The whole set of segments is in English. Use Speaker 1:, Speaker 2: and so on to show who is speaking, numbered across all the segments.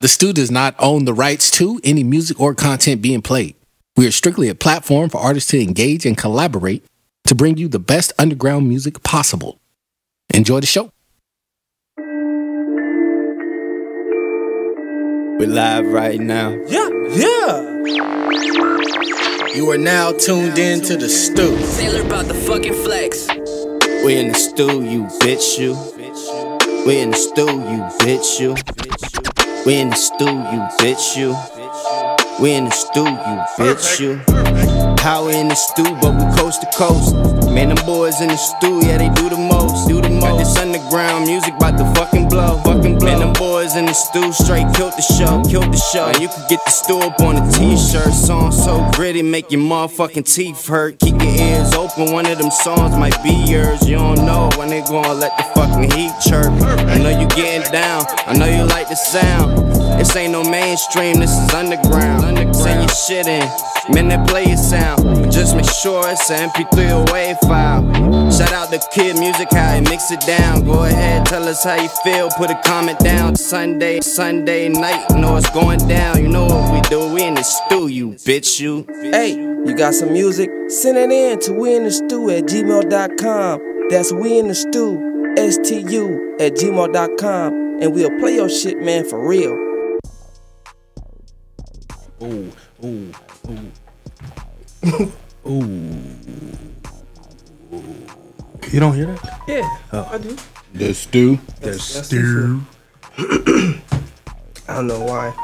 Speaker 1: The Stew does not own the rights to any music or content being played. We are strictly a platform for artists to engage and collaborate to bring you the best underground music possible. Enjoy the show.
Speaker 2: We're live right now.
Speaker 3: Yeah, yeah.
Speaker 1: You are now tuned in to The Stew.
Speaker 4: Sailor about the fucking flex.
Speaker 2: We in the stew, you bitch, you. We in the stew, you bitch, you. We in the stew, you bitch, you. We in the stew, you bitch, you. How we in the stew, but we coast to coast. Man, them boys in the stew, yeah, they do the most. Do the most. Got this underground music about to fucking blow. Fucking blow. Man, them boys in the stew, straight killed the show. Killed the show. And you can get the stew up on a t-shirt. Song so gritty, make your motherfucking teeth hurt. Keep your ears open, one of them songs might be yours. You don't know when they gonna let the fucking heat chirp. I know you getting down, I know you like the sound. This ain't no mainstream, this is underground. Send your shit in, man, that play your sound. But just make sure it's an MP3 away file. Shout out to Kid Music, how he mix it down. Go ahead, tell us how you feel, put a comment down. Sunday, Sunday night, you know it's going down. You know what we do, we in the stew, you bitch, you.
Speaker 3: Hey, you got some music? Send it in to we in the stew at gmail.com. That's we in the stew, S T U, at gmail.com. And we'll play your shit, man, for real.
Speaker 1: Ooh, ooh, ooh.
Speaker 5: You don't hear that? Oh.
Speaker 3: Yeah, I do.
Speaker 1: The Stew.
Speaker 5: There's stew.
Speaker 3: I don't know why.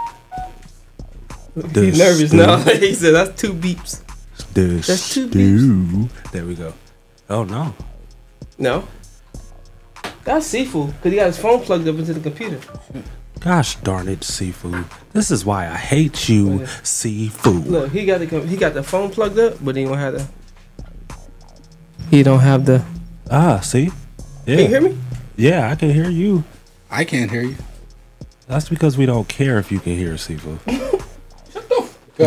Speaker 5: The
Speaker 3: He's nervous
Speaker 5: stew.
Speaker 3: now. he said, that's two beeps.
Speaker 5: The
Speaker 3: That's two
Speaker 5: stew. There we go. Oh no.
Speaker 3: No. That's Sifu, because he got his phone plugged up into the computer.
Speaker 5: Gosh darn it, seafood. This is why I hate you, seafood.
Speaker 3: Look, he got the com- he got the phone plugged up, but he don't have the. He don't have the.
Speaker 5: Ah, see? Yeah.
Speaker 3: Can you hear me?
Speaker 5: Yeah, I can hear you.
Speaker 1: I can't hear you.
Speaker 5: That's because we don't care if you can hear seafood.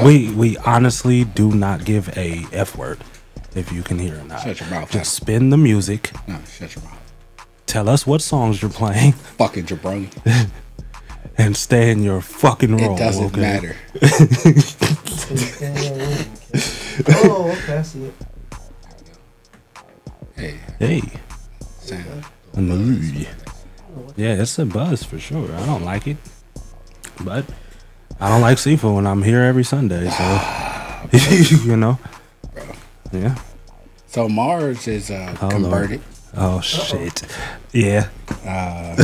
Speaker 5: we we honestly do not give a f word if you can hear or not.
Speaker 1: Shut your mouth.
Speaker 5: Just spin the music.
Speaker 1: No, shut your mouth.
Speaker 5: Tell us what songs you're playing
Speaker 1: Fucking jabroni.
Speaker 5: and stay in your fucking role. okay?
Speaker 3: oh, okay, I see it.
Speaker 1: Hey,
Speaker 5: Hey.
Speaker 1: Sam.
Speaker 5: Mm. Yeah, it's a buzz for sure. I don't like it, but I don't like seafood, and I'm here every Sunday, so
Speaker 1: Ah,
Speaker 5: you know. Yeah.
Speaker 1: So Mars is uh,
Speaker 5: Oh, Lord.
Speaker 1: converted.
Speaker 5: Oh shit. Yeah.
Speaker 1: Uh,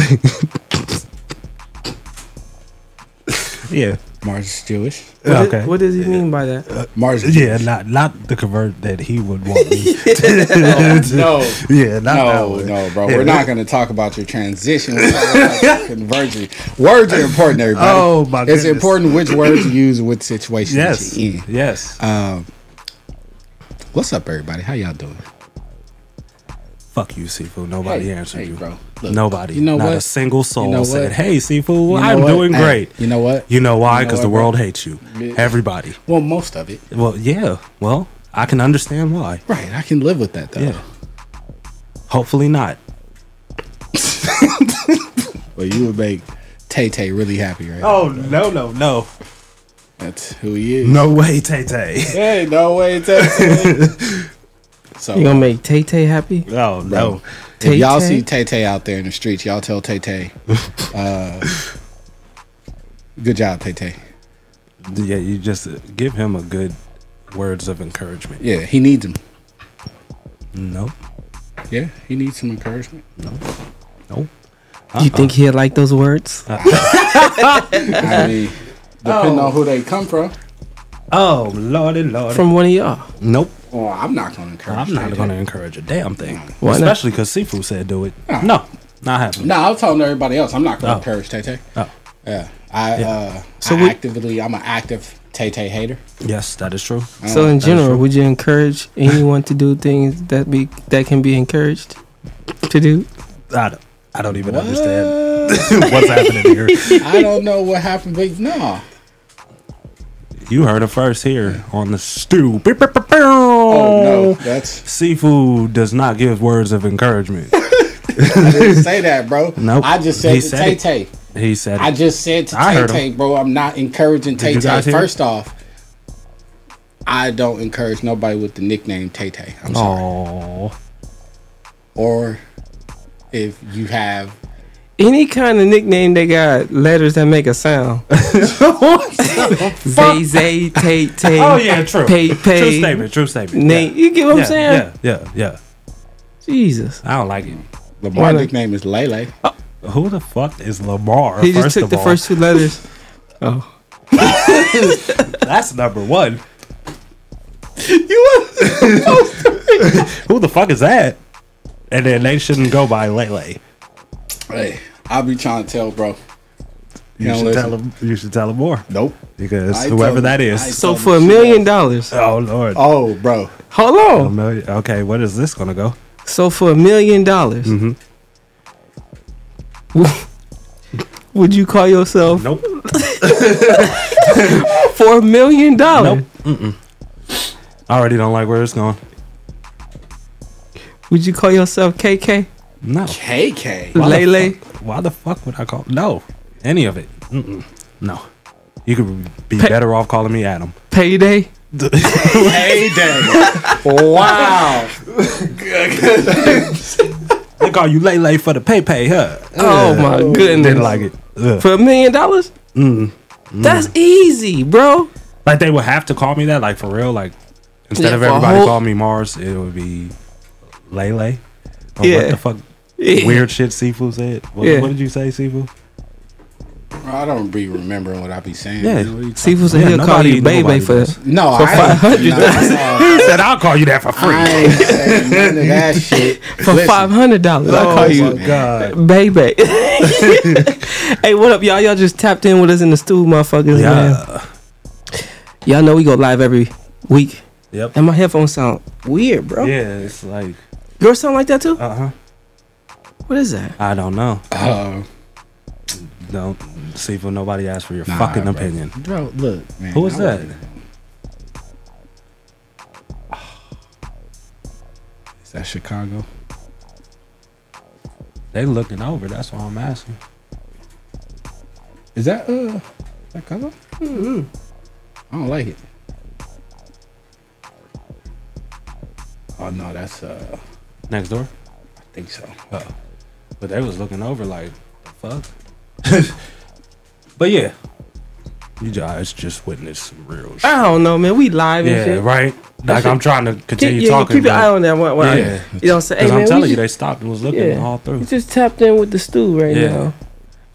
Speaker 5: yeah.
Speaker 1: Mars is Jewish.
Speaker 3: What does-
Speaker 5: okay. Uh,
Speaker 3: what does he mean by that?
Speaker 1: Mars is
Speaker 5: yeah,
Speaker 1: Jewish.
Speaker 5: not not the convert that he would want me.
Speaker 1: Oh, no.
Speaker 5: yeah, not that
Speaker 1: No,
Speaker 5: one.
Speaker 1: no, bro.
Speaker 5: Yeah.
Speaker 1: We're not going to talk about your transition. We're talking about your conversion. Words are important, everybody.
Speaker 5: Oh, my
Speaker 1: It's
Speaker 5: goodness.
Speaker 1: important which words you use and what situation
Speaker 5: Yes.
Speaker 1: that you in.
Speaker 5: Yes.
Speaker 1: Um, what's up, everybody? How y'all doing?
Speaker 5: Fuck you, seafood. Nobody
Speaker 1: Hey,
Speaker 5: answered
Speaker 1: hey,
Speaker 5: you,
Speaker 1: bro. Look,
Speaker 5: Nobody.
Speaker 1: you know
Speaker 5: not
Speaker 1: what?
Speaker 5: a single soul
Speaker 1: You know
Speaker 5: said,
Speaker 1: what?
Speaker 5: "Hey, seafood,
Speaker 1: You know
Speaker 5: I'm
Speaker 1: what?
Speaker 5: doing
Speaker 1: Hey,
Speaker 5: great."
Speaker 1: you know what?
Speaker 5: You know why?
Speaker 1: You know
Speaker 5: Because
Speaker 1: what,
Speaker 5: the
Speaker 1: bro?
Speaker 5: world hates you.
Speaker 1: Yeah.
Speaker 5: Everybody.
Speaker 1: Well, most of it.
Speaker 5: Well, yeah. Well, I can understand why.
Speaker 1: Right. I can live with that, though.
Speaker 5: Yeah. Hopefully not.
Speaker 1: But you would make Tay Tay really happy, right?
Speaker 5: Oh no no no
Speaker 1: That's who he is.
Speaker 5: no way, Tay Tay.
Speaker 1: Hey, no way, Tay Tay. so,
Speaker 3: You gonna make Tay Tay happy?
Speaker 5: Oh no.
Speaker 1: if
Speaker 3: Tay
Speaker 1: y'all
Speaker 3: Tay?
Speaker 1: see Tay Tay out there in the streets, y'all tell Tay Tay, uh, good job, Tay Tay.
Speaker 5: Yeah, you just uh, give him a good words of encouragement.
Speaker 1: Yeah, he needs him.
Speaker 5: Nope.
Speaker 1: Yeah, he needs some encouragement.
Speaker 5: Nope.
Speaker 3: You think
Speaker 5: Uh-uh.
Speaker 3: he'll like those words?
Speaker 1: I mean, depending on who they come from.
Speaker 5: Oh lordy lordy.
Speaker 3: From one of y'all.
Speaker 5: nope.
Speaker 1: Well, Oh, I'm not going to encourage.
Speaker 5: I'm not
Speaker 1: Tay-Tay.
Speaker 5: gonna encourage a damn thing.
Speaker 3: Why not?
Speaker 5: Especially because Sifu said do it. No, not happening.
Speaker 1: No, I'm telling everybody else. I'm not going to
Speaker 5: Oh.
Speaker 1: encourage Tay Tay.
Speaker 5: Oh.
Speaker 1: Yeah, I, Uh,
Speaker 3: So
Speaker 1: I
Speaker 3: we-
Speaker 1: actively, I'm an active Tay Tay hater.
Speaker 5: Yes, that is true.
Speaker 3: So in general, would you encourage anyone to do things that be that can be encouraged to do?
Speaker 5: I don't, I don't even understand what's happening here.
Speaker 1: I don't know what happened, but no.
Speaker 5: You heard it first here on the stew. Beep, beep, beep, beep.
Speaker 1: Oh no, that's
Speaker 5: Seafood does not give words of encouragement.
Speaker 1: I didn't say that, bro.
Speaker 5: Nope.
Speaker 1: I just said
Speaker 5: He
Speaker 1: to
Speaker 5: said
Speaker 1: Tay
Speaker 5: it.
Speaker 1: Tay.
Speaker 5: He said,
Speaker 1: I just said to
Speaker 5: I
Speaker 1: Tay
Speaker 5: heard him.
Speaker 1: Tay, bro, I'm not encouraging Tay
Speaker 5: you
Speaker 1: Tay.
Speaker 5: guys hear?
Speaker 1: First off, I don't encourage nobody with the nickname Tay Tay. I'm sorry.
Speaker 5: "Oh,
Speaker 1: Or if you have
Speaker 6: Any kind of nickname they got letters that make a sound. Zay Zay Tay Tay.
Speaker 5: oh yeah, true,
Speaker 6: Pay Pay.
Speaker 5: true statement, true statement."
Speaker 6: Name. You get what
Speaker 5: yeah.
Speaker 6: I'm saying?
Speaker 5: yeah, yeah, yeah.
Speaker 6: Jesus.
Speaker 5: I don't like it. Oh.
Speaker 1: Lamar,
Speaker 6: Why not?
Speaker 1: nickname is Lele.
Speaker 5: Who the fuck is Lamar?
Speaker 6: He just
Speaker 5: first
Speaker 6: took
Speaker 5: of
Speaker 6: the
Speaker 5: all?
Speaker 6: first two letters. Oh.
Speaker 5: That's number one. Who the fuck is that? And then they shouldn't go by Lele.
Speaker 1: Hey, I'll be trying to tell, bro.
Speaker 5: You
Speaker 1: Now
Speaker 5: should
Speaker 1: listen.
Speaker 5: tell them. You should tell them more
Speaker 1: Nope.
Speaker 5: because
Speaker 1: I
Speaker 5: whoever
Speaker 1: told-
Speaker 5: that
Speaker 1: I
Speaker 5: is.
Speaker 6: So
Speaker 1: told
Speaker 6: for a
Speaker 1: him she
Speaker 6: million
Speaker 1: was-
Speaker 6: dollars.
Speaker 5: oh lord.
Speaker 1: Oh, bro.
Speaker 6: Hold
Speaker 5: A
Speaker 6: on.
Speaker 5: million- Okay, what is this gonna go? Mm-hmm.
Speaker 6: So for a million dollars. Would you call yourself
Speaker 5: Nope.
Speaker 6: for a million dollars?
Speaker 5: Nope. I already don't like where it's going.
Speaker 6: Would you call yourself KK?
Speaker 5: No.
Speaker 1: KK.
Speaker 5: Why the
Speaker 6: Lele?
Speaker 5: fuck- Why the fuck would I call? No. Any of it. Mm-mm. No. You could be better off calling me Adam.
Speaker 6: Payday?
Speaker 1: Payday. wow.
Speaker 5: They call you Lele for the pay pay, huh?
Speaker 6: Oh my goodness.
Speaker 5: Didn't like it. Ugh.
Speaker 6: For a million dollars?
Speaker 1: Mm.
Speaker 6: That's easy, bro.
Speaker 5: Like they would have to call me that, like for real. Like instead
Speaker 6: Yeah,
Speaker 5: of
Speaker 6: for a
Speaker 5: everybody
Speaker 6: whole-
Speaker 5: calling me Mars, it would be Lele. Or
Speaker 6: Yeah.
Speaker 5: What the fuck?
Speaker 6: Yeah.
Speaker 5: Weird shit Sifu said. What,
Speaker 6: Yeah.
Speaker 5: what did you say, Sifu?
Speaker 1: I don't be remembering what I be saying.
Speaker 5: Yeah.
Speaker 1: What are you
Speaker 6: See
Speaker 1: talking-
Speaker 6: who's said
Speaker 5: Yeah,
Speaker 6: he'll call
Speaker 5: nobody-
Speaker 6: you baby
Speaker 5: nobody
Speaker 6: for
Speaker 5: does.
Speaker 1: No, I ain't-
Speaker 6: 500.
Speaker 1: no, no.
Speaker 5: He said I'll call you that for free.
Speaker 1: I ain't saying none of that shit.
Speaker 6: for
Speaker 1: Listen,
Speaker 6: five hundred dollars. I
Speaker 5: Oh
Speaker 6: call you
Speaker 5: my
Speaker 1: Uh,
Speaker 5: god.
Speaker 6: baby. hey, what up, y'all? Y'all just tapped in with us in the studio, motherfuckers. Man.
Speaker 5: Yeah.
Speaker 6: Y'all know we go live every week,
Speaker 5: Yep.
Speaker 6: and my headphones sound weird, bro.
Speaker 5: Yeah, it's like
Speaker 6: Yours sound like that too?
Speaker 5: uh huh.
Speaker 6: What is that?
Speaker 5: I don't know.
Speaker 1: uh,
Speaker 5: Don't Sifu. Nobody asked for your
Speaker 1: Nah,
Speaker 5: fucking
Speaker 1: bro.
Speaker 5: opinion.
Speaker 1: bro, look, man.
Speaker 5: Who was
Speaker 1: I
Speaker 5: that?
Speaker 1: wasn't- Is that Chicago?
Speaker 5: They looking over. That's why I'm asking.
Speaker 1: Is that uh that color?
Speaker 6: Mm-hmm.
Speaker 1: I don't like it. Oh no, that's uh
Speaker 5: Next door. Oh.
Speaker 1: I think so.
Speaker 5: But they was looking over like, the fuck. but yeah, you guys just witnessed some real shit.
Speaker 6: I don't know, man. We live and
Speaker 5: yeah,
Speaker 6: shit.
Speaker 5: right. Like
Speaker 6: shit-
Speaker 5: I'm trying to continue
Speaker 6: Keep, yeah,
Speaker 5: talking.
Speaker 6: keep your eye on that one. one.
Speaker 5: Yeah.
Speaker 6: You know what I'm saying? Hey,
Speaker 5: Because
Speaker 6: man,
Speaker 5: I'm
Speaker 6: we
Speaker 5: telling you,
Speaker 6: just,
Speaker 5: they stopped and was looking
Speaker 6: Yeah.
Speaker 5: all through.
Speaker 6: we just tapped in with the stew right
Speaker 5: Yeah.
Speaker 6: now.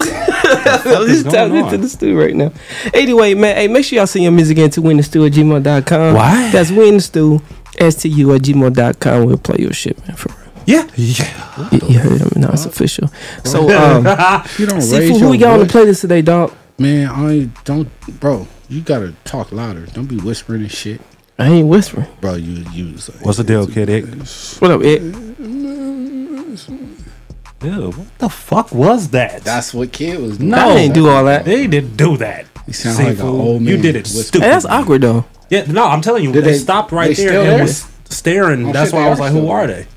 Speaker 6: I'm
Speaker 5: is
Speaker 6: just
Speaker 5: going
Speaker 6: tapped into
Speaker 5: on?
Speaker 6: the stew right now. Anyway, man, hey, make sure y'all send your music in to winthestu at gmail.com.
Speaker 5: Why?
Speaker 6: That's winthestu, S-T-U at gmail.com. We'll play your shit, man, for real.
Speaker 5: Yeah, yeah.
Speaker 6: You, you heard him. Now it's official. So, um,
Speaker 1: You don't
Speaker 6: see,
Speaker 1: raise
Speaker 6: who
Speaker 1: your
Speaker 6: we got on the
Speaker 1: voice.
Speaker 6: playlist today, dog?
Speaker 1: Man, I ain't- don't bro, you gotta talk louder. Don't be whispering and shit.
Speaker 6: I ain't whispering.
Speaker 1: Bro, you use like,
Speaker 5: What's the deal, kid? Ick?
Speaker 6: What up, Ed?
Speaker 5: Ew, what the fuck was that?
Speaker 1: that's what kid was doing.
Speaker 5: no.
Speaker 6: I didn't do all that. Hey,
Speaker 5: they didn't do that.
Speaker 1: You sound like an
Speaker 5: Seafood.
Speaker 1: old
Speaker 5: You
Speaker 1: man
Speaker 5: did it
Speaker 1: whispering.
Speaker 5: stupid.
Speaker 6: that's awkward, though.
Speaker 5: Yeah, no, I'm telling you,
Speaker 1: Did
Speaker 5: they,
Speaker 1: they-
Speaker 5: stopped right
Speaker 1: they
Speaker 5: there
Speaker 1: still
Speaker 5: and
Speaker 1: there?
Speaker 5: was staring.
Speaker 1: Oh,
Speaker 5: That's
Speaker 1: shit,
Speaker 5: why
Speaker 1: they
Speaker 5: I was
Speaker 1: are
Speaker 5: like, who
Speaker 1: still
Speaker 5: are
Speaker 1: there.
Speaker 5: they?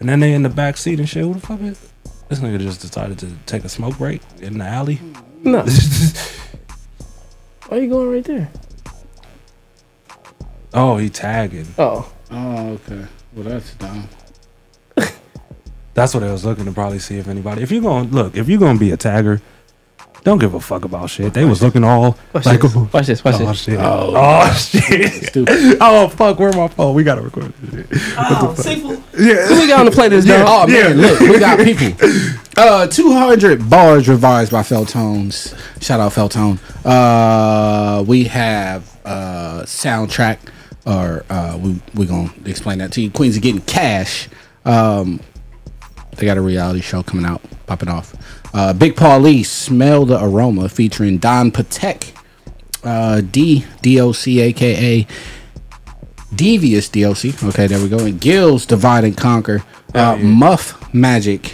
Speaker 5: And then they in the back seat and shit. Who the fuck is this nigga? Just decided to take a smoke break in the alley.
Speaker 6: No. Why you going right there?
Speaker 5: Oh, he tagging.
Speaker 6: Oh.
Speaker 1: Oh, okay. Well that's dumb.
Speaker 5: That's what I was looking to probably see if anybody. If you're gonna look, if you're gonna be a tagger, don't give a fuck about shit. They was looking all
Speaker 6: Watch
Speaker 5: like,
Speaker 6: this.
Speaker 5: oh,
Speaker 6: Watch this. Watch this.
Speaker 5: shit, oh, shit,
Speaker 1: Stupid.
Speaker 5: oh fuck, where my phone? We gotta record. this.
Speaker 6: Oh, Seafood. Who we got on the playlist, dog?
Speaker 1: Oh man, look, we got people. Uh, 200 bars revised by Feltones. Shout out Feltone. Uh, we have uh soundtrack, or uh, we we gonna explain that to you. Queens are getting cash. Um, they got a reality show coming out, popping off. Uh, Big Paulie, smell the aroma, featuring Don Patek. Uh, D D O C A K A. Devious DLC. Okay, there we go. And Gills Divide and Conquer. Uh, Muff Magic.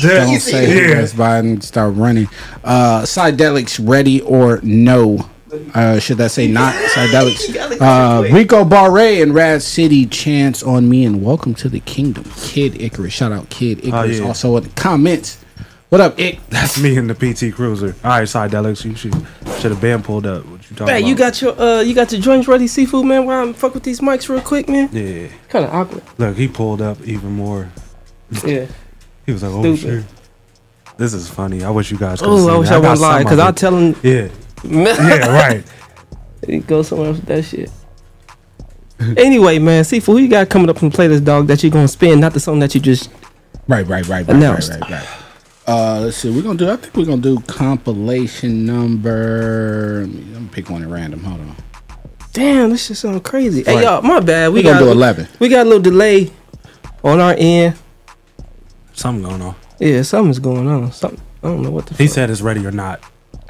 Speaker 1: Don't say who that's by and start running. Uh, psychedelics ready or no? Uh, should I say not psychedelics? Uh, Rico Barre and Rad City Chance on me and welcome to the kingdom. Kid Icarus. Shout out Kid Icarus.
Speaker 5: Oh, yeah.
Speaker 1: Also in the comments. What up, Ick?
Speaker 5: That's me and the PT Cruiser. All right, psychedelics. You should should have been pulled up. What you talking
Speaker 6: Hey,
Speaker 5: about?
Speaker 6: you got your uh, you got your joints ready, seafood man. Why I'm fuck with these mics real quick, man?
Speaker 5: Yeah.
Speaker 6: Kind of awkward.
Speaker 5: Look, he pulled up even more.
Speaker 6: Yeah.
Speaker 5: He was like, "Oh
Speaker 6: Stupid.
Speaker 5: shit, this is funny." I wish you guys. could
Speaker 6: Oh, I wish I
Speaker 5: got
Speaker 6: wasn't lying because
Speaker 5: some
Speaker 6: I'll
Speaker 5: of
Speaker 6: tell him.
Speaker 5: it. Yeah. Yeah. Right.
Speaker 6: go somewhere else with that shit. anyway, man, seafood, who you got coming up and play this dog that you gonna spin, not the song that you just.
Speaker 1: Right, right, right, right, right,
Speaker 6: Announced.
Speaker 1: right, right. Uh, let's see. We're gonna do. I think we're gonna do compilation number. let me- I'm gonna pick one at random. Hold on.
Speaker 6: Damn, this shit sound crazy. Hey
Speaker 1: Right.
Speaker 6: y'all, my bad. We
Speaker 1: We're gonna
Speaker 6: got
Speaker 1: do 11.
Speaker 6: We got a little delay on our end.
Speaker 5: Something going on.
Speaker 6: Yeah, something's going on. Something I don't know what the.
Speaker 5: He
Speaker 6: fuck.
Speaker 5: said it's ready or not.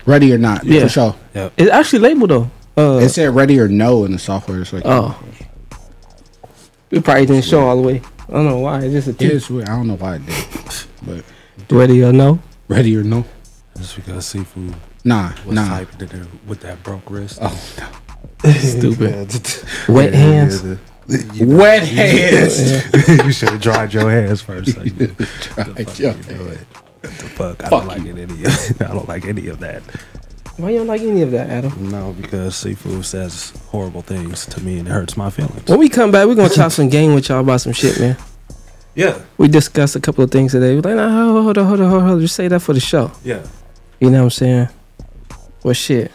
Speaker 1: Ready or not?
Speaker 6: Yeah.
Speaker 1: For sure.
Speaker 6: it's actually labeled though. Uh,
Speaker 1: It said ready or no in the software. It's like
Speaker 6: oh, it probably didn't show all the way. I don't know why. It's just a
Speaker 1: It
Speaker 6: t-
Speaker 1: is weird. I don't know why it did, but
Speaker 6: ready or no.
Speaker 1: ready or no?
Speaker 5: Just because seafood
Speaker 1: Nah,
Speaker 5: was
Speaker 1: nah.
Speaker 5: typed in there with that broke wrist.
Speaker 1: Oh, no.
Speaker 6: Stupid. Wet hands.
Speaker 1: Wet hands.
Speaker 5: you should have dried your hands first. Like, what the fuck
Speaker 1: your
Speaker 5: you doing? What the fuck? I
Speaker 1: Fuck
Speaker 5: don't like it any. Of, I don't like any of that.
Speaker 6: Why you don't like any of that, Adam?
Speaker 1: Mm.
Speaker 5: No, because seafood says horrible things to me and it hurts my feelings.
Speaker 6: When we come back, we're gonna chop some game with y'all about some shit, man.
Speaker 5: Yeah,
Speaker 6: We discussed a couple of things today. We're like, nah, hold on, hold on, hold on, hold on. Just say that for the show.
Speaker 5: yeah.
Speaker 6: You know what I'm saying? Well, shit.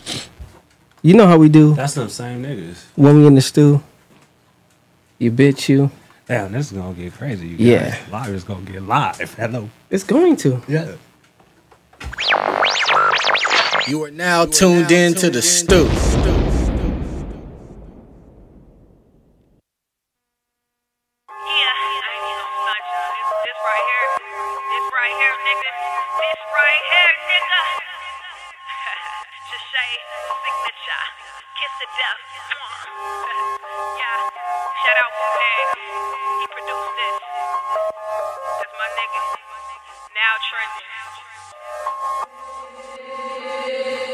Speaker 6: You know how we do
Speaker 5: That's them same niggas.
Speaker 6: when we in the stew. You bitch, you.
Speaker 5: Damn, this is gonna get crazy. You
Speaker 6: Yeah.
Speaker 5: guys. live is gonna get live. Hello.
Speaker 6: It's going to.
Speaker 5: Yeah.
Speaker 1: You are now tuned in to the stew.
Speaker 7: Yeah, I need no sunshine. This, this right here, this right here, nigga, this right here, nigga. Just say signature, kiss of death. yeah, shout out Wu Tang. He produced this. That's my nigga. Now trending.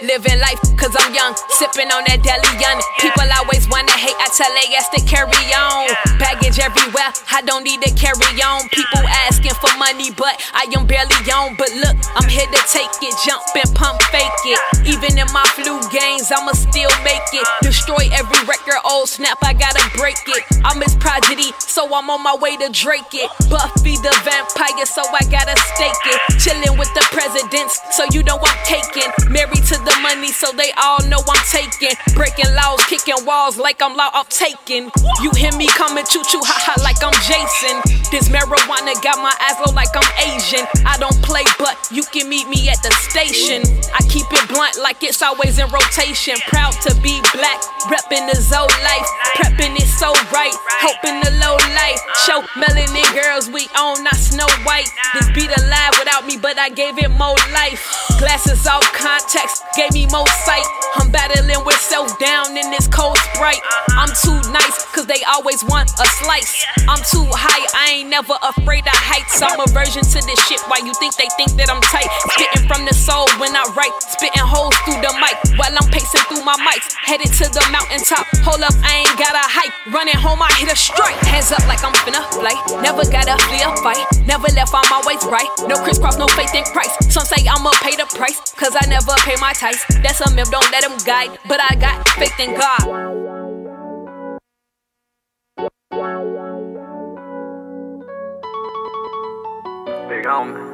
Speaker 4: Living life, cause I'm young, sipping on that deli young. People always wanna hate, I tell they yes to carry on. Baggage everywhere, I don't need to carry on. People asking for money, but I am barely on. But look, I'm here to take it, jump and pump fake it. Even in my flu games, I'ma still make it. Destroy every record, old snap, I gotta break it. I'm his prodigy, so I'm on my way to Drake it. Buffy the vampire, so I gotta stake it. Chillin' with the presidents, so you know I'm taking. Married to the money, so they all know I'm taking. Breaking laws, kicking walls like I'm law, I'm taking. You hear me coming choo choo, haha, like I'm Jason. This marijuana got my eyes low like I'm Asian. I don't play, but you can meet me at the station. I keep it blunt like it's always in rotation. Proud to be black, repping the Zoe life. Prepping it so right, hoping the low life. Show melanin girls we own, not Snow White. This beat alive without me, but I gave it more life. Glasses off context, gave me more sight. I'm battling with self down in this cold sprite. I'm too nice, cause they always want a slice. I'm too high, I ain't never afraid of heights. I'm aversion to this shit, why you think they think that I'm tight? Spitting from the soul when I write, spitting holes through the mic while I'm pacing through my mics. Headed to the mountaintop, hold up, I ain't got a hype. Running home, I hit a strike. Hands up like I'm finna fly. Never gotta flee a fight, never left, I'm always right. No crisscross, no faith in Christ. Some say I'ma pay the price, cause I never pay my tithes. That's a myth, don't let them guide. But I got faith in God.
Speaker 8: Big homie.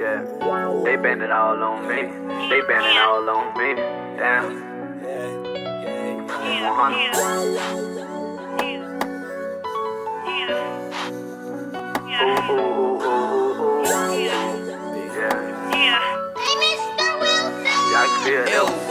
Speaker 8: Yeah, they been it all on me. They been it all on me. Damn. 100. Ooh, ooh, ooh, ooh, ooh. Yeah, y'all feel that?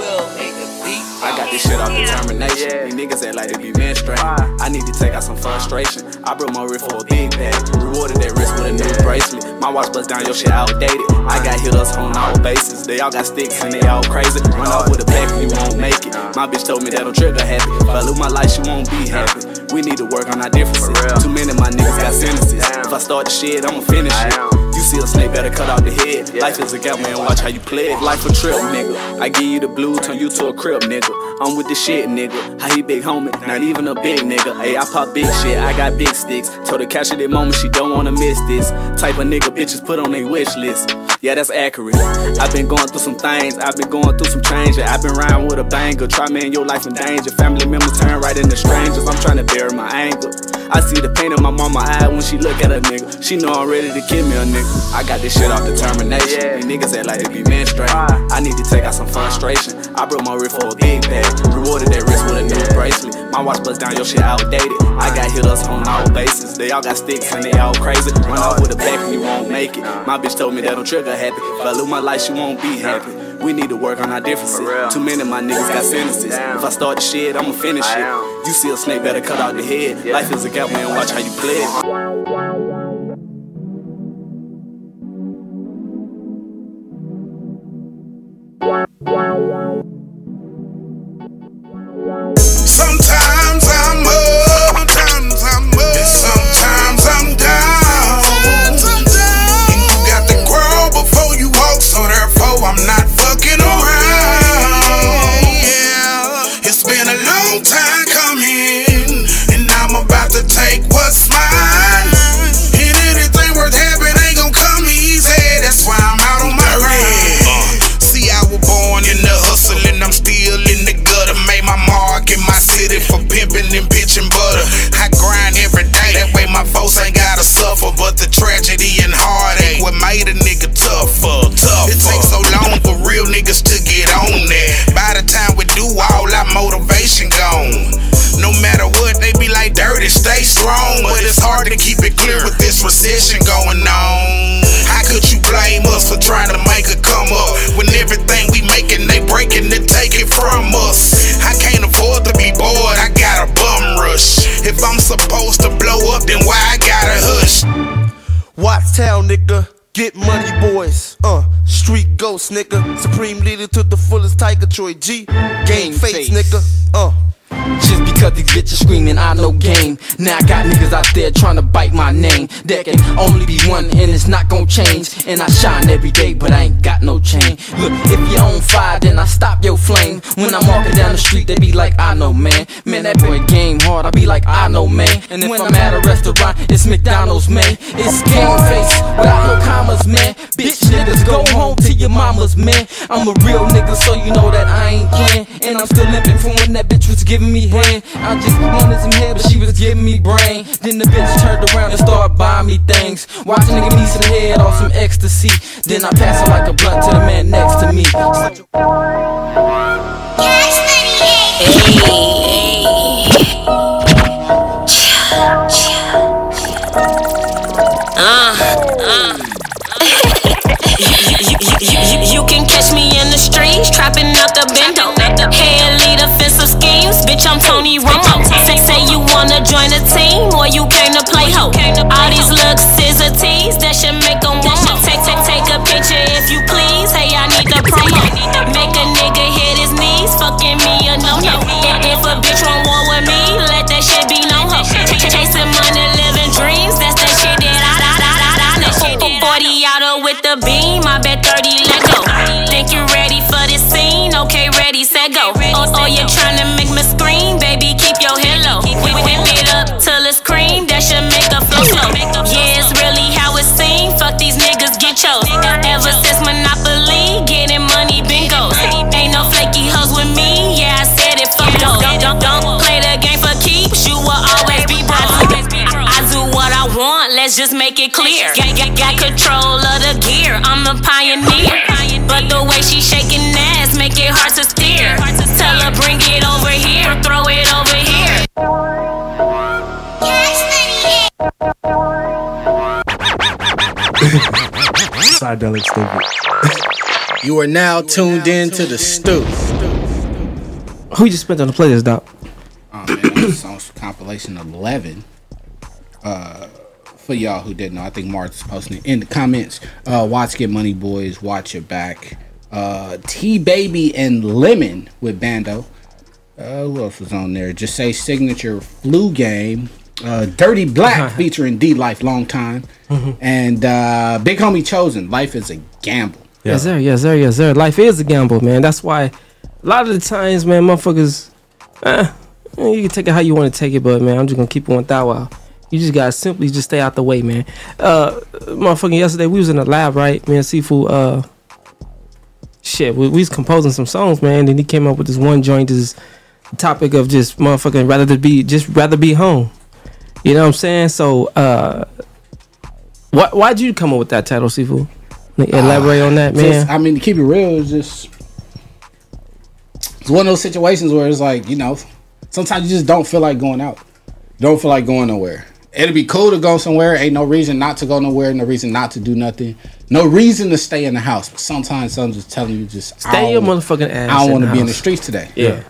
Speaker 9: I got this shit off determination.
Speaker 8: Yeah.
Speaker 9: These niggas act like they be menstruating. I need to take out some frustration. I broke my wrist for a big bag. Rewarded that wrist with a new bracelet. My watch bust down, your shit outdated. I got hit us on all bases. They all got sticks and they all crazy. Run off with a pack and you won't make it. My bitch told me that I'm trigger happy. If I lose my life, she won't be happy. We need to work on our differences.
Speaker 8: For real.
Speaker 9: Too many of my niggas got sentences.
Speaker 8: Damn.
Speaker 9: If I start the shit, I'ma finish
Speaker 8: I
Speaker 9: it.
Speaker 8: am.
Speaker 9: You See a snake, better cut out the head. Life is a gamble, and watch how you play it. Life a trip, nigga. I give you the blues, turn you to a crib, nigga. I'm with the shit, nigga. How he big homie, not even a big nigga. Hey, I pop big shit, I got big sticks. Told her cash at that moment, she don't wanna miss this. Type of nigga bitches put on their wish list. Yeah, that's accurate. I've been going through some things, I've been going through some changes. I've been riding with a banger. Try me and your life in danger. Family members turn right into strangers. I'm trying to bury my anger. I see the pain in my mama eye when she look at a nigga. She know I'm ready to kill me a nigga. I got this shit off determination. These niggas act like they be menstruating. I need to take out some frustration. I broke my wrist for a big bag. Rewarded that wrist with a new bracelet. My watch bust down, your shit outdated. I got hit us on all bases. They all got sticks and they all crazy. Run off with a back and you won't make it. My bitch told me that don't trigger happy. If I lose my life, she won't be happy. We need to work on our differences.
Speaker 10: For real.
Speaker 9: Too many of my niggas got sentences. If I start the shit, I'ma finish
Speaker 10: I
Speaker 9: it.
Speaker 10: am.
Speaker 9: You see a snake, better cut out the head. Life is a gap, man. Watch how you play it.
Speaker 11: Sometimes I'm up, sometimes I'm up, and sometimes I'm down. And you got to crawl before you walk, so therefore I'm not fucking around. Yeah, it's been a long time coming, and I'm about to take what's mine. And anything worth having ain't gonna come easy. That's why I'm out on my rent. See, I was born in the hustle, and I'm still in the gutter. Made my mark in my city for pimping and pitching butter. I grind every day, that way my folks ain't gotta suffer. But the tragedy and heartache what made a nigga tougher. tougher. It takes so long for real niggas to get on there. By the time we do, all our motivation gone. No matter what, they be like dirty, stay strong. But it's hard to keep it clear with this recession going on. How could you blame us for trying to make a come up when everything we making they breaking to take it from us? I can't afford to be bored, I got a bum rush. If I'm supposed to blow up, then why I gotta hush?
Speaker 8: Watts town, nigga. Get money, boys. Uh, street ghost, nigga. Supreme leader to the fullest Tiger Troy G. Game face, nigga. Uh,
Speaker 6: Just because these bitches screaming, I know game. Now I got niggas out there trying to bite my name. There can only be one, and it's not gonna change. And I shine every day, but I ain't got no chain. Look, if you're on fire, then I stop your flame. When I'm walking down the street, they be like, I know, man. Man, that boy game hard, I be like, I know, man. And if I'm at a restaurant, it's McDonald's, man. It's game face without no commas, man. Bitch, niggas go home to your mamas, man. I'm a real nigga, so you know that I ain't playing. And I'm still limping from when that bitch was giving me hand. I just wanted some head, but she was giving me brain. Then the bitch turned around and started buying me things. Watch a nigga me some head off some ecstasy. Then I pass her like a blunt to the man next to me.
Speaker 12: Ah. You, you, you, you, you can catch me in the streets, trapping out the bendo. Head lead offensive schemes, bitch, I'm Tony Romo. Say, say you wanna join a team, or you came to play ho. All these looks is a tease, that should make 'em want more. Take, take, take a picture if you please, hey, I need the promo. Make a nigga hit his knees, fucking me a no-no. And if a bitch want war with me, let that shit be known ho. Ch- ch- Chasing money, living dreams, that's that shit that I, I, I, I, I know. 40 auto with the beam, I bet 30 let go. Think you ready for this scene? Okay, ready, set, go. Oh, oh you're trying to make me scream, baby, keep your head low. We whip it up till it's cream, that should make a flow slow. Yeah, it's really how it seems, fuck these niggas, get chose. Ever since Monopoly, getting money, bingo. Ain't no flaky hoes with me, yeah, I said it, fuck those. Don't, don't, don't play the game for keeps, you will always be broke. I do what I want, let's just make it clear. Got, got, got control of the gear, I'm the pioneer. But the way she shaking ass, make it hard to steer. Tell her, bring it over here, throw it over here.
Speaker 7: Psychedelic stupid.
Speaker 1: You are now tuned in to the stoop.
Speaker 13: Who you just spent on the playlist, Doc?
Speaker 1: Oh, man, that's song compilation 11. Uh, for y'all who didn't know, I think Mark's posting it in the comments. Uh, watch Get Money Boys, Watch Your Back. Uh, T Baby and Lemon with Bando. Uh, who else was on there? Just say Signature Flu Game. Uh, Dirty Black featuring D Life, long time, and uh, Big Homie Chosen. Life is a gamble.
Speaker 6: Yes, sir. Yes, sir. Yes, sir. Life is a gamble, man. That's why a lot of the times, man, motherfuckers, eh, you can take it how you want to take it, but man, I'm just gonna keep it one thou while. You just gotta simply just stay out the way, man. Uh, motherfucking yesterday we was in the lab, right? Me and Sifu, uh, shit, we, we was composing some songs, man. Then he came up with this one joint, this topic of just motherfucking rather to be just rather be home. You know what I'm saying? So, uh, why why'd you come up with that title, Sifu? Like, Elaborate on that, man.
Speaker 1: Ah, Uh, Just- I mean, to keep it real, it's just it's one of those situations where it's like you know, sometimes you just don't feel like going out. You don't feel like going nowhere. It'd be cool to go somewhere. Ain't no reason not to go nowhere. No reason not to do nothing. No reason to stay in the house. But sometimes something's just telling you just I
Speaker 6: Stay your
Speaker 1: don't-
Speaker 6: motherfucking ass.
Speaker 1: I don't
Speaker 6: want to
Speaker 1: be in the streets today.
Speaker 6: Yeah.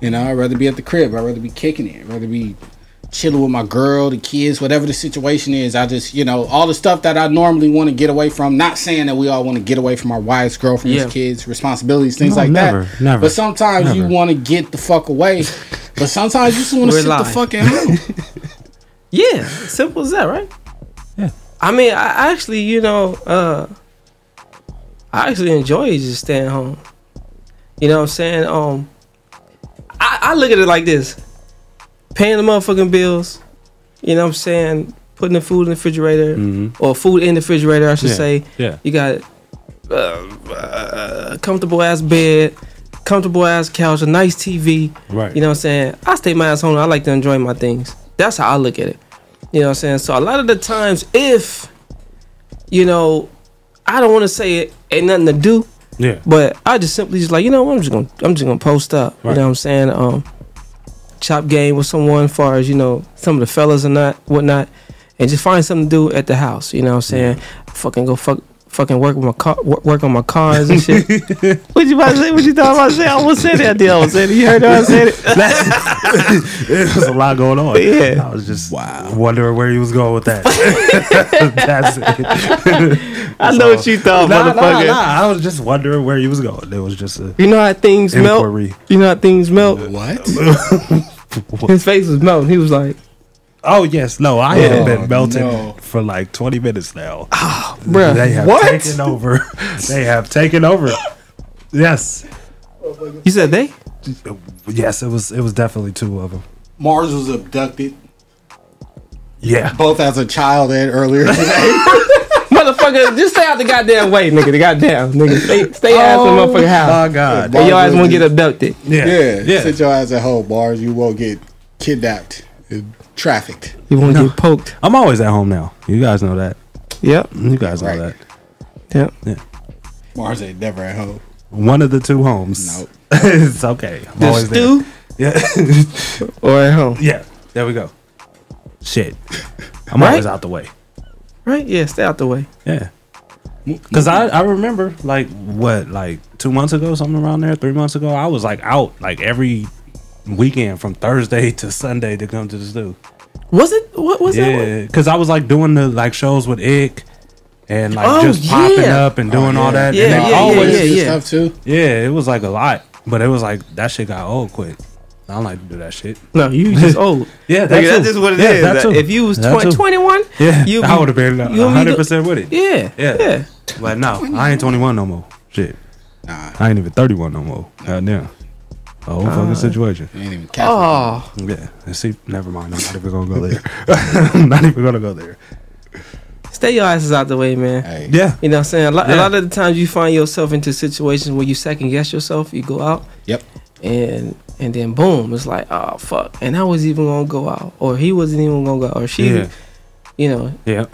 Speaker 1: You know, I'd rather be at the crib. I'd rather be kicking it. I'd rather be chilling with my girl, the kids, whatever the situation is. I just, you know, all the stuff that I normally want to get away from. Not saying that we all want to get away from our wives, girlfriends,
Speaker 5: Yeah.
Speaker 1: kids, responsibilities, things
Speaker 5: No,
Speaker 1: like
Speaker 5: never,
Speaker 1: that.
Speaker 5: never,
Speaker 1: But sometimes you
Speaker 5: never.
Speaker 1: want to get the fuck away. But sometimes you just want to
Speaker 6: We're
Speaker 1: sit the
Speaker 6: live.
Speaker 1: fuck at home.
Speaker 6: Yeah, simple as that, right? Yeah. I mean, I actually, you know, uh I actually enjoy just staying home. You know what I'm saying? Um I, I look at it like this. Paying the motherfucking bills, you know what I'm saying? Putting the food in the refrigerator
Speaker 5: Mhm.
Speaker 6: or food in the refrigerator, I should
Speaker 5: Yeah,
Speaker 6: say.
Speaker 5: yeah.
Speaker 6: You got uh, uh, comfortable ass bed, comfortable ass couch, a nice TV.
Speaker 5: Right.
Speaker 6: You know what I'm saying? I stay my ass home. I like to enjoy my things. That's how I look at it. You know what I'm saying? So a lot of the times, if you know, I don't want to say it ain't nothing to do,
Speaker 5: Yeah.
Speaker 6: but I just simply just like you know what, I'm just gonna I'm just gonna post up. You
Speaker 5: Right.
Speaker 6: know what I'm saying? Um, chop game with someone, as far as you know, some of the fellas and not whatnot, and just find something to do at the house. You know what I'm saying? Fucking go fuck. Fucking work with my car, wor- work on my cars and shit. what you about to say? What you thought I was about to say? I almost said that. I did almost say it. You heard how I said it?
Speaker 5: There's a lot going on.
Speaker 6: Yeah.
Speaker 5: I was just wow. wondering where he was going with that. That's it.
Speaker 6: I know what you thought,
Speaker 5: Nah, nah,
Speaker 6: motherfucker.
Speaker 5: nah. I was just wondering where he was going. It was just a
Speaker 6: You know how things
Speaker 5: Inquiry.
Speaker 6: melt. You know how things melt.
Speaker 1: What?
Speaker 6: His face was melting. He was like,
Speaker 5: Oh yes, no, I
Speaker 6: Oh,
Speaker 5: have been melting
Speaker 6: no.
Speaker 5: for like twenty minutes now.
Speaker 1: Ah,
Speaker 6: bruh,
Speaker 5: they have
Speaker 6: what?
Speaker 5: taken over. they have taken over. Yes,
Speaker 6: you said they.
Speaker 5: yes, it was it was definitely two of them.
Speaker 1: Mars was abducted
Speaker 5: Yeah,
Speaker 1: both as a child and earlier today.
Speaker 6: Motherfucker, just stay out the goddamn way, nigga. The goddamn nigga. Stay, stay your ass in
Speaker 1: Oh,
Speaker 6: the motherfucking house.
Speaker 5: my God.
Speaker 6: And your ass won't get abducted.
Speaker 5: Yeah,
Speaker 1: yeah,
Speaker 5: yeah.
Speaker 1: Sit your ass at home, Mars. You won't get kidnapped, and trafficked.
Speaker 6: You won't get poked.
Speaker 5: I'm always at home now. You guys know that.
Speaker 6: Yep.
Speaker 5: You guys know
Speaker 1: Right.
Speaker 5: that.
Speaker 6: Yep.
Speaker 1: Mars ain't never at home.
Speaker 5: One of the two homes.
Speaker 1: Nope.
Speaker 5: it's okay. I'm
Speaker 6: The
Speaker 5: always
Speaker 6: stew
Speaker 5: there. Yeah.
Speaker 6: or at home.
Speaker 5: Yeah, there we go. Shit, I'm
Speaker 6: Right?
Speaker 5: always out the way.
Speaker 6: Right? Yeah, stay out the way.
Speaker 5: Yeah, because I I remember like what like two months ago something around there, three months ago I was like out like every weekend from Thursday to Sunday to come to the zoo.
Speaker 6: Was it? What was that? one?
Speaker 5: Yeah, because I was like doing the like shows with Ick and like
Speaker 6: Oh,
Speaker 5: just popping
Speaker 6: yeah.
Speaker 5: up and doing all that.
Speaker 6: Oh, Yeah,
Speaker 5: and
Speaker 6: yeah,
Speaker 5: they
Speaker 6: yeah,
Speaker 5: always,
Speaker 6: yeah,
Speaker 5: yeah,
Speaker 1: Good
Speaker 6: yeah.
Speaker 1: Stuff too.
Speaker 5: it was like a lot, but it was like that shit got old quick. I don't like to do that shit.
Speaker 6: No, you just old.
Speaker 5: Yeah, that
Speaker 6: Nigga,
Speaker 5: too.
Speaker 6: that's just what it is.
Speaker 5: Yeah, that
Speaker 6: Like,
Speaker 5: too.
Speaker 6: If you was
Speaker 5: That
Speaker 6: 20,
Speaker 5: too.
Speaker 6: 21,
Speaker 5: Yeah,
Speaker 6: you'd
Speaker 5: I
Speaker 6: be-
Speaker 5: would have been
Speaker 6: you'll be the-
Speaker 5: 100 percent with it.
Speaker 6: Yeah.
Speaker 5: Yeah.
Speaker 6: Yeah.
Speaker 5: But no, I ain't 21 no more. Shit. Nah. I ain't even 31 no more. Goddamn. The whole fucking situation.
Speaker 1: You ain't even catch
Speaker 6: Oh,
Speaker 5: Yeah. And see, never mind. I'm not even gonna go there. I'm not even gonna go there.
Speaker 6: stay your asses out the way, man.
Speaker 1: Hey,
Speaker 5: Yeah.
Speaker 6: You know what I'm saying? A lot, a
Speaker 5: Yeah.
Speaker 6: lot of the times you find yourself into situations where you second guess yourself. You go out
Speaker 1: Yep.
Speaker 6: and and then boom, it's like, oh fuck. And I was even gonna go out, or he wasn't even gonna go out, or she,
Speaker 5: Yeah.
Speaker 6: you know,
Speaker 5: Yeah.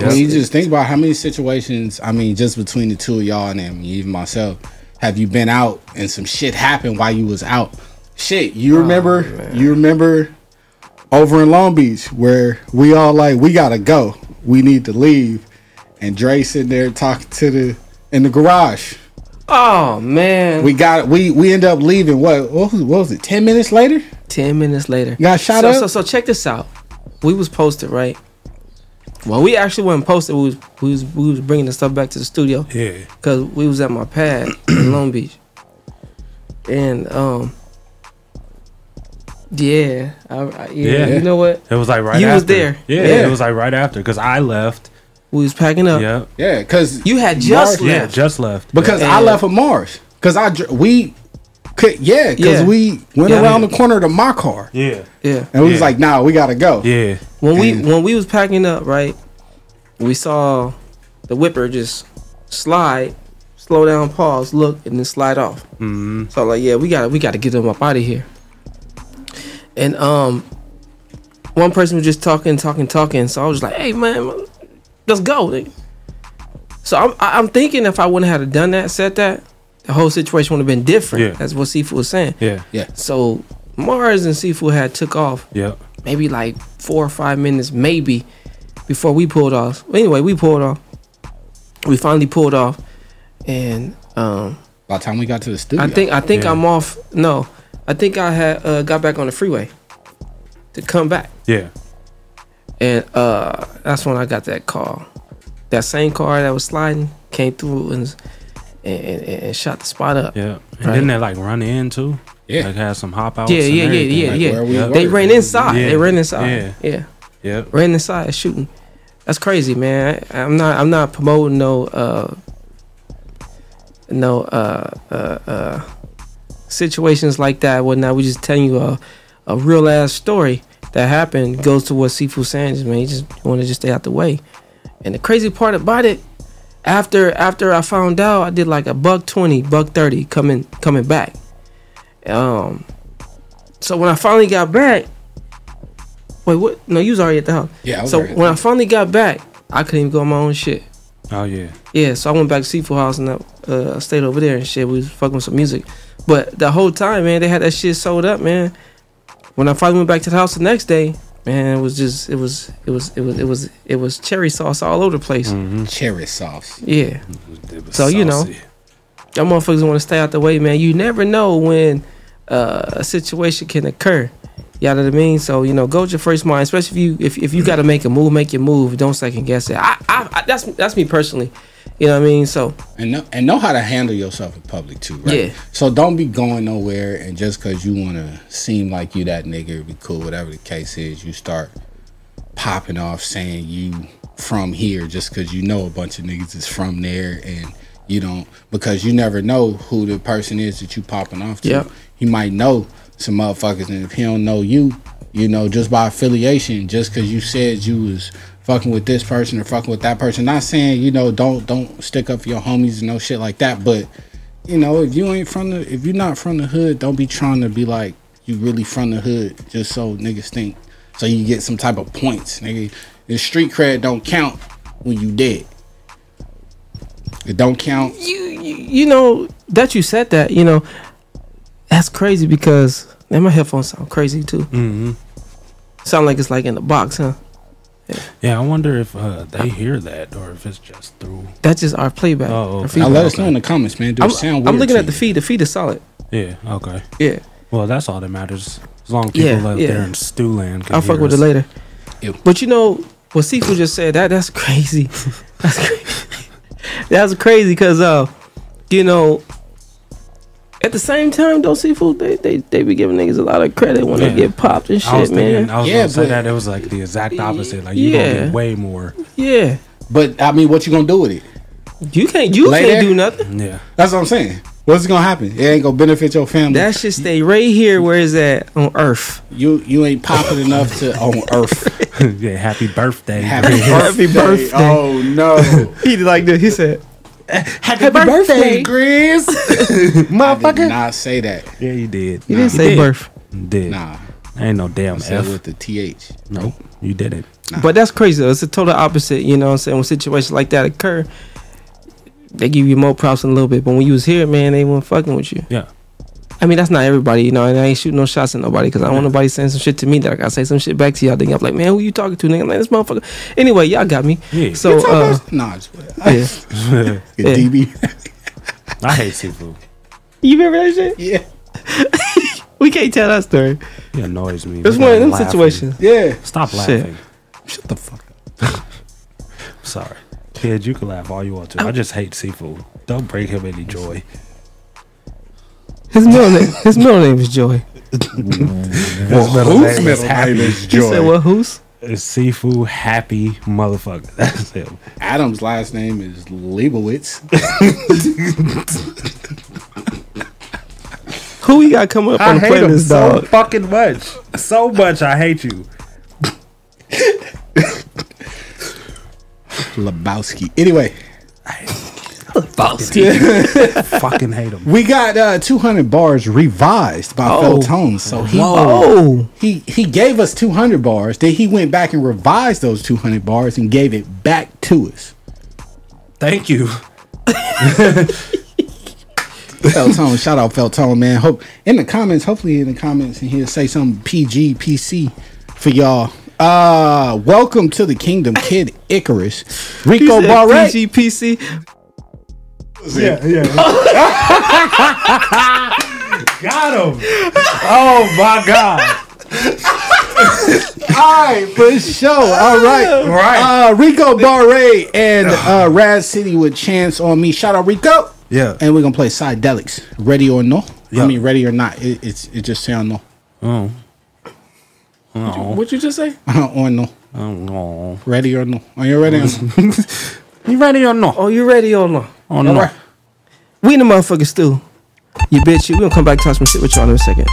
Speaker 1: Well, you just think about how many situations, I mean, just between the two of y'all and then even myself, have you been out and some shit happened while you was out? Shit, you
Speaker 6: Oh,
Speaker 1: remember you remember over in Long Beach where we all like, we gotta go. We need to leave. And Dre sitting there talking to the in the garage.
Speaker 6: oh man.
Speaker 1: We got we we end up leaving what what was, what was it, ten minutes later?
Speaker 6: Ten minutes later,
Speaker 1: Got shot
Speaker 6: so,
Speaker 1: up?
Speaker 6: So so check this out. We was posted right. Well, we actually wasn't posted. We was we was, we was bringing the stuff back to the studio.
Speaker 5: Yeah.
Speaker 6: because we was at my pad in Long Beach, and um, Yeah, I, I- yeah,
Speaker 5: Yeah.
Speaker 6: You know what?
Speaker 5: It was like right.
Speaker 6: You
Speaker 5: after.
Speaker 6: was there.
Speaker 5: Yeah,
Speaker 6: Yeah.
Speaker 5: It was like right after because I left.
Speaker 6: We was packing up.
Speaker 5: Yeah.
Speaker 1: Yeah, because
Speaker 6: you had
Speaker 1: just
Speaker 5: Yeah,
Speaker 1: left.
Speaker 5: just left.
Speaker 1: Because I
Speaker 5: And-
Speaker 1: left for Mars. Because I dr- we could yeah. Because
Speaker 5: Yeah.
Speaker 1: we went
Speaker 5: Yeah.
Speaker 1: around the corner to my car
Speaker 5: Yeah.
Speaker 6: Yeah.
Speaker 1: and we was like, nah, we gotta go.
Speaker 5: Yeah.
Speaker 6: When we when we was packing up, right, we saw the whipper just slide, slow down, pause, look, and then slide off.
Speaker 5: Mhm.
Speaker 6: So I'm like, yeah, we gotta we gotta get them up out of here. And um, one person was just talking, talking, talking. So I was like, hey man, let's go. So I'm I- I'm thinking if I wouldn't have done that, said that, the whole situation would have been different.
Speaker 5: Yeah.
Speaker 6: That's what Seafood was saying.
Speaker 5: Yeah.
Speaker 1: Yeah.
Speaker 6: So Mars and Seafood had took off
Speaker 5: Yeah.
Speaker 6: maybe like four or five minutes, maybe, before we pulled off. Anyway, we pulled off. We finally pulled off, and um,
Speaker 1: by the time we got to the studio,
Speaker 6: I think I think
Speaker 1: Yeah.
Speaker 6: I'm off. No, I think I had uh, got back on the freeway to come back,
Speaker 5: Yeah.
Speaker 6: and uh, that's when I got that call. That same car that was sliding came through and and, and, and shot the spot up.
Speaker 5: Yeah. And
Speaker 6: Right.
Speaker 5: didn't they like run in too? Yeah. Like had some hop outs.
Speaker 6: Yeah,
Speaker 5: and
Speaker 6: yeah, yeah,
Speaker 5: everything,
Speaker 6: yeah,
Speaker 5: like,
Speaker 6: yeah.
Speaker 5: where we
Speaker 6: They
Speaker 5: were.
Speaker 6: ran inside. They
Speaker 5: Yeah.
Speaker 6: ran inside.
Speaker 5: Yeah.
Speaker 6: Yeah. yeah.
Speaker 5: Yep.
Speaker 6: Ran inside shooting. That's crazy, man. I- I'm not I'm not promoting no uh no uh uh uh situations like that, whatnot. We just telling you a a real ass story that happened goes to what Sifu Sanders, man. He just wanna just stay out the way. And the crazy part about it, after after I found out, I did like a buck twenty, buck thirty coming coming back. Um, so when I finally got back, wait, what? No, you was already at the house.
Speaker 5: Yeah, I was
Speaker 6: so
Speaker 5: already at
Speaker 6: when I finally got back, I couldn't even go on my own shit.
Speaker 5: Oh yeah.
Speaker 6: Yeah, so I went back to Seafood House and I uh, stayed over there and shit. We was fucking with some music, but the whole time, man, they had that shit sold up, man. When I finally went back to the house the next day, man, it was just it was it was it was it was it was cherry sauce all over the place.
Speaker 5: Mm-hmm.
Speaker 1: Cherry sauce.
Speaker 6: Yeah.
Speaker 5: It was
Speaker 6: So you know,
Speaker 5: saucy.
Speaker 6: y'all motherfuckers want to stay out the way, man. You never know when uh, a situation can occur. You know what I mean? So you know, go with your first mind, especially if you if, if you got to make a move, make your move. Don't second guess it. I, I, I that's that's me personally. You know what I mean? So
Speaker 1: and know, and know how to handle yourself in public too, right?
Speaker 6: Yeah.
Speaker 1: So don't be going nowhere and just because you want to seem like you that nigga, be cool, whatever the case is, you start popping off saying you from here just because you know a bunch of niggas is from there and you don't because you never know who the person is that you popping off to.
Speaker 6: Yep.
Speaker 1: You might know some motherfuckers, and if he don't know you, you know just by affiliation, just because you said you was fucking with this person or fucking with that person. Not saying you know don't don't stick up for your homies and no shit like that, but you know if you ain't from the if you're not from the hood, don't be trying to be like you really from the hood just so niggas think so you get some type of points, nigga. The street cred don't count when you dead. It don't count.
Speaker 6: you, you know that you said that. You know, that's crazy because man, my headphones sound crazy too.
Speaker 5: Mm-hmm.
Speaker 6: Sound like it's like in a box, huh?
Speaker 5: Yeah, I wonder if uh, they hear that or if it's just through.
Speaker 6: That's just our playback.
Speaker 5: Oh,
Speaker 6: our
Speaker 5: okay.
Speaker 6: feedback.
Speaker 5: Now let us know in
Speaker 1: the comments, man. Do it
Speaker 6: I'm,
Speaker 1: sound
Speaker 6: I'm
Speaker 1: weird
Speaker 6: looking
Speaker 1: to
Speaker 6: at the feed. The feed is solid.
Speaker 5: Yeah. Okay.
Speaker 6: Yeah.
Speaker 5: Well, that's all that matters. As long as people
Speaker 6: Yeah,
Speaker 5: out
Speaker 6: yeah.
Speaker 5: there in stew land. can
Speaker 6: I'll fuck
Speaker 5: hear
Speaker 6: with it
Speaker 5: us.
Speaker 6: later. But you know what Sifu just said that that's crazy. that's crazy. that's crazy because uh, you know, at the same time though, Sifu they they they be giving niggas a lot of credit when
Speaker 5: Yeah.
Speaker 6: they get popped and shit,
Speaker 5: I was
Speaker 6: man.
Speaker 5: thinking, I was
Speaker 6: yeah,
Speaker 5: gonna say that it was like the exact opposite. Like you gonna
Speaker 6: Yeah.
Speaker 5: get way more.
Speaker 6: yeah.
Speaker 1: But I mean, what you gonna do with it?
Speaker 6: You can't. You
Speaker 1: Lay
Speaker 6: can't
Speaker 1: there?
Speaker 6: do nothing.
Speaker 5: Yeah.
Speaker 1: That's what I'm saying. What's gonna happen? It ain't gonna benefit your family.
Speaker 6: That shit stay right here where it's at on Earth.
Speaker 1: You you ain't popping enough to on Earth.
Speaker 5: yeah. Happy birthday.
Speaker 1: Happy birthday.
Speaker 6: birthday.
Speaker 1: Oh no.
Speaker 6: He did like this. He said,
Speaker 1: Happy,
Speaker 6: birthday,
Speaker 1: Grizz. Motherfucker. I did not say that.
Speaker 5: Yeah, you did.
Speaker 1: You didn't say
Speaker 6: birth.
Speaker 5: You did.
Speaker 1: Nah.
Speaker 5: Ain't no damn
Speaker 1: I said
Speaker 5: F.
Speaker 1: with the TH.
Speaker 5: Nope. You did it.
Speaker 6: But that's crazy. Though. It's a total opposite. You know what I'm saying? When situations like that occur, they give you more props in a little bit. But when you was here, man, they weren't fucking with you.
Speaker 5: Yeah.
Speaker 6: I mean, that's not everybody, you know, and I ain't shooting no shots at nobody because I don't want nobody saying some shit to me that I gotta say some shit back to y'all. Then y'all be like, man, who you talking to, nigga? I'm like, this motherfucker. Anyway, y'all got me.
Speaker 5: Yeah.
Speaker 6: So,
Speaker 1: You talking
Speaker 6: uh,
Speaker 1: about- nah, just-
Speaker 6: yeah.
Speaker 5: Yeah.
Speaker 6: Yeah.
Speaker 5: I hate seafood.
Speaker 6: You remember that shit?
Speaker 1: Yeah.
Speaker 6: we can't tell that story.
Speaker 5: It annoys me.
Speaker 6: It's
Speaker 5: They
Speaker 6: one of them
Speaker 5: laughing.
Speaker 6: situations.
Speaker 1: Yeah.
Speaker 5: Stop
Speaker 6: Shit.
Speaker 5: laughing.
Speaker 1: Shut the fuck up.
Speaker 5: Sorry. Kid, you can laugh all you want to. I just hate seafood. Don't bring him any joy.
Speaker 6: His middle name, his middle name is Joy.
Speaker 5: Well,
Speaker 1: whose middle name is Joy? You said what,
Speaker 6: Who's?
Speaker 5: It's seafood happy motherfucker. That's him.
Speaker 1: Adam's last name is Leibowitz.
Speaker 6: Who we got coming up on
Speaker 5: I
Speaker 6: the
Speaker 5: hate him
Speaker 6: playlist,
Speaker 5: so
Speaker 6: dog?
Speaker 5: fucking much, so much. I hate you.
Speaker 1: Lebowski. Anyway.
Speaker 5: Lebowski. fucking hate him.
Speaker 1: We got uh, 200 bars revised by
Speaker 5: Oh.
Speaker 1: Phil Tones. So he,
Speaker 5: Whoa.
Speaker 1: he he gave us 200 bars. Then he went back and revised those 200 bars and gave it back to us.
Speaker 5: Thank you.
Speaker 1: Phil Tones, shout out Phil Tones, man. Hope in the comments, hopefully in the comments, and he'll say something PG PC for y'all. Uh, welcome to the kingdom, kid Icarus, Rico Barrett.
Speaker 6: PGPC.
Speaker 5: Yeah, yeah. Got him. Oh my god.
Speaker 1: All right, for sure. All right,
Speaker 5: Right.
Speaker 1: Uh, Rico Barre and uh, Rad City with Chance on Me. Shout out Rico.
Speaker 5: Yeah.
Speaker 1: and we're gonna play Psydelics. Ready or no?
Speaker 5: Yeah.
Speaker 1: I mean, ready or not? It, it's it just sound no.
Speaker 5: Oh. Oh.
Speaker 6: What you just say?
Speaker 1: or no.
Speaker 5: Oh.
Speaker 1: Ready or no? Are you ready? Or no?
Speaker 5: You ready or no?
Speaker 6: Oh, you ready or no?
Speaker 5: Oh no.
Speaker 6: Alright. We in the motherfucking stew. You bitch, you. We gonna come back and talk some shit with y'all in a second.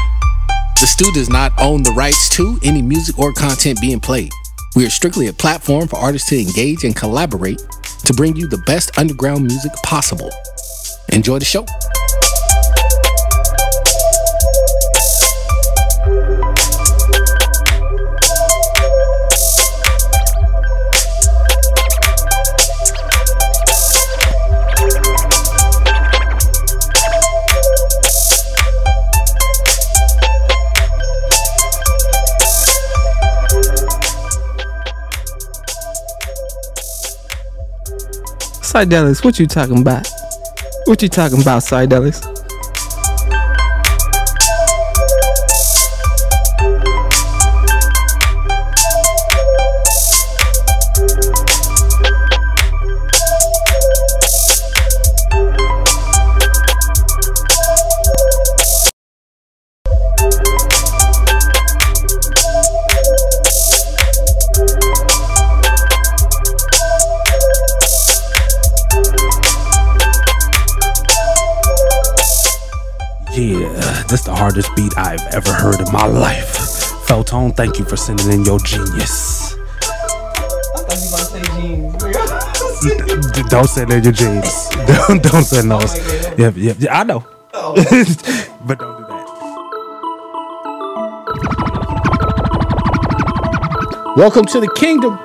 Speaker 7: The Stew does not own the rights to any music or content being played. We are strictly a platform for artists to engage and collaborate to bring you the best underground music possible. Enjoy the show.
Speaker 6: Psydelics, what you talking about? What you talking about, Psydelics?
Speaker 5: Yeah, that's the hardest beat I've ever heard in my life. Feltone, thank you for sending in your genius. D- Don't send in your genius. Don't, don't send those. Yep, yep, yeah, I know. but don't do that.
Speaker 1: Welcome to the kingdom.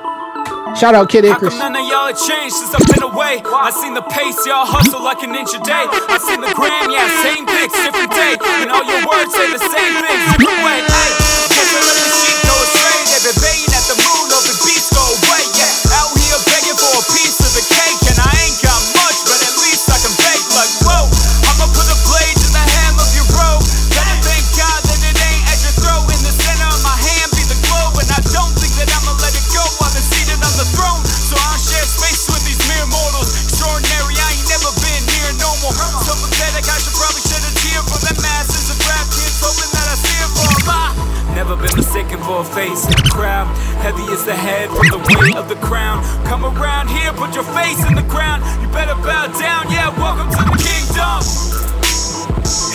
Speaker 1: Shout out Kid
Speaker 14: How
Speaker 1: Icarus.
Speaker 14: come none of y'all have changed since I've been away? I seen the pace, y'all hustle like an inch a day. I seen the gram, yeah, same pics, different day. And all your words say the same things, different way. Ay, different let the sheep go astray. They've been baying at the moon, hoping beats go away, yeah. Out here begging for a piece of the cake, and I ain't got much, but at least I can bake like, whoa. I'ma put a blade in the hem of your robe. Better thank God that it ain't at your throat. In the center of my hand be the glow, and I don't think that I'ma let it go. I'm the seated on the throne, so I share space with these mere mortals. Extraordinary, I ain't never been near normal. So pathetic, I should probably shed a tear for the masses of rap kids, hoping that I steer for 'em. I Never been mistaken for a face in the crowd. Heavy is the head from the weight of the crown. Come around here, put your face in the ground. You better bow down, yeah. Welcome to the kingdom.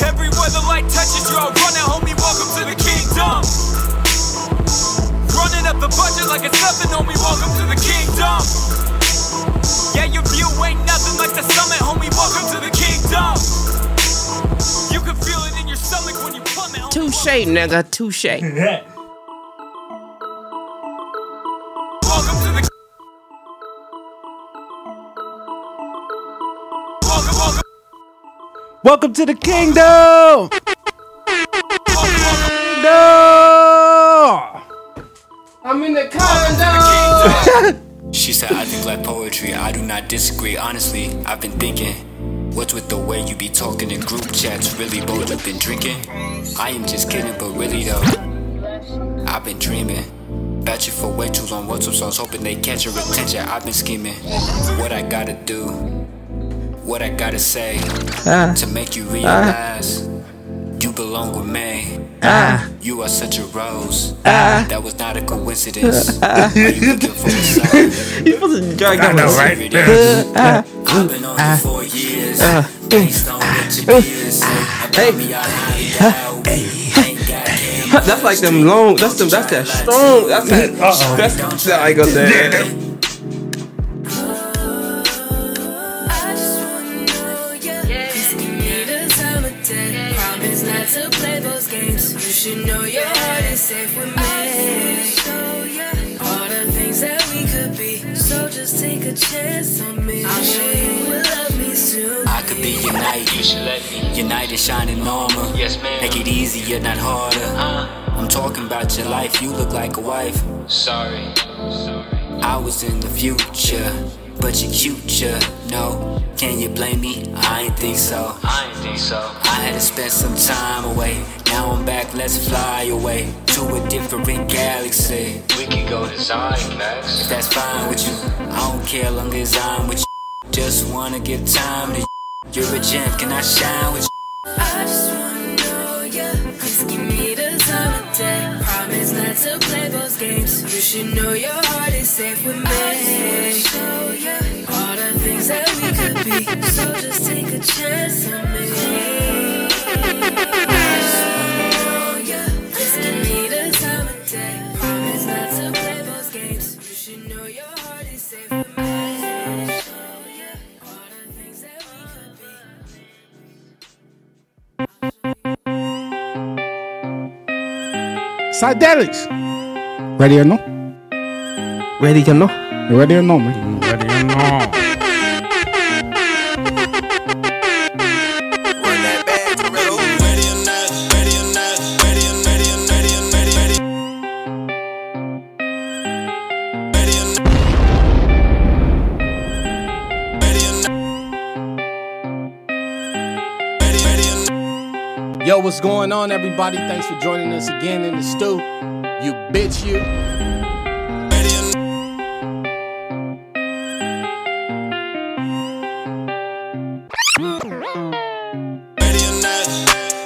Speaker 14: Everywhere the light touches you, I run it, homie. Welcome to the kingdom. Running up the budget like it's nothing, homie. Welcome to the kingdom. Yeah, your view ain't nothing like the summit, homie. Welcome to the kingdom. You can feel it in your stomach when you plummet.
Speaker 15: Touche, nigga. Touche.
Speaker 14: Welcome to the Welcome, welcome.
Speaker 5: Welcome to the kingdom. No.
Speaker 6: I'm in the condo.
Speaker 16: She said, I think like poetry, I do not disagree. Honestly, I've been thinking, what's with the way you be talking in group chats? Really, both you been drinking? I am just kidding, but really though, I've been dreaming. Batching for way too long, what's up songs, hoping they catch your attention. I've been scheming. What I gotta do, what I gotta say
Speaker 6: Ah.
Speaker 17: Ah.
Speaker 16: to make you realize you belong with me.
Speaker 17: Ah.
Speaker 16: You are such a rose.
Speaker 17: Ah.
Speaker 16: That was not a coincidence.
Speaker 17: Ah.
Speaker 16: Are you looking for a sign?
Speaker 17: You supposed to drag
Speaker 16: I
Speaker 17: that
Speaker 16: know,
Speaker 17: one.
Speaker 16: right?
Speaker 17: Uh,
Speaker 16: I've been on
Speaker 17: uh,
Speaker 16: you for years.
Speaker 17: uh,
Speaker 16: Based on what your peers say about me, I ain't out. Ain't got game.
Speaker 6: That's like them long. That's them. That's that strong. That's that.
Speaker 16: Uh-oh.
Speaker 6: That's that. I go there.
Speaker 16: I could be united. You should let me. United, shining armor. Yes, ma'am. Make it easier, not harder. I'm talking about your life. You look like a wife. Sorry. I was in the future, but you cute, ya no. Can you blame me? I ain't think so. I ain't think so. I had to spend some time away. Now I'm back. Let's fly away to a different galaxy. We can go to Max. If that's fine with you, I don't care long as I'm with you. Just wanna give time to you. You're a gem, can I shine with you?
Speaker 18: I just wanna know ya. Please give me the time of day. Promise not to play those games. You should know your heart is safe with me. I just wanna show ya all the things that we could be. So just take a chance on me. I just wanna know ya. Please give me the time of day. Promise not to play those games. You should know your heart is safe
Speaker 5: uh,
Speaker 18: with me.
Speaker 5: uh.
Speaker 1: Psychedelics. Ready or no?
Speaker 6: Ready or no?
Speaker 1: Ready or no, man? Ready or no?
Speaker 7: Yo, what's going on, everybody? Thanks for joining us again in the stew. You bitch, you.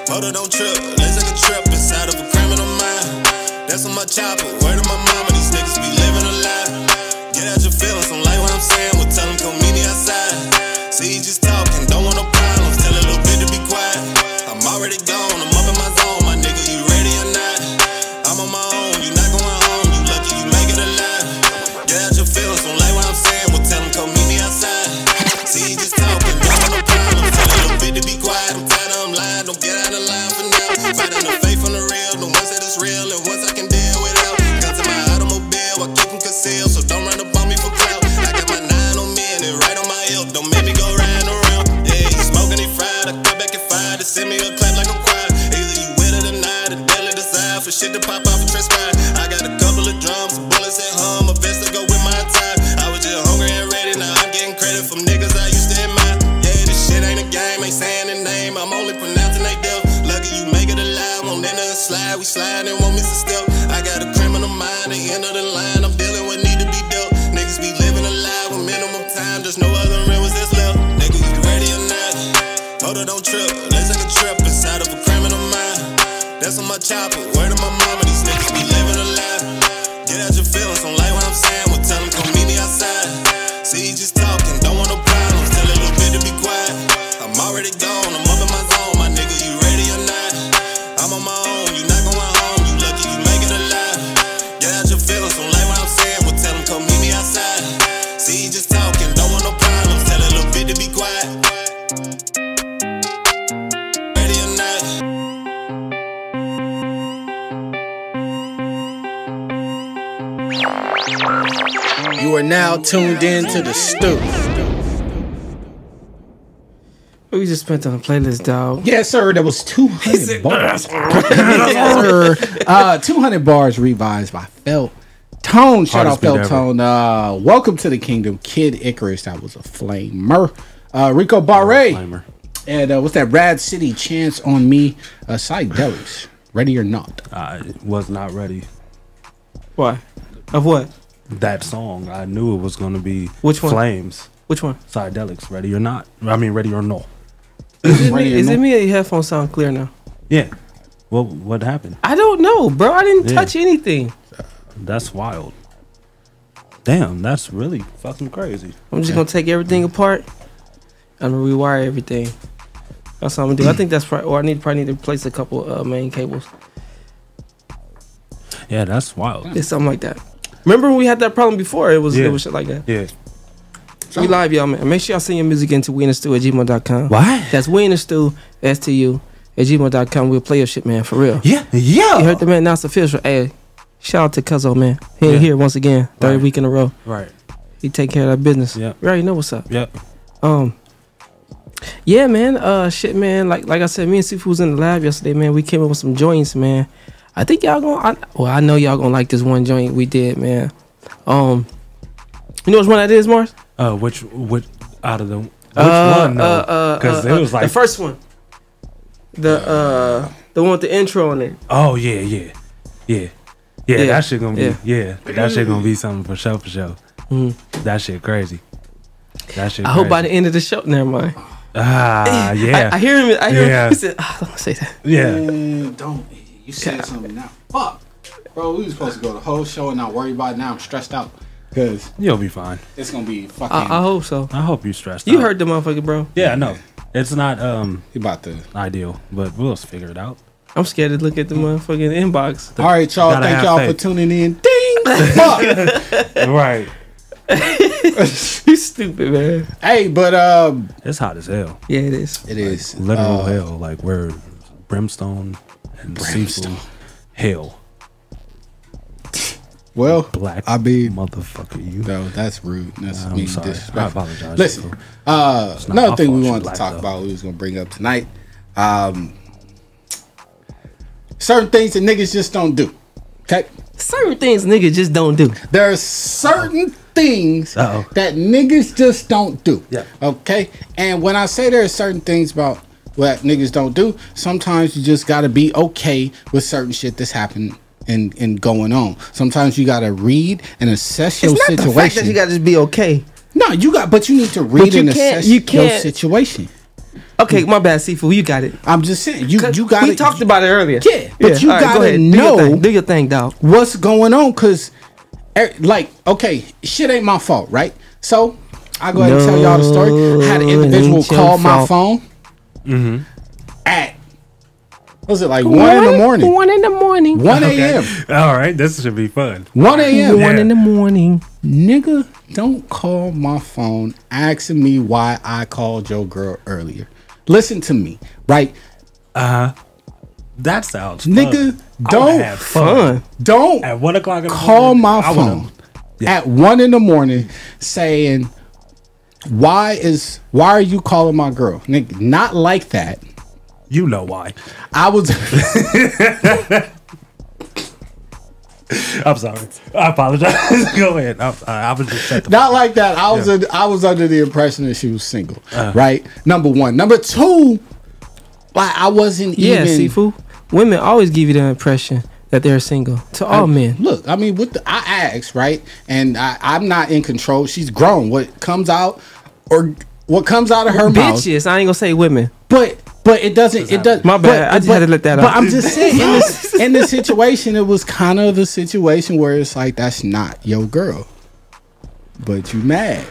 Speaker 19: Motor don't trip, let's take a trip inside of a criminal mind. That's on my chopper, word of my mama, these niggas be living a lie. Get out your feelings, don't like what I'm saying, well tell 'em come meet me outside. See, you just talking, don't want no problems, tell a little bit to be quiet. I'm already gone, I'm up in my zone, my nigga, you ready or not? I'm on my own, you not going home, you lucky you make it alive. Get out your feelings, don't like what I'm saying, well tell 'em come meet me outside. See, you just talking, don't want no problems, tell a little bit to be quiet. I'm tired of 'em lying, don't get out of line for now. Fighting the faith on the real, the ones that is real, and ones I can deal with out. Guns in my automobile, I keep 'em concealed, so don't run up on me for clout. I got my nine on me and it right on my hip, don't make me go riding around. Yeah, you smoking it fried, I come back and fire, to send me a clap like I'm quiet. Either you with it or not, a deadly desire for shit to pop off and transpire. I got a couple of drums, some bullets at home, a vest to go with my time. I was just hungry and ready, now I'm getting credit from niggas I used to admire. Yeah, this shit ain't a game, ain't saying the name, I'm only pronouncing they deal. Lucky you make it alive, won't let nothing slide, we slide and won't miss a step. I got a criminal mind, the end of the line, I'm dealing with need to be dealt. Niggas be living a lie with minimum time, there's no other reels that's left. Nigga, you ready or not? Motor don't trip, let's take a trip inside of a criminal mind. That's on my chopper, word of my mama, these niggas be living a lie. Get out your feelings, don't like what I'm saying, well tell 'em come meet me outside. See, you just talking, don't want no problems, tell a little bit to be quiet. I'm already gone, I'm up in my zone, my nigga, you ready or not? I'm on my own, you not going home, you lucky you make it alive. Get out your feelings, don't like what I'm saying, well tell 'em come meet me outside. See, you just talking, don't want no problems, tell a little bit to be quiet. Ready or not?
Speaker 7: You are now tuned in to the stew.
Speaker 6: We just spent on a playlist, dog.
Speaker 1: Yes, sir. That was 200 bars. Yes, sir. uh, 200 bars revised by Felt Tone. Shout out
Speaker 5: Hardest beat
Speaker 1: Felt
Speaker 5: ever.
Speaker 1: Tone. Uh, welcome to the kingdom, Kid Icarus. That was a flamer. Uh, Rico Barre. And uh, what's that Rad City chance on me? Uh, psychedelics. Ready or not?
Speaker 5: I was not ready.
Speaker 6: Why? Of what?
Speaker 5: That song. I knew it was going to be
Speaker 6: Which one?
Speaker 5: Flames.
Speaker 6: Which one?
Speaker 5: Psychedelics. Ready or not? I mean, ready or no?
Speaker 6: Is it me or your headphones sound clear now?
Speaker 5: Yeah. Well, what happened?
Speaker 6: I don't know, bro. I didn't
Speaker 5: Yeah.
Speaker 6: touch anything.
Speaker 5: That's wild. Damn, that's really fucking crazy.
Speaker 6: I'm just gonna take everything apart. I'm gonna rewire everything. That's what I'm gonna do. I think that's probably, or I need probably need to replace a couple uh, main cables.
Speaker 5: Yeah, that's wild.
Speaker 6: It's something like that. Remember when we had that problem before? It was
Speaker 5: Yeah.
Speaker 6: it was shit like that.
Speaker 5: Yeah.
Speaker 6: We live, y'all, man. Make sure y'all send your music into winnerstew at gmail.com. Why? That's winnerstew, S-T-U, at gmail.com. We'll play your shit, man, for real. Yeah, yeah. You heard the man, now it's official. Hey, shout out to Cuzzo, man. He ain't
Speaker 5: Yeah.
Speaker 6: here once again, third week in a row.
Speaker 5: Right.
Speaker 6: He take care of that business. Yeah. We already know what's up.
Speaker 5: Yep.
Speaker 6: Um, yeah, man. Uh, shit, man. Like, like I said, me and Sifu was in the lab yesterday, man. We came up with some joints, man. I think y'all gonna. I, well, I know y'all gonna like this one joint we did, man. Um, you know which one that is, Mars?
Speaker 5: Uh, which which out of the which
Speaker 6: Uh,
Speaker 5: one?
Speaker 6: uh,
Speaker 5: though?
Speaker 6: uh, uh,
Speaker 5: it was
Speaker 6: uh,
Speaker 5: like
Speaker 6: the first one. The uh, the one with the intro on it.
Speaker 5: Oh yeah, yeah, yeah, yeah.
Speaker 6: Yeah,
Speaker 5: That shit gonna be
Speaker 6: yeah.
Speaker 5: yeah. That shit gonna be something for sure, for sure.
Speaker 6: Mhm.
Speaker 5: That shit crazy. That shit.
Speaker 6: I hope by
Speaker 5: crazy.
Speaker 6: the end of the show. Never mind.
Speaker 5: Ah, yeah.
Speaker 6: I, I hear him. I hear
Speaker 5: Yeah.
Speaker 6: him. He said, "Ah, "Don't say that."
Speaker 5: Yeah.
Speaker 1: Mm, don't. You said something now. Fuck. Bro, we was supposed to go the whole show and not worry about it. Now I'm stressed out. Cause
Speaker 5: you'll be fine.
Speaker 1: It's gonna be fucking.
Speaker 5: Uh,
Speaker 6: I, I hope so.
Speaker 5: I hope you stressed.
Speaker 6: You
Speaker 5: out.
Speaker 6: heard the motherfucker, bro.
Speaker 5: Yeah, I know. It's not um
Speaker 1: about the
Speaker 5: ideal, but we'll figure it out.
Speaker 6: I'm scared to look at the motherfucking inbox.
Speaker 5: All right, y'all. Gotta Thank have y'all for faith.
Speaker 1: tuning in. Ding.
Speaker 5: right.
Speaker 6: you stupid man.
Speaker 1: Hey, but um,
Speaker 5: it's hot as hell.
Speaker 6: Yeah, it is.
Speaker 1: It is
Speaker 5: literal
Speaker 1: Uh,
Speaker 5: hell. Like we're brimstone and brimstone. hell.
Speaker 1: Well,
Speaker 5: black.
Speaker 1: I be
Speaker 5: motherfucker. You.
Speaker 1: No, that's rude. That's
Speaker 5: I'm
Speaker 1: mean
Speaker 5: sorry. I
Speaker 1: disrespectful.
Speaker 5: apologize,
Speaker 1: Listen,
Speaker 5: bro.
Speaker 1: uh,
Speaker 5: It's not
Speaker 1: another
Speaker 5: my
Speaker 1: thing
Speaker 5: fault
Speaker 1: we
Speaker 5: you
Speaker 1: wanted to
Speaker 5: black,
Speaker 1: talk
Speaker 5: though.
Speaker 1: about, we was gonna bring up tonight. Um, certain things that niggas just don't do. Okay.
Speaker 6: Certain things niggas just don't do.
Speaker 1: There are certain things
Speaker 5: Uh-oh.
Speaker 1: that niggas just don't do.
Speaker 5: Yeah.
Speaker 1: Okay. And when I say there are certain things about what niggas don't do, sometimes you just gotta be okay with certain shit that's happening and, and going on. Sometimes you gotta read and assess your
Speaker 6: it's not
Speaker 1: situation.
Speaker 6: the fact that you gotta just be okay.
Speaker 1: No, you got, but you need to read
Speaker 6: you
Speaker 1: and
Speaker 6: can't-
Speaker 1: assess
Speaker 6: you can't-
Speaker 1: your situation.
Speaker 6: Okay, my bad, Sifu. You got it.
Speaker 1: I'm just saying, you you got
Speaker 6: We talked about it earlier.
Speaker 1: Yeah, but you
Speaker 6: all
Speaker 1: gotta
Speaker 6: go ahead.
Speaker 1: know-
Speaker 6: Do your thing, do your thing dog.
Speaker 1: what's going on because like okay shit ain't my fault right so i go ahead and tell y'all the story i had an
Speaker 6: No,
Speaker 1: individual
Speaker 6: ain't your
Speaker 1: call my
Speaker 6: fault.
Speaker 1: phone
Speaker 5: Mm-hmm.
Speaker 1: at what was it like one in the morning
Speaker 6: One in the morning.
Speaker 1: 1 a.m.
Speaker 5: All right, this should be fun.
Speaker 1: 1 a.m.
Speaker 5: Yeah.
Speaker 6: the morning.
Speaker 1: Nigga, don't call my phone asking me why I called your girl earlier. Listen to me, right?
Speaker 5: Uh huh. That sounds fun.
Speaker 1: Nigga,
Speaker 5: I wanna
Speaker 1: don't
Speaker 5: have fun.
Speaker 1: Don't
Speaker 5: At one o'clock in the
Speaker 1: call
Speaker 5: morning,
Speaker 1: my
Speaker 5: I wanna-
Speaker 1: phone at one in the morning saying, "Why is why are you calling my girl?" Nigga, not like that.
Speaker 5: You know why?
Speaker 1: I was.
Speaker 5: I'm sorry. I apologize. Go ahead. I'm sorry. I was just shut the
Speaker 1: Not like that. I was
Speaker 5: Yeah. Uh.
Speaker 1: I was under the impression that she was single. Right. Number one. Number two. Like I wasn't
Speaker 6: Yeah,
Speaker 1: even.
Speaker 6: Sifu. Women always give you the impression that they're single. To all
Speaker 1: I-
Speaker 6: men.
Speaker 1: Look, I mean, what the, I asked, right? And I, I'm not in control. She's grown. What comes out, or what comes out of her mouth,
Speaker 6: Bitches. I ain't gonna say women.
Speaker 1: But but it doesn't. It does.
Speaker 6: My bad.
Speaker 1: but-
Speaker 6: I just
Speaker 1: but-
Speaker 6: had to let that
Speaker 1: But
Speaker 6: out.
Speaker 1: I'm just saying, in this in this situation, it was kind of the situation where it's like that's not your girl, but you mad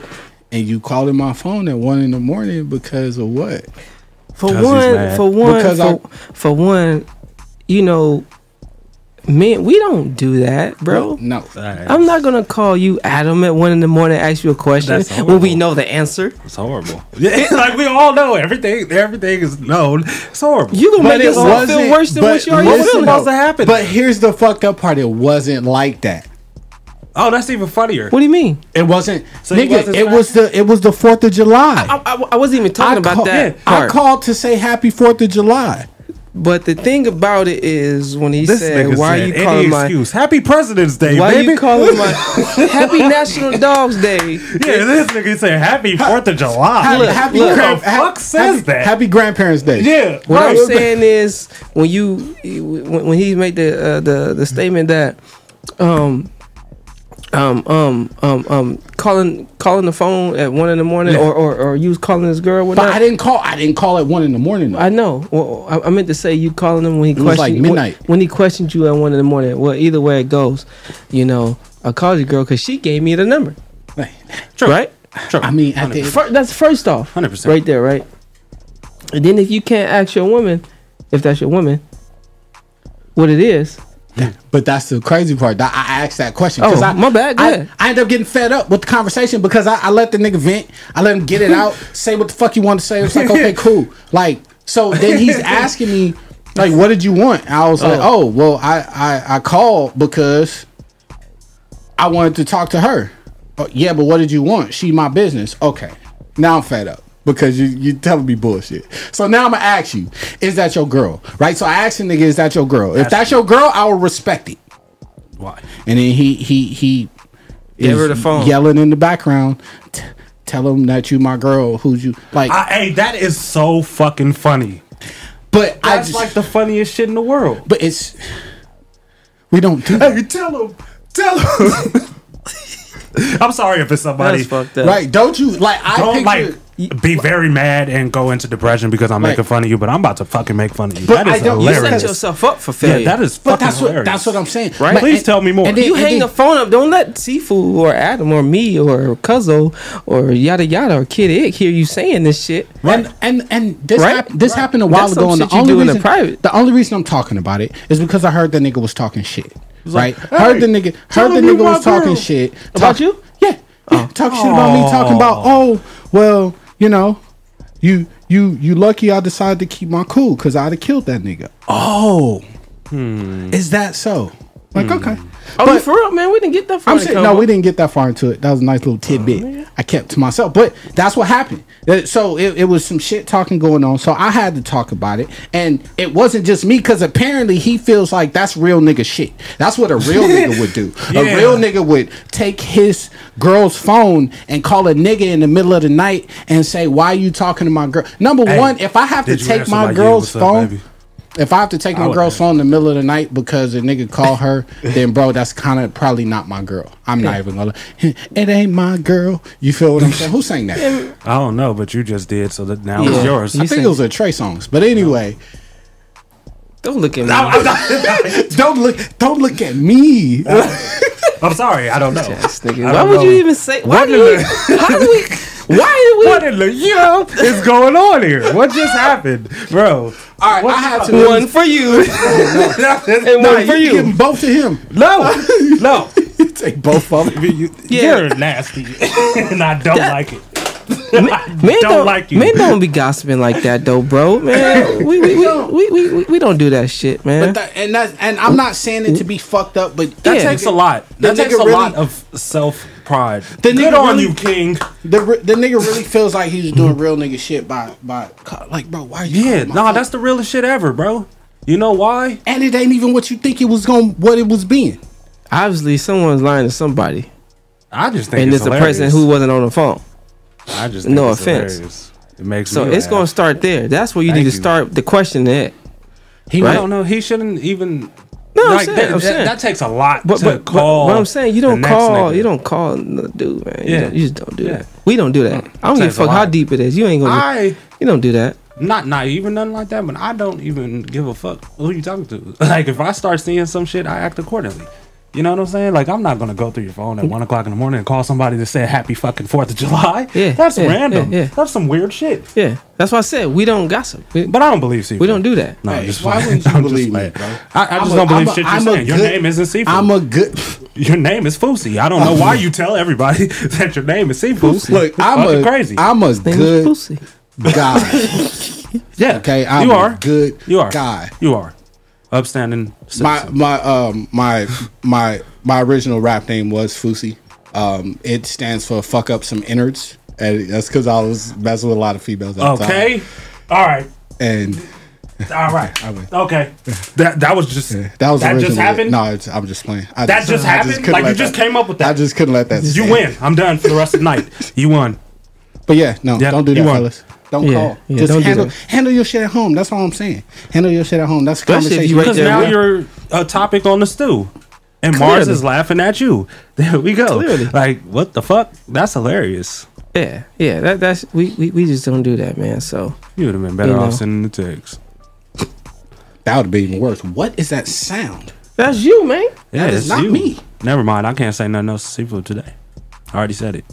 Speaker 1: and you calling my phone at one in the morning because of what?
Speaker 6: For one, for one,
Speaker 1: Because I-
Speaker 6: for, for one, you know, men, we don't do that, bro.
Speaker 1: No,
Speaker 6: I'm not gonna call you Adam at one in the morning, ask you a question
Speaker 5: That's
Speaker 6: when we know the answer.
Speaker 5: It's horrible. Yeah, like we all know everything. Everything is known. It's horrible.
Speaker 6: You gonna make
Speaker 1: it
Speaker 6: yourself feel
Speaker 1: wasn't-
Speaker 6: worse than what
Speaker 1: but
Speaker 6: you already
Speaker 1: listen
Speaker 6: feeling.
Speaker 1: though, But here's the fucked up part. It wasn't like that.
Speaker 5: Oh, that's even funnier.
Speaker 6: What do you mean?
Speaker 1: It wasn't,
Speaker 5: So he
Speaker 1: nigga.
Speaker 5: wasn't
Speaker 1: it was the it was the Fourth of July.
Speaker 6: I, I, I wasn't even talking about
Speaker 1: call-
Speaker 6: that.
Speaker 1: yeah, I
Speaker 6: part.
Speaker 1: called to say Happy Fourth of July.
Speaker 6: But the thing about it is when he
Speaker 5: This
Speaker 6: said,
Speaker 5: nigga
Speaker 6: "Why
Speaker 5: said
Speaker 6: you
Speaker 5: any
Speaker 6: calling my
Speaker 5: excuse. Happy President's Day,
Speaker 6: Why
Speaker 5: baby.
Speaker 6: you calling my Happy National Dogs Day?"
Speaker 5: Yeah, this nigga said Happy Fourth of July.
Speaker 6: Happy-
Speaker 5: Look,
Speaker 6: happy-
Speaker 5: look,
Speaker 6: look,
Speaker 5: the fuck says
Speaker 1: happy,
Speaker 5: that?
Speaker 1: Happy Grandparents Day.
Speaker 5: Yeah,
Speaker 6: What I'm saying is when you when, when he made the uh, the the statement that um um, um, um, um, calling calling the phone at one in the morning,
Speaker 1: Yeah.
Speaker 6: or, or or you was calling this girl.
Speaker 1: But I didn't call. I didn't call at one in the morning.
Speaker 6: I know. Well, I, I meant to say you calling him when he
Speaker 1: It was like
Speaker 6: questioned
Speaker 1: midnight.
Speaker 6: When, he questioned you at one in the morning. Well, either way it goes, you know, I called your girl because she gave me the number.
Speaker 1: Right.
Speaker 6: True. Right. True.
Speaker 1: I mean, at the-
Speaker 6: Fir- that's first off. Hundred percent. Right there. Right. And then if you can't ask your woman, if that's your woman, what it is.
Speaker 1: But that's the crazy part. that I asked that question. 'cause
Speaker 6: Oh,
Speaker 1: I,
Speaker 6: my bad, go
Speaker 1: I,
Speaker 6: ahead.
Speaker 1: I ended up getting fed up with the conversation because I, I let the nigga vent. I let him get it out, say what the fuck you want to say. It's like, okay, cool. Like, so then he's asking me, like, what did you want? And I was like,
Speaker 7: Oh.
Speaker 1: oh, well, I, I, I called because I wanted to talk to her. "Oh, yeah, but what did you want? She my business. Okay. Now I'm fed up because you you telling me bullshit. So now I'm gonna ask you, is that your girl? Right? So I asked the nigga, is that your girl? If that's your girl, I will respect it.
Speaker 5: Why?
Speaker 1: And then he he he
Speaker 6: Give
Speaker 1: is
Speaker 6: her the phone.
Speaker 1: yelling in the background. "T- tell him that you my girl. Who's you like?
Speaker 5: I, hey, that is so fucking funny.
Speaker 1: But
Speaker 5: I just like the funniest shit in the world.
Speaker 1: But it's we don't do
Speaker 5: that. Hey, tell him, tell him. I'm sorry if it's somebody
Speaker 1: That's fucked up. Right, don't you- like, I
Speaker 5: don't
Speaker 1: picture-
Speaker 5: like be very mad and go into depression because I'm
Speaker 1: Like-
Speaker 5: making fun of you, but I'm about to fucking make fun of you.
Speaker 1: But
Speaker 5: that
Speaker 1: I
Speaker 5: is
Speaker 1: don't- you
Speaker 5: hilarious.
Speaker 1: set yourself
Speaker 6: up for failure.
Speaker 5: Yeah, that is
Speaker 1: But
Speaker 5: fucking
Speaker 1: that's what
Speaker 5: hilarious.
Speaker 1: that's what I'm saying.
Speaker 5: Right?
Speaker 1: Like,
Speaker 5: Please
Speaker 1: and-
Speaker 5: tell me more.
Speaker 1: and then-
Speaker 6: you
Speaker 1: and
Speaker 6: hang the
Speaker 1: then-
Speaker 6: phone up. Don't let Tifu or Adam or me or Cuzzo or yada yada or Kid Ick hear you saying this shit.
Speaker 1: And and and this hap- this happened a while
Speaker 6: That's
Speaker 1: ago,
Speaker 6: some
Speaker 1: and
Speaker 6: shit
Speaker 1: the
Speaker 6: you
Speaker 1: only
Speaker 6: do in
Speaker 1: reason
Speaker 6: the private.
Speaker 1: the only reason I'm talking about it is because I heard that nigga was talking shit. Right?
Speaker 6: like, "Hey,
Speaker 1: heard the nigga
Speaker 6: tell
Speaker 1: heard the
Speaker 6: me
Speaker 1: nigga
Speaker 6: my
Speaker 1: was talking
Speaker 6: girl."
Speaker 1: shit
Speaker 6: About Oh.
Speaker 1: Talk- you. Yeah, yeah talk shit about me. Talking about
Speaker 6: Aw.
Speaker 1: oh well, you know, you you you lucky I decided to keep my cool because I'd have killed that nigga. Oh, is that so? Like okay.
Speaker 6: Oh, you for real, man? We didn't get that far.
Speaker 1: I'm
Speaker 6: in the
Speaker 1: saying no,
Speaker 6: combo.
Speaker 1: we didn't get that far into it. That was a nice little
Speaker 7: Oh,
Speaker 1: tidbit I kept to myself. But that's what happened. Uh, So it, it was some shit talking going on. So I had to talk about it, and it wasn't just me because apparently he feels like that's real nigga shit. That's what a real nigga would do.
Speaker 7: Yeah.
Speaker 1: A real nigga would take his girl's phone and call a nigga in the middle of the night and say, "Why you talking to my girl?" Number
Speaker 7: Hey,
Speaker 1: one, if I have to
Speaker 7: did you
Speaker 1: take
Speaker 7: answer
Speaker 1: my
Speaker 7: my, yeah,
Speaker 1: girl's
Speaker 7: what's up,
Speaker 1: phone.
Speaker 7: baby?
Speaker 1: If I have to take
Speaker 7: I
Speaker 1: my
Speaker 7: would
Speaker 1: girl's phone in the middle of the night because a nigga call her, then bro, that's kind of probably not my girl. I'm not
Speaker 7: Yeah.
Speaker 1: even gonna. It ain't my girl. You feel what I'm saying? Who sang that?
Speaker 5: I don't know, but you just did, so that now it's
Speaker 1: Yeah.
Speaker 5: yours.
Speaker 1: I think it was a Trey songs, but anyway.
Speaker 6: Don't look at me.
Speaker 1: don't look. Don't look at me.
Speaker 5: I'm sorry, I don't know. I
Speaker 6: Why
Speaker 5: don't
Speaker 6: would
Speaker 5: know.
Speaker 6: you even say? Why
Speaker 5: What
Speaker 6: do
Speaker 5: in
Speaker 6: you?
Speaker 5: the-
Speaker 6: How do we? Why do we?
Speaker 5: What in the you know is going on here? What just happened, bro?
Speaker 1: All right, I have to
Speaker 6: One for you.
Speaker 5: and
Speaker 1: Nah, you give 'em both to him.
Speaker 5: No, no.
Speaker 1: Take both of them.
Speaker 5: You, You're nasty, and I don't like it.
Speaker 6: Men
Speaker 5: don't like you.
Speaker 6: Men don't be gossiping like that though, bro. Man, we we, we, we, we, we we don't do that shit, man.
Speaker 1: But that, and that's and I'm not saying it to be fucked up, but
Speaker 5: That
Speaker 1: yeah.
Speaker 5: takes a lot.
Speaker 1: The
Speaker 5: That takes
Speaker 1: nigga
Speaker 5: a
Speaker 1: really-
Speaker 5: lot of self pride.
Speaker 1: The
Speaker 5: Good
Speaker 1: nigga
Speaker 5: on
Speaker 1: really-
Speaker 5: you, King. Mhm.
Speaker 1: The re- the nigga really feels like he's doing real nigga shit by by like bro, why are you?
Speaker 5: Yeah, nah, that's the realest shit ever, bro. You know why?
Speaker 1: And it ain't even what you think it was going, what it was being.
Speaker 6: Obviously, someone's lying to somebody,
Speaker 5: I just think
Speaker 6: and
Speaker 5: it's,
Speaker 6: it's a person
Speaker 5: hilarious.
Speaker 6: who wasn't on the phone.
Speaker 5: I just think
Speaker 6: No
Speaker 5: it's
Speaker 6: offense.
Speaker 5: hilarious. It makes
Speaker 6: So
Speaker 5: me
Speaker 6: it's
Speaker 5: laugh.
Speaker 6: gonna start there. That's where you
Speaker 5: Thank
Speaker 6: need to
Speaker 5: you.
Speaker 6: start the question at.
Speaker 5: He
Speaker 6: Right?
Speaker 5: I don't know. He shouldn't even.
Speaker 6: No, I'm
Speaker 5: like,
Speaker 6: saying,
Speaker 5: that,
Speaker 6: I'm
Speaker 5: that-
Speaker 6: saying.
Speaker 5: that takes a lot
Speaker 6: But,
Speaker 5: to
Speaker 6: but, but
Speaker 5: call.
Speaker 6: what I'm saying, you
Speaker 5: the
Speaker 6: don't
Speaker 5: next
Speaker 6: call.
Speaker 5: nigga.
Speaker 6: You don't call another dude, man. You,
Speaker 5: Yeah.
Speaker 6: don't, you just don't do
Speaker 5: Yeah.
Speaker 6: that. We don't do that. I don't give a
Speaker 5: Says a
Speaker 6: fuck how
Speaker 5: lot.
Speaker 6: deep it is. You ain't gonna.
Speaker 5: I-
Speaker 6: you don't do that.
Speaker 5: not naive or nothing like that, but I don't even give a fuck who you talking to. Like if I start seeing some shit, I act accordingly. You know what I'm saying? Like I'm not gonna go through your phone at one o'clock in the morning and call somebody to say Happy fucking Fourth of July.
Speaker 6: Yeah,
Speaker 5: that's
Speaker 6: yeah,
Speaker 5: random.
Speaker 6: yeah, yeah.
Speaker 5: That's some weird shit.
Speaker 6: Yeah, that's why I said we don't gossip.
Speaker 5: but I don't believe Steve.
Speaker 6: We don't do that.
Speaker 5: No, I'm just
Speaker 1: why
Speaker 5: playing.
Speaker 1: wouldn't you
Speaker 5: I'm just
Speaker 1: believe me,
Speaker 5: playing.
Speaker 1: bro?
Speaker 5: I, I just
Speaker 1: I'm a-
Speaker 5: don't believe
Speaker 1: I'm a-
Speaker 5: shit you're
Speaker 1: I'm a
Speaker 5: saying. Your
Speaker 1: good-
Speaker 5: name isn't seafood.
Speaker 1: I'm a good.
Speaker 5: Your name is Fousey. I don't know why you tell everybody that your name is seafood.
Speaker 1: Look, I'm a
Speaker 5: crazy.
Speaker 1: I'm a good guy.
Speaker 5: yeah.
Speaker 1: Okay, I'm
Speaker 5: you
Speaker 1: a
Speaker 5: are
Speaker 1: good
Speaker 5: You are
Speaker 1: guy.
Speaker 5: You are upstanding.
Speaker 1: my
Speaker 5: citizen.
Speaker 1: my um my my my original rap name was Fusi. Um, it stands for fuck up some innards, and that's because I was messing with a lot of females. At the
Speaker 5: Okay.
Speaker 1: time.
Speaker 5: All right.
Speaker 1: and
Speaker 5: All right.
Speaker 1: I went.
Speaker 5: Okay. That that was just
Speaker 1: That was
Speaker 5: that just
Speaker 1: originally it.
Speaker 5: happened.
Speaker 1: No, it's, I'm just playing. I
Speaker 5: That just
Speaker 1: I
Speaker 5: happened?
Speaker 1: couldn't
Speaker 5: Like, you
Speaker 1: let
Speaker 5: just came up with that.
Speaker 1: I just couldn't let that.
Speaker 5: You
Speaker 1: stand.
Speaker 5: win. I'm done for the rest of the night. You won.
Speaker 1: But yeah, no,
Speaker 5: Yeah,
Speaker 1: don't do
Speaker 5: you
Speaker 1: that,
Speaker 5: won.
Speaker 1: fellas. Don't
Speaker 5: Yeah,
Speaker 1: call.
Speaker 5: yeah,
Speaker 1: just
Speaker 5: don't do
Speaker 1: handle
Speaker 5: that.
Speaker 1: handle your shit at home. That's all I'm saying. Handle your shit at home. That's the conversation.
Speaker 5: Because now you're a topic on the stew. And Mars
Speaker 6: Clearly.
Speaker 5: is laughing at you. There we go.
Speaker 6: Clearly.
Speaker 5: Like, what the fuck? That's hilarious.
Speaker 6: Yeah, yeah. That that's we, we, we just don't do that, man. So
Speaker 5: you would have been better off sending the text.
Speaker 1: That would be even worse. What is that sound?
Speaker 6: That's you, man.
Speaker 5: Yeah,
Speaker 1: that
Speaker 5: it's
Speaker 1: is not
Speaker 5: you.
Speaker 1: me.
Speaker 5: Never mind. I can't say nothing else to seafood today. I already said it.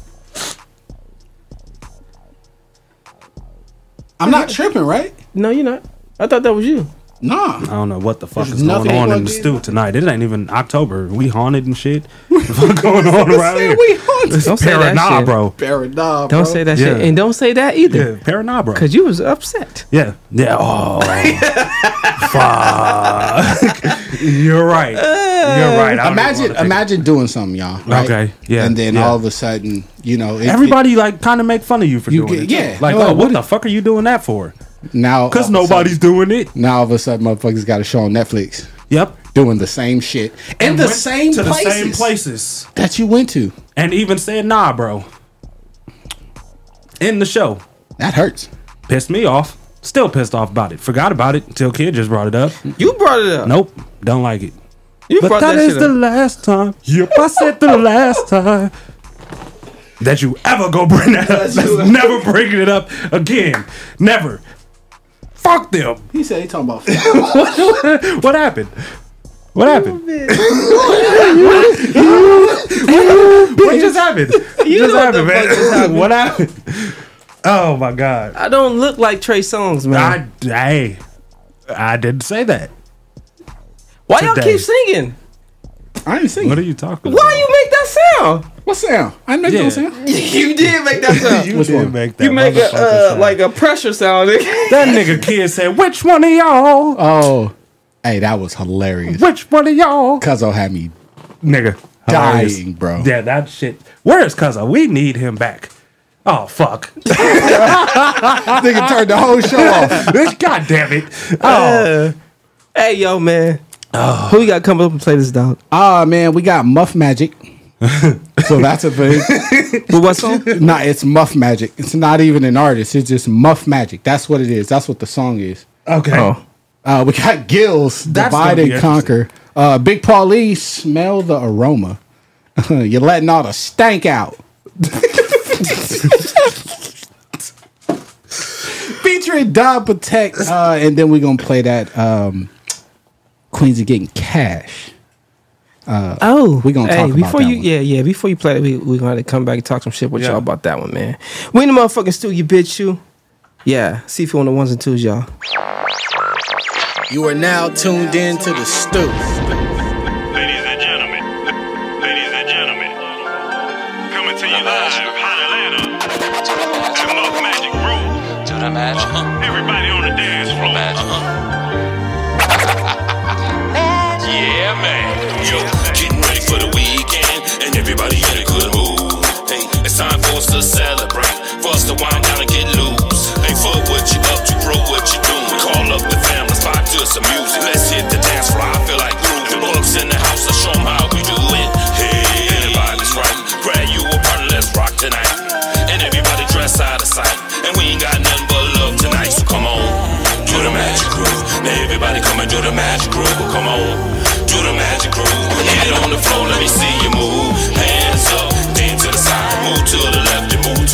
Speaker 1: I'm not tripping, right?
Speaker 6: No, you're not. I thought that was you.
Speaker 1: Nah.
Speaker 5: I don't know what the fuck
Speaker 6: There's
Speaker 5: is going
Speaker 6: nothing
Speaker 5: on in the
Speaker 6: fucking-
Speaker 5: stew tonight. It ain't even October. We haunted and shit. What's going on around here? It's
Speaker 6: Don't say that
Speaker 5: paranoid,
Speaker 6: shit.
Speaker 5: bro.
Speaker 1: Paranoid,
Speaker 6: Don't say that shit,
Speaker 5: Yeah.
Speaker 6: and don't say that either.
Speaker 5: Yeah, paranoid, bro.
Speaker 6: Cause you was upset.
Speaker 5: Yeah. Yeah. Oh. fuck. You're right. You're right. I don't even
Speaker 1: Imagine,
Speaker 5: wanna think-
Speaker 1: imagine doing something, y'all. Right?
Speaker 5: Okay, yeah,
Speaker 1: And then
Speaker 5: yeah.
Speaker 1: all of a sudden, you know, it-
Speaker 5: Everybody like kind of make fun of you for
Speaker 1: You
Speaker 5: doing it.
Speaker 1: get- yeah.
Speaker 5: too. Like,
Speaker 1: They're like,
Speaker 5: oh,
Speaker 1: what
Speaker 5: what the fuck are you doing that for?
Speaker 1: it- now
Speaker 5: Because
Speaker 1: all of a
Speaker 5: nobody's doing it.
Speaker 1: sudden- Now all of a sudden, motherfuckers got a show on Netflix.
Speaker 5: Yep.
Speaker 1: Doing the same shit in
Speaker 5: And
Speaker 1: the
Speaker 5: went
Speaker 1: same
Speaker 5: to the
Speaker 1: places.
Speaker 5: same places.
Speaker 1: that you went to.
Speaker 5: And even said, nah, bro. In the show.
Speaker 1: That hurts.
Speaker 5: Pissed me off. Still pissed off about it. Forgot about it until Kid just brought it up.
Speaker 6: You brought it up.
Speaker 5: Nope. Don't like it.
Speaker 6: You
Speaker 5: but
Speaker 6: brought
Speaker 5: that
Speaker 6: that
Speaker 5: is
Speaker 6: shit
Speaker 5: the
Speaker 6: up.
Speaker 5: last time. Yep. I said the last time. That you ever go bring that up. That's never bringing it up again. Never. Fuck them.
Speaker 1: He said he talking about.
Speaker 5: what, what happened? What happened? what just happened?
Speaker 6: You
Speaker 5: just
Speaker 6: know what the
Speaker 5: happened, man.
Speaker 6: fuck just happened.
Speaker 5: what happened? Oh my god.
Speaker 6: I don't look like Trey Songz, man.
Speaker 5: I, hey, I didn't say that.
Speaker 6: Why y'all
Speaker 5: Today.
Speaker 6: keep singing?
Speaker 1: I ain't singing.
Speaker 5: What are you talking
Speaker 6: Why you make that sound?
Speaker 1: What sound? I know
Speaker 5: Yeah.
Speaker 1: you sound.
Speaker 6: you did make that sound.
Speaker 5: You
Speaker 6: Which
Speaker 5: did
Speaker 6: one?
Speaker 5: make that.
Speaker 6: you make a
Speaker 5: motherfucker
Speaker 6: uh,
Speaker 5: sound.
Speaker 6: like a pressure sound. nigga.
Speaker 5: that nigga kid said, "Which one of y'all?
Speaker 1: Oh, hey, that was hilarious.
Speaker 5: Which one of y'all?"
Speaker 1: Cuzzo had me
Speaker 5: Nigga,
Speaker 1: dying,
Speaker 5: hilarious.
Speaker 1: bro.
Speaker 5: Yeah, that shit. Where is Cuzzo? We need him back. Oh fuck!
Speaker 1: Nigga turned the whole show off.
Speaker 5: God damn it! Oh,
Speaker 6: Uh, Hey, yo, man. Who you got coming up and play this dog?
Speaker 1: Ah man, we got Muff Magic. so that's a thing.
Speaker 6: But what song?
Speaker 1: nah, it's Muff Magic. It's not even an artist. It's just Muff Magic. That's what it is. That's what the song is.
Speaker 5: okay.
Speaker 1: Uh, we got Gills,
Speaker 5: That's
Speaker 1: Divide
Speaker 5: gonna be
Speaker 1: and Conquer. Uh, Big Paulie, Smell the Aroma. You're letting all the stank out. Featuring Don Patek. Uh, and then we're going to play that um, Queens are Getting Cash. Uh,
Speaker 6: Oh,
Speaker 1: we're gonna talk about
Speaker 6: before
Speaker 1: that
Speaker 6: you,
Speaker 1: one.
Speaker 6: yeah, yeah. Before you play, it, we we gonna come back and talk some shit with
Speaker 1: Yeah.
Speaker 6: y'all about that one, man. We in the motherfucking studio, bitch. You, yeah. See if you on the ones and twos, y'all.
Speaker 7: You are now tuned in to the stoop.
Speaker 20: Ladies and gentlemen, ladies and gentlemen, coming to you live, hot Atlanta, at Muff Magic Room. To the magic. Everybody on the dance floor. yeah, man.
Speaker 21: Yo, getting ready for the weekend, and everybody in a good mood. Hey, it's time for us to celebrate, for us to wind down and get loose. Hey, fuck what you up to, bro, what you doing? Call up the family, spot to some music. Let's hit the dance floor, I feel like grooving. Bugs in the house, let's show 'em how we do it. Hey, everybody's right, grab you a partner, let's rock tonight. And everybody dress out of sight, and we ain't got nothing but love tonight, so come on. Do the magic groove. Now everybody come and do the magic groove. Come on, do the magic groove. Hit it on the floor, let me see you move. Hands up, then to the side, move to the left and move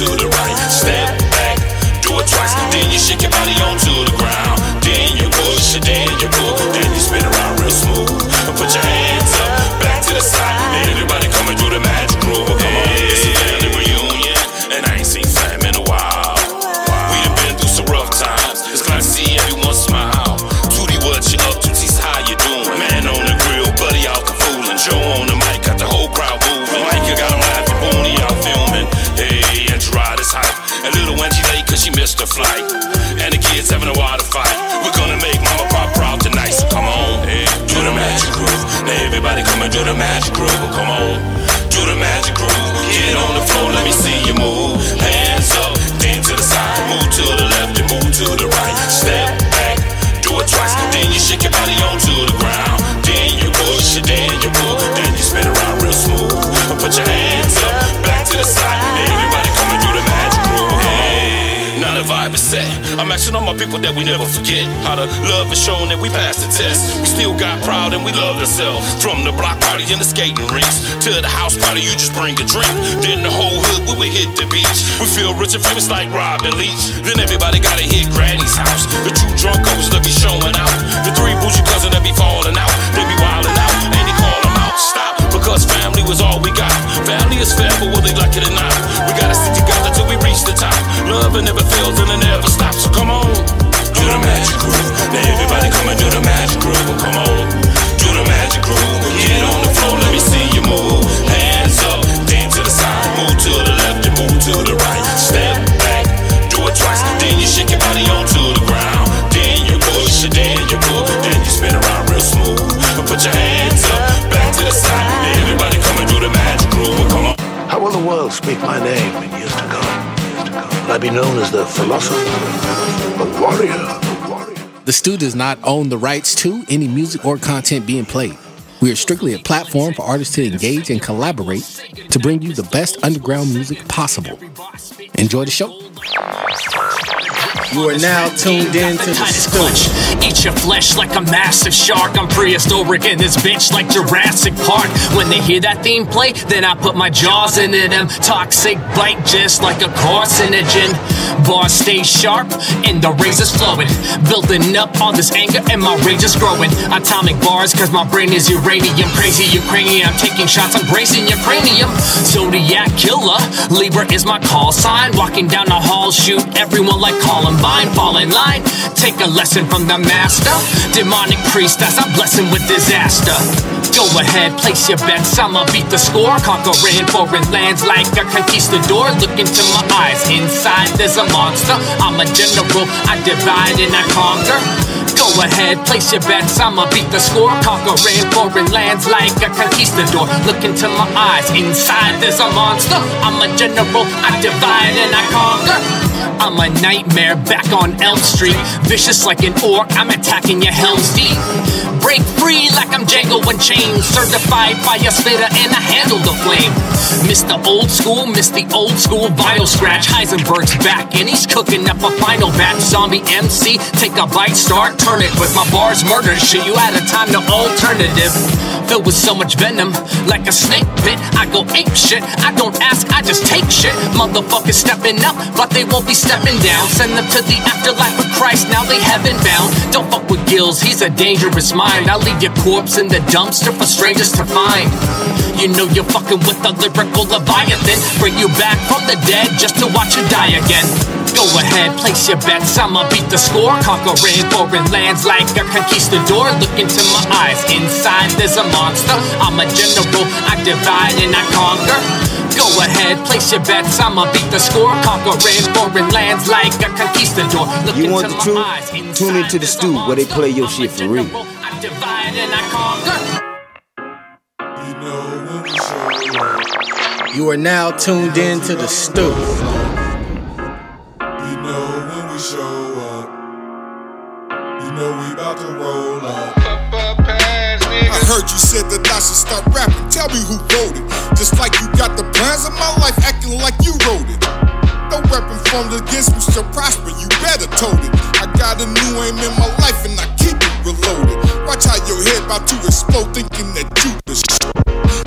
Speaker 21: I'm asking all my people that we never forget how the love is shown and we passed the test. We still got proud and we loved ourselves. From the block party and the skating rinks to the house party, you just bring a drink. Then the whole hood, we would hit the beach. We feel rich and famous like Robin Leach. Then everybody gotta hit Granny's house. The two drunk uncles that be showing out. The three bougie cousins that be falling out. They be wilding out and they call 'em out. Stop because family was all we got. Family is forever, whether they like it or not. We gotta stick together till we reach the top. Love it never fails and it never stops. So come on, do the magic groove. Now everybody come and do the magic groove. Come on, do the magic groove. Get on the floor, let me see you move. Hands up, dance to the side, move to the left and move to the right. Step back, do it twice. Then you shake your body onto the ground. Then you push it, then you pull, then you spin around real smooth. Put your hands up, back to the side. Everybody come and do the magic groove. Come on.
Speaker 22: How will the world speak my name in years to come? Will I be known as the philosopher, the warrior?
Speaker 7: The Stew does not own the rights to any music or content being played. We are strictly a platform for artists to engage and collaborate to bring you the best underground music possible. Enjoy the show.
Speaker 1: You are now tuned in to the
Speaker 23: Clutch. Eat your flesh like a massive shark. I'm prehistoric in this bitch like Jurassic Park. When they hear that theme play, then I put my jaws into them. Toxic bite just like a carcinogen. Bars stay sharp and the razor's flowing. Building up all this anger and my rage is growing. Atomic bars cause my brain is uranium. Crazy Ukrainian, I'm taking shots, I'm bracing your cranium. Zodiac killer, Libra is my call sign. Walking down the hall, shoot everyone like Columbine. Fall in line, take a lesson from the master. Demonic priest, that's a blessing with disaster. Go ahead, place your bets, I'ma beat the score. Conquering foreign lands like a conquistador. Look into my eyes, inside there's a monster. I'm a general, I divide and I conquer. Go ahead, place your bets, I'ma beat the score. Conquering foreign lands like a conquistador. Look into my eyes, inside there's a monster. I'm a general, I divide and I conquer. I'm a nightmare back on Elm Street. Vicious like an orc, I'm attacking your hell's deep. Break free like I'm Django Unchained. Certified fire spitter and I handle the flame. Miss the old school, miss the old school vinyl scratch. Heisenberg's back and he's cooking up a final batch. Zombie MC, take a bite, start, turn it. With my bars murder shit, you out of time to alternative. Filled with so much venom, like a snake bit. I go ape shit, I don't ask, I just take shit. Motherfuckers stepping up, but they won't be stepping down. Send them to the afterlife with Christ, now they heaven bound. Don't fuck with Gills, he's a dangerous mind. I'll leave your corpse in the dumpster for strangers to find. You know you're fucking with the lyrical leviathan. Bring you back from the dead just to watch you die again. Go ahead, place your bets, I'ma beat the score. Conquering foreign lands like a conquistador. Look into my eyes, inside there's a monster. I'm a general, I divide and I conquer. Go ahead, place your bets. I'ma beat the score. Conquering foreign lands like a conquistador. Look
Speaker 24: You
Speaker 23: into
Speaker 24: want the
Speaker 23: my eyes.
Speaker 24: truth? Tune into the stew where they play your shit for real.
Speaker 23: I divide and I conquer.
Speaker 1: Stew. You are now tuned in to the Stew.
Speaker 25: You know when we show up. You know we about to roll up. I heard you said that I should stop rapping. Tell me who wrote it. Just like you got the plans of my life, acting like you wrote it. No weapon formed against me shall prosper. You better tote it. I got a new aim in my life and I keep it reloaded. Watch how your head about to explode, thinking that you the shit.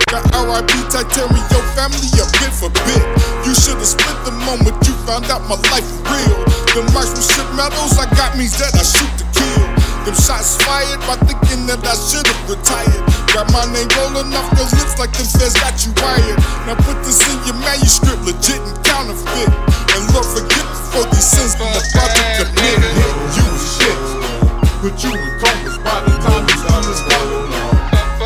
Speaker 25: Got RIP tag, tear me your family up bit for bit. You should've split the moment you found out my life was real. Them marks will ship medals, I got means that I shoot to kill. Them shots fired by thinking that I should've retired. Got my name rolling off your lips like them feds got you wired. Now put this in your manuscript, legit and counterfeit. And Lord forgive me for these sins I'm about to commit. Hit you with shit, but you in conquers by the time you understand.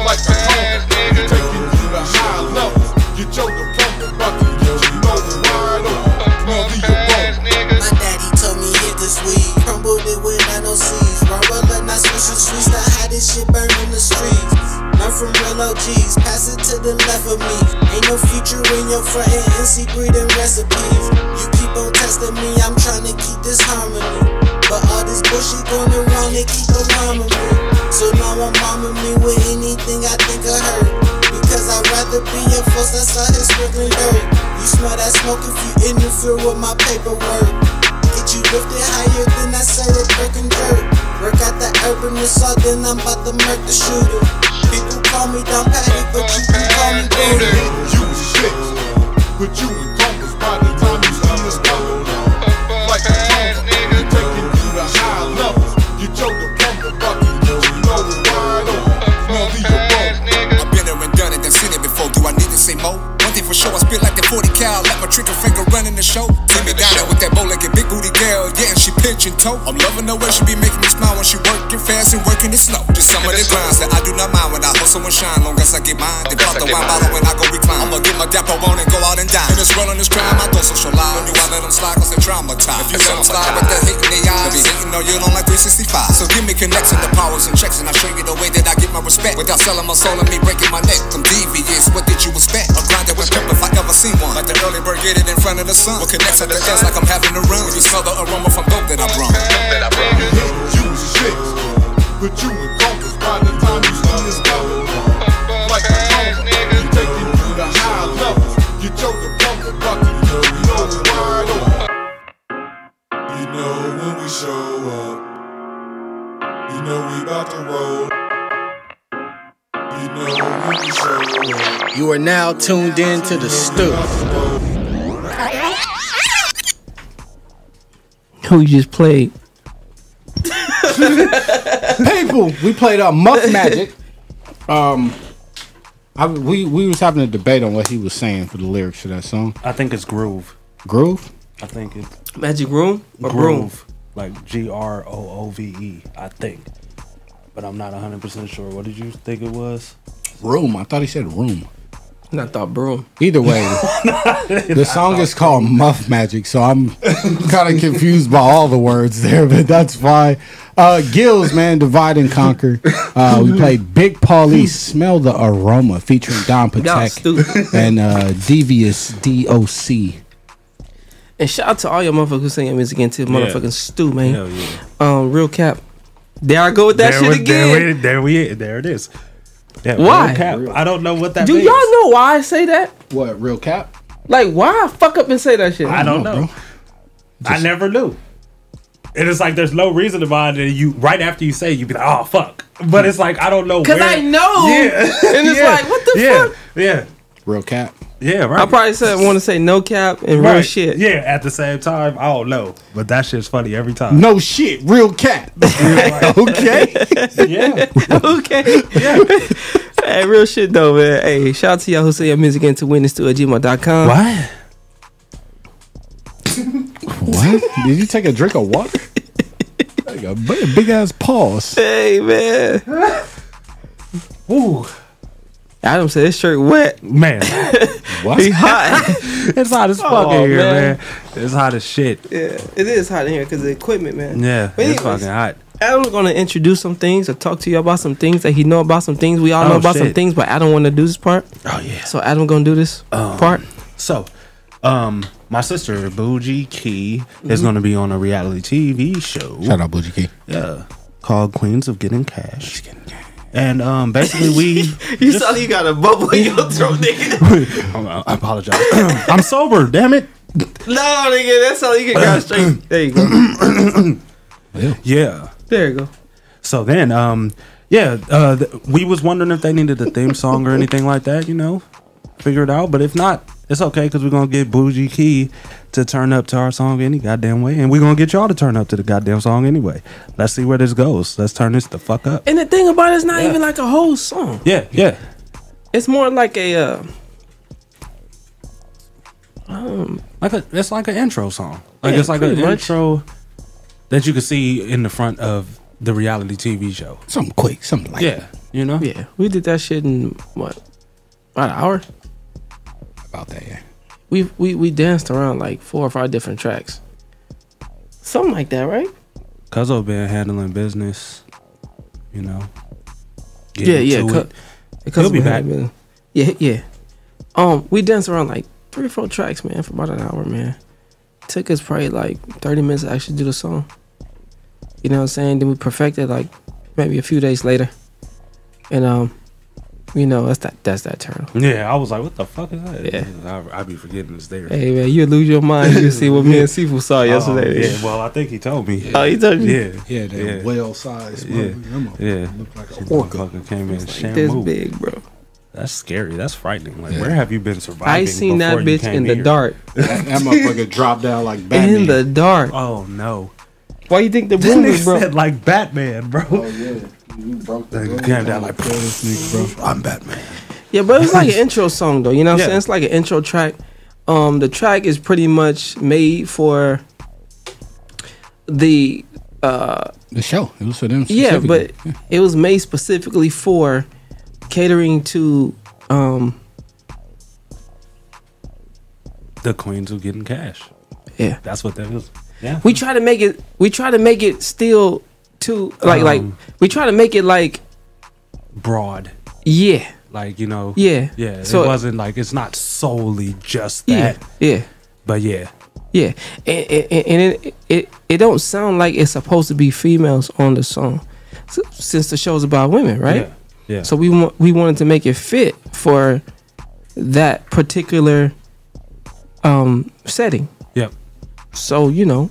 Speaker 25: Like a conquer, taking you to high levels. Get your diploma, about to get your nose wide open. Now leave your bone.
Speaker 26: My daddy told me hit this weed. Crumbled it with nano seeds. Rumble and I switch the streets. The hottest shit burn in the streets. Learn from real OGs. Pass it to the left of me. Ain't no future in your front end. NC breeding recipes. You keep on testing me. I'm trying to keep this harmony. But all this bullshit going around, they keep alarming me. So now I'm arming me with anything I think I heard. Because I'd rather be a force that's out here sprinkling dirt. You smell that smoke if you interfere with my paperwork. It get you lifted higher than I said it breaking dirt. Work out the urban assault, then I'm about to murk the shooter. People call me Don Patty, but you can call me Booty.
Speaker 25: You was shit, but you in comas by the time you see this bubble. Like a coma, we taking you to high levels. Get your diploma bucket, get you know it's wide open. Now leave your
Speaker 27: I've been there and done it, then seen it before. Do I need to say more? One thing for sure, I spit like the 40 cal. Let my trigger finger run in the show. Take me down there with that bow legged big booty girl. Yeah, and she pitch and toe. I'm loving the way she be making me smile when she working fast and working it slow. Just some of the grinds that I do not mind when I hustle and shine. Long as I get mine, then pop the wine bottle when I go recline. I'ma get my dapper on and go out and die. In this world and this crime, I don't socialize. Don't do I let them slide cause they're traumatized. If you let them slide with the hate in their eyes, they be hating on you don't like 365. So give me connects and the powers and checks, and I show you the way that I get my respect. Without selling my soul and me breaking my neck. I'm devious, what did you expect? A grinder with pimp if I ever seen one. Like the early bird get it in front of the sun. What connects at the ends like I'm having a run. When you smell the aroma from dope that I brung.
Speaker 25: You was shit, but you in comas by the time you see this bubble. Like a coma, we taking you to high levels. Get your diploma bucket, you know it's wide open. You know when we show up, you know we about to roll. You know when we show up.
Speaker 28: You are now tuned in to the stew.
Speaker 6: Who you just played?
Speaker 1: People, we played uh, Muff Magic. Um, I, we we was having a debate on what he was saying for the lyrics to that song.
Speaker 5: I think it's groove.
Speaker 1: Groove.
Speaker 5: I think it's
Speaker 6: Magic Room or
Speaker 5: groove, like G R O O V E. I think, but I'm not 100 percent sure. What did you think it was?
Speaker 1: Room. I thought he said room.
Speaker 6: I thought broom.
Speaker 1: Either way, the song is called Muff Magic, so I'm kind of confused by all the words there, but that's fine. Uh, Gills, man, divide and conquer. Uh, we played Big Paulie, Smell the Aroma, featuring Don Patek and uh, Devious DOC.
Speaker 6: And shout out to all your motherfuckers who sing your music into
Speaker 1: Yeah.
Speaker 6: motherfucking stew, man.
Speaker 5: Hell yeah.
Speaker 6: Um, real cap. There I go with that
Speaker 5: There
Speaker 6: shit
Speaker 5: we-
Speaker 6: again.
Speaker 5: There, we, there we- there it is. Yeah,
Speaker 6: Why?
Speaker 5: real cap. I don't know what that
Speaker 6: Do
Speaker 5: means.
Speaker 6: y'all know why I say that?
Speaker 1: What real cap?
Speaker 6: Like why I fuck up and say that shit?
Speaker 5: I don't know. I never knew. And it's like there's no reason to mind it. You right after you say it, you be like, oh fuck. But it's like I don't know
Speaker 6: Cause
Speaker 5: where-
Speaker 6: I know.
Speaker 5: Yeah.
Speaker 6: And it's
Speaker 5: Yeah.
Speaker 6: like what the
Speaker 5: Yeah.
Speaker 6: fuck?
Speaker 5: Yeah.
Speaker 1: Real cap.
Speaker 5: Yeah, right.
Speaker 6: I probably said want to say no cap and real
Speaker 5: Right.
Speaker 6: shit.
Speaker 5: Yeah, at the same time, I don't know. But that shit's funny every time.
Speaker 1: No shit, real cat. okay.
Speaker 5: yeah.
Speaker 6: okay. Hey, real shit though, man. Hey, shout out to y'all who say your music into witness to at gmail.com.
Speaker 5: What?
Speaker 1: What? Did you take a drink of water? Like a big, ass pause.
Speaker 6: Hey man.
Speaker 5: Ooh.
Speaker 6: Adam said this shirt wet.
Speaker 5: Man. What?
Speaker 6: He hot.
Speaker 5: it's hot as
Speaker 6: Oh,
Speaker 5: fuck in here, man. It's hot as shit.
Speaker 6: Yeah, it is hot in here because the equipment, man.
Speaker 5: Yeah,
Speaker 6: But
Speaker 5: it's
Speaker 6: anyways,
Speaker 5: fucking hot.
Speaker 6: Adam's gonna introduce some things or talk to you about some things that he know about some things we all know
Speaker 5: Oh,
Speaker 6: about some
Speaker 5: shit.
Speaker 6: things, but Adam want to do this part. Oh
Speaker 5: yeah.
Speaker 6: So Adam gonna do this part.
Speaker 5: So, um, my sister Bougie Key is
Speaker 6: Mhm.
Speaker 5: going to be on a reality TV show.
Speaker 1: Shout out Bougie Key.
Speaker 5: Yeah, called Queens of Getting Cash. And um, basically we.
Speaker 6: You saw you got a bubble in your throat, nigga.
Speaker 5: I I apologize. I'm sober. Damn it.
Speaker 6: No, oh, nigga, that's all you can got straight. There you go.
Speaker 5: Yeah.
Speaker 6: there you go.
Speaker 5: So then, um, yeah, uh, th- we was wondering if they needed a theme song or anything like that. You know, figure it out. But if not, it's okay because we're gonna get Bougie Key to turn up to our song any goddamn way, and we're gonna get y'all to turn up to the goddamn song anyway. Let's see where this goes. Let's turn this the fuck up.
Speaker 6: And the thing about it, it's not even like a whole song.
Speaker 5: Yeah, yeah.
Speaker 6: It's more like a. Uh, um,
Speaker 5: like a it's like an intro song. Like
Speaker 6: Yeah,
Speaker 5: it's like an
Speaker 6: pretty much.
Speaker 5: intro that you can see in the front of the reality TV show.
Speaker 1: Something quick, something like
Speaker 5: yeah, you know.
Speaker 6: Yeah, we did that shit in what about an hour?
Speaker 1: About that, yeah.
Speaker 6: We we we danced around like four or five different tracks, something like that, right?
Speaker 5: Cuzzo been handling business, you know.
Speaker 6: Yeah,
Speaker 5: Getting
Speaker 6: yeah.
Speaker 5: to
Speaker 6: Cu-
Speaker 5: it.
Speaker 6: the
Speaker 5: He'll
Speaker 6: Cuzzo
Speaker 5: be
Speaker 6: been
Speaker 5: back.
Speaker 6: handling business. Yeah, yeah. Um, we danced around like three or four tracks, man, for about an hour, man. Took us probably like thirty minutes to actually do the song. You know what I'm saying? Then we perfected like maybe a few days later, and um, You know, that's that that's that turtle.
Speaker 5: Yeah, I was like, what the fuck is that?
Speaker 6: Yeah.
Speaker 5: I, I be forgetting it's there.
Speaker 6: Hey man, you lose your mind. You see what me and Sifu saw yesterday.
Speaker 5: Oh, yeah, well, I think he told me.
Speaker 6: Oh, he told you?
Speaker 5: Yeah.
Speaker 1: Yeah, that whale-sized
Speaker 5: Yeah.
Speaker 1: motherfucker.
Speaker 5: Yeah.
Speaker 1: Looked like
Speaker 5: She
Speaker 1: an orca.
Speaker 5: motherfucker Came in
Speaker 1: It's like
Speaker 5: Shamu.
Speaker 1: this big,
Speaker 6: bro.
Speaker 5: That's scary. That's frightening. Like,
Speaker 1: Yeah.
Speaker 5: where have you been surviving?
Speaker 6: I seen that
Speaker 5: before you
Speaker 6: bitch
Speaker 5: came
Speaker 6: in the
Speaker 5: here?
Speaker 6: dark.
Speaker 1: That, that motherfucker dropped down like Batman.
Speaker 6: In the dark.
Speaker 5: Oh no.
Speaker 6: Why you think the
Speaker 5: That
Speaker 6: room
Speaker 5: nigga
Speaker 6: is bro?
Speaker 5: said like Batman, bro. Oh
Speaker 1: yeah. You broke
Speaker 5: Like, came down like, bro. I'm Batman.
Speaker 6: Yeah, but it's like an intro song though. You know what
Speaker 5: Yeah.
Speaker 6: I'm saying? It's like an intro track. Um, the track is pretty much made for the uh
Speaker 1: the show. It was for them.
Speaker 6: Yeah, but
Speaker 1: specifically.
Speaker 6: it was made specifically for catering to um
Speaker 5: The queens who getting cash.
Speaker 6: Yeah.
Speaker 5: That's what that is. Yeah.
Speaker 6: we try to make it we try to make it still too like like
Speaker 5: Um,
Speaker 6: we try to make it like
Speaker 5: Broad.
Speaker 6: yeah.
Speaker 5: Like, you know.
Speaker 6: Yeah.
Speaker 5: Yeah.
Speaker 6: So-
Speaker 5: it wasn't like it's not solely just
Speaker 6: Yeah.
Speaker 5: that.
Speaker 6: Yeah.
Speaker 5: But yeah.
Speaker 6: Yeah, and, and, and it, it it don't sound like it's supposed to be females on the song, s- since the show's about women, right?
Speaker 5: Yeah, yeah.
Speaker 6: So we want we wanted to make it fit for that particular um setting.
Speaker 5: Yep.
Speaker 6: So you know,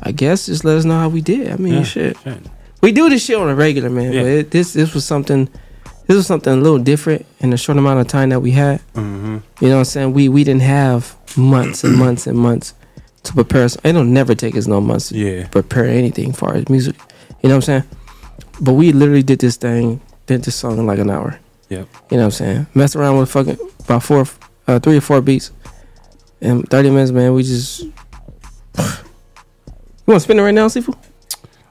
Speaker 6: I guess just let us know how we did. I mean,
Speaker 5: Yeah,
Speaker 6: shit,
Speaker 5: shit.
Speaker 6: we do this shit on a regular man,
Speaker 5: Yeah.
Speaker 6: but it, this this was something. This was something a little different in the short amount of time that we had.
Speaker 5: Mhm.
Speaker 6: You know what I'm saying? We we didn't have months and months and months to prepare us. It'll never take us no months to
Speaker 5: Yeah.
Speaker 6: prepare anything for as music. You know what I'm saying? But we literally did this thing, did this song in like an hour.
Speaker 5: Yep.
Speaker 6: You know what I'm saying? Messed around with fucking about four, uh, three or four beats, and 30 minutes, man. We just you want to spin it right now, Sifu?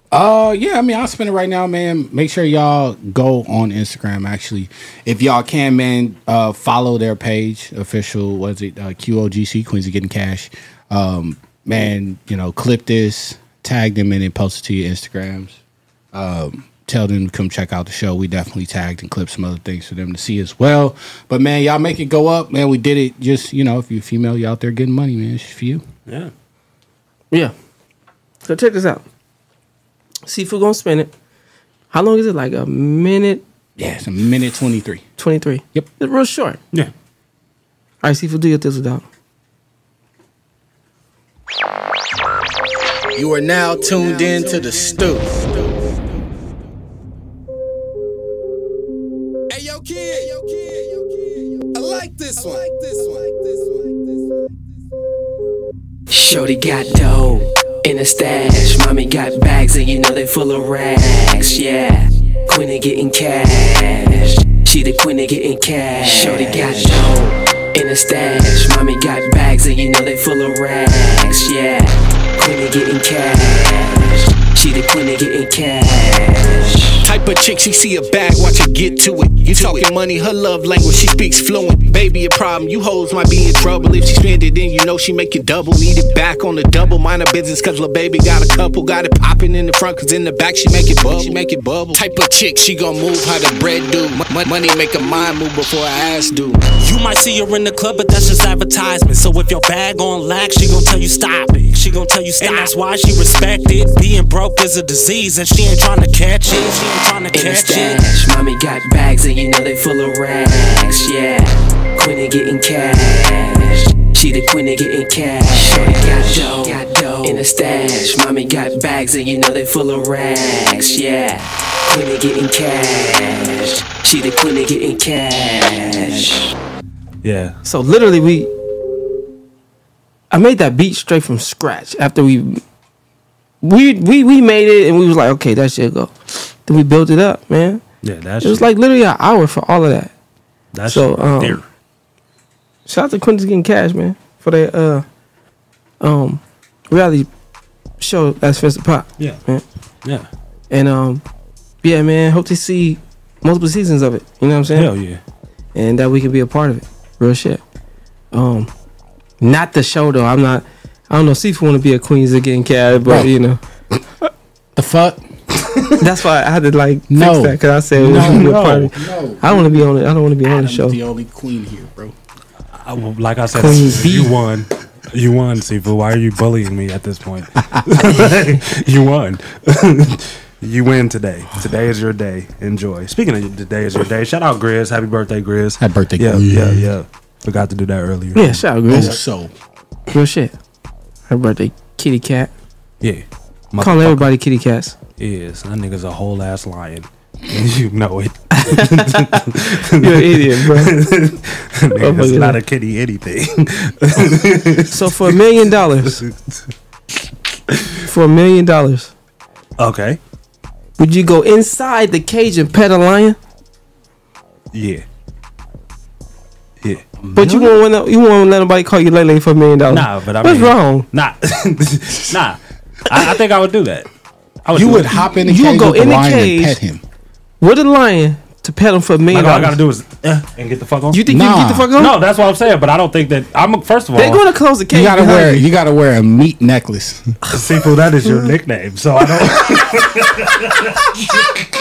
Speaker 1: Uh, yeah. I mean, I'll spin it right now, man. Make sure y'all go on Instagram. Actually, if y'all can, man, uh, follow their page. Official was it uh, QOGC Queens are getting cash. Um, man, you know, clip this, tag them in it, post it to your Instagrams. Um, tell them to come check out the show. We definitely tagged and clipped some other things for them to see as well. But man, y'all make it go up, man. We did it. Just you know, if you're female, you out there getting money, man. It's for you.
Speaker 5: Yeah.
Speaker 6: Yeah. So check this out. Sifu gonna spin it. How long is it? Like a minute?
Speaker 1: Yeah, it's a minute 23.
Speaker 6: 23.
Speaker 1: Yep.
Speaker 6: It's real short.
Speaker 5: Yeah.
Speaker 6: All right, Sifu, do your thizzle down.
Speaker 7: You are now tuned in to the stew.
Speaker 22: Hey yo kid, yo kid, yo kid. I like this one. like this one.
Speaker 15: Shorty got dough in a stash. Mommy got bags and you know they full of rags. Yeah, queen of getting cash. She the queen of getting cash. Shorty got dough in a stash. Mommy got bags and you know they full of rags. Yeah, queen of getting cash. She the queen of getting cash.
Speaker 29: Type of chick, she see a bag, watch her get to it. You talking money, her love language, she speaks fluent. Baby, a problem, you hoes might be in trouble. If she spend it, then you know she make it double. Need it back on the double, mind her business, cause lil' baby got a couple. Got it popping in the front, cause in the back she make it bubble. She make it bubble. Type of chick, she gon' move how the bread do. Mon- money make a mind move before her ass do.
Speaker 8: You might see her in the club, but that's just advertisement. So if your bag on lack, she gon' tell you stop it. She gon' tell you stop. And that's why she respect it. Being broke is a disease, and she ain't tryna catch it. She ain't tryna
Speaker 15: in a
Speaker 8: catch it.
Speaker 15: stash. Mommy got bags and you know they full of rags. Yeah, queen of getting cash. She the queen of getting cash. Shorty got dough, got dough in a stash. Mommy got bags and you know they full of rags. Yeah, queen of getting cash. She the queen of getting cash.
Speaker 5: Yeah.
Speaker 6: So literally, we. I made that beat straight from scratch after we. We we we made it and we was like, okay, that shit go. Then we built it up, man.
Speaker 5: Yeah, that
Speaker 6: it was
Speaker 5: shit-
Speaker 6: like literally an hour for all of that.
Speaker 5: That's
Speaker 6: so
Speaker 5: right
Speaker 6: um,
Speaker 5: there.
Speaker 6: Shout out to Quintus getting cash, man, for their uh um reality show that's Fist of Pop.
Speaker 5: Yeah.
Speaker 6: Man.
Speaker 5: Yeah.
Speaker 6: And um yeah, man, hope to see multiple seasons of it. You know what I'm saying?
Speaker 5: Hell yeah.
Speaker 6: And that we can be a part of it. Real shit. Um not the show though. I'm not I don't know, see if we wanna be a Queens of getting cash, but
Speaker 1: Right.
Speaker 6: you know.
Speaker 1: The fuck?
Speaker 6: That's why I had to like
Speaker 1: No.
Speaker 6: fix that because I said we
Speaker 1: No,
Speaker 6: wanna be a
Speaker 1: no,
Speaker 6: part of it.
Speaker 1: no.
Speaker 6: I don't want to be on it. I don't want to be on the
Speaker 1: Adam's
Speaker 6: show.
Speaker 1: the only queen here, bro.
Speaker 5: I, well, like I said,
Speaker 1: Queen
Speaker 5: you won. You won, Sifu. Why are you bullying me at this point? you won. You win today. Today is your day. Enjoy. Speaking of today is your day, shout out Grizz. Happy birthday, Grizz. Happy
Speaker 1: birthday,
Speaker 5: Yeah,
Speaker 1: Grizz.
Speaker 5: yeah, yeah. Forgot to do that earlier.
Speaker 6: Yeah, shout out Grizz.
Speaker 5: Oh, so
Speaker 6: Real shit. Her birthday, kitty cat.
Speaker 5: yeah.
Speaker 6: Call everybody kitty cats.
Speaker 5: Yes, that nigga's a whole ass lion. you know it.
Speaker 6: You're an idiot, bro. Oh
Speaker 5: Nigga's
Speaker 6: Motherfucker.
Speaker 5: not a kitty anything.
Speaker 6: so for a million dollars, for a million dollars,
Speaker 5: okay.
Speaker 6: would you go inside the cage and pet a lion?
Speaker 5: Yeah. Yeah.
Speaker 6: But you won't want you won't let nobody call you Lele for a million dollars.
Speaker 5: Nah, but I
Speaker 6: what's
Speaker 5: mean-
Speaker 6: wrong?
Speaker 5: Nah. nah. I, I think I would do that. I
Speaker 1: You
Speaker 5: do
Speaker 1: would
Speaker 5: that.
Speaker 1: hop in the cage with the lion and pet him.
Speaker 6: With a lion to pet him for a million
Speaker 5: Like, all I gotta
Speaker 6: dollars.
Speaker 5: do is eh, and get the fuck on.
Speaker 6: Uh. You think you can get the fuck on?
Speaker 5: No, that's what I'm saying. But I don't think that I'm. First of all,
Speaker 6: They're gonna close the cage.
Speaker 1: You gotta
Speaker 6: behind
Speaker 1: wear.
Speaker 6: you.
Speaker 1: You gotta wear a meat necklace.
Speaker 5: Seafood, that is your nickname. So I don't.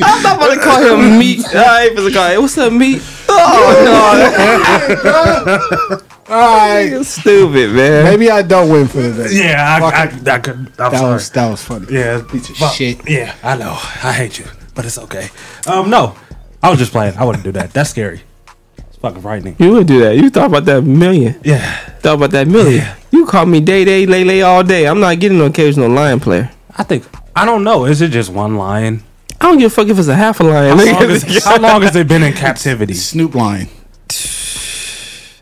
Speaker 6: I'm not about to call him meat. I ain't supposed to call him. What's up, meat? Oh no.
Speaker 1: Alright.
Speaker 6: Stupid man.
Speaker 1: Maybe I don't win for the day.
Speaker 5: yeah,
Speaker 1: Fuck
Speaker 5: I, I,
Speaker 1: it.
Speaker 5: I could. I'm
Speaker 1: that
Speaker 5: sorry.
Speaker 1: was that was funny.
Speaker 5: yeah,
Speaker 1: piece of
Speaker 5: fuck.
Speaker 1: shit.
Speaker 5: Yeah, I know. I hate you, but it's okay. Um, no, I was just playing. I wouldn't do that. That's scary. It's fucking frightening.
Speaker 6: You would do that. You thought about that million.
Speaker 5: Yeah.
Speaker 6: Thought about that million. You call me day day, lay lay all day. I'm not getting no occasional lion player.
Speaker 5: I think I don't know. Is it just one lion?
Speaker 6: I don't give a fuck if it's a half a
Speaker 5: How
Speaker 6: lion.
Speaker 5: long, is, how long has it been in captivity?
Speaker 1: Snoop lion.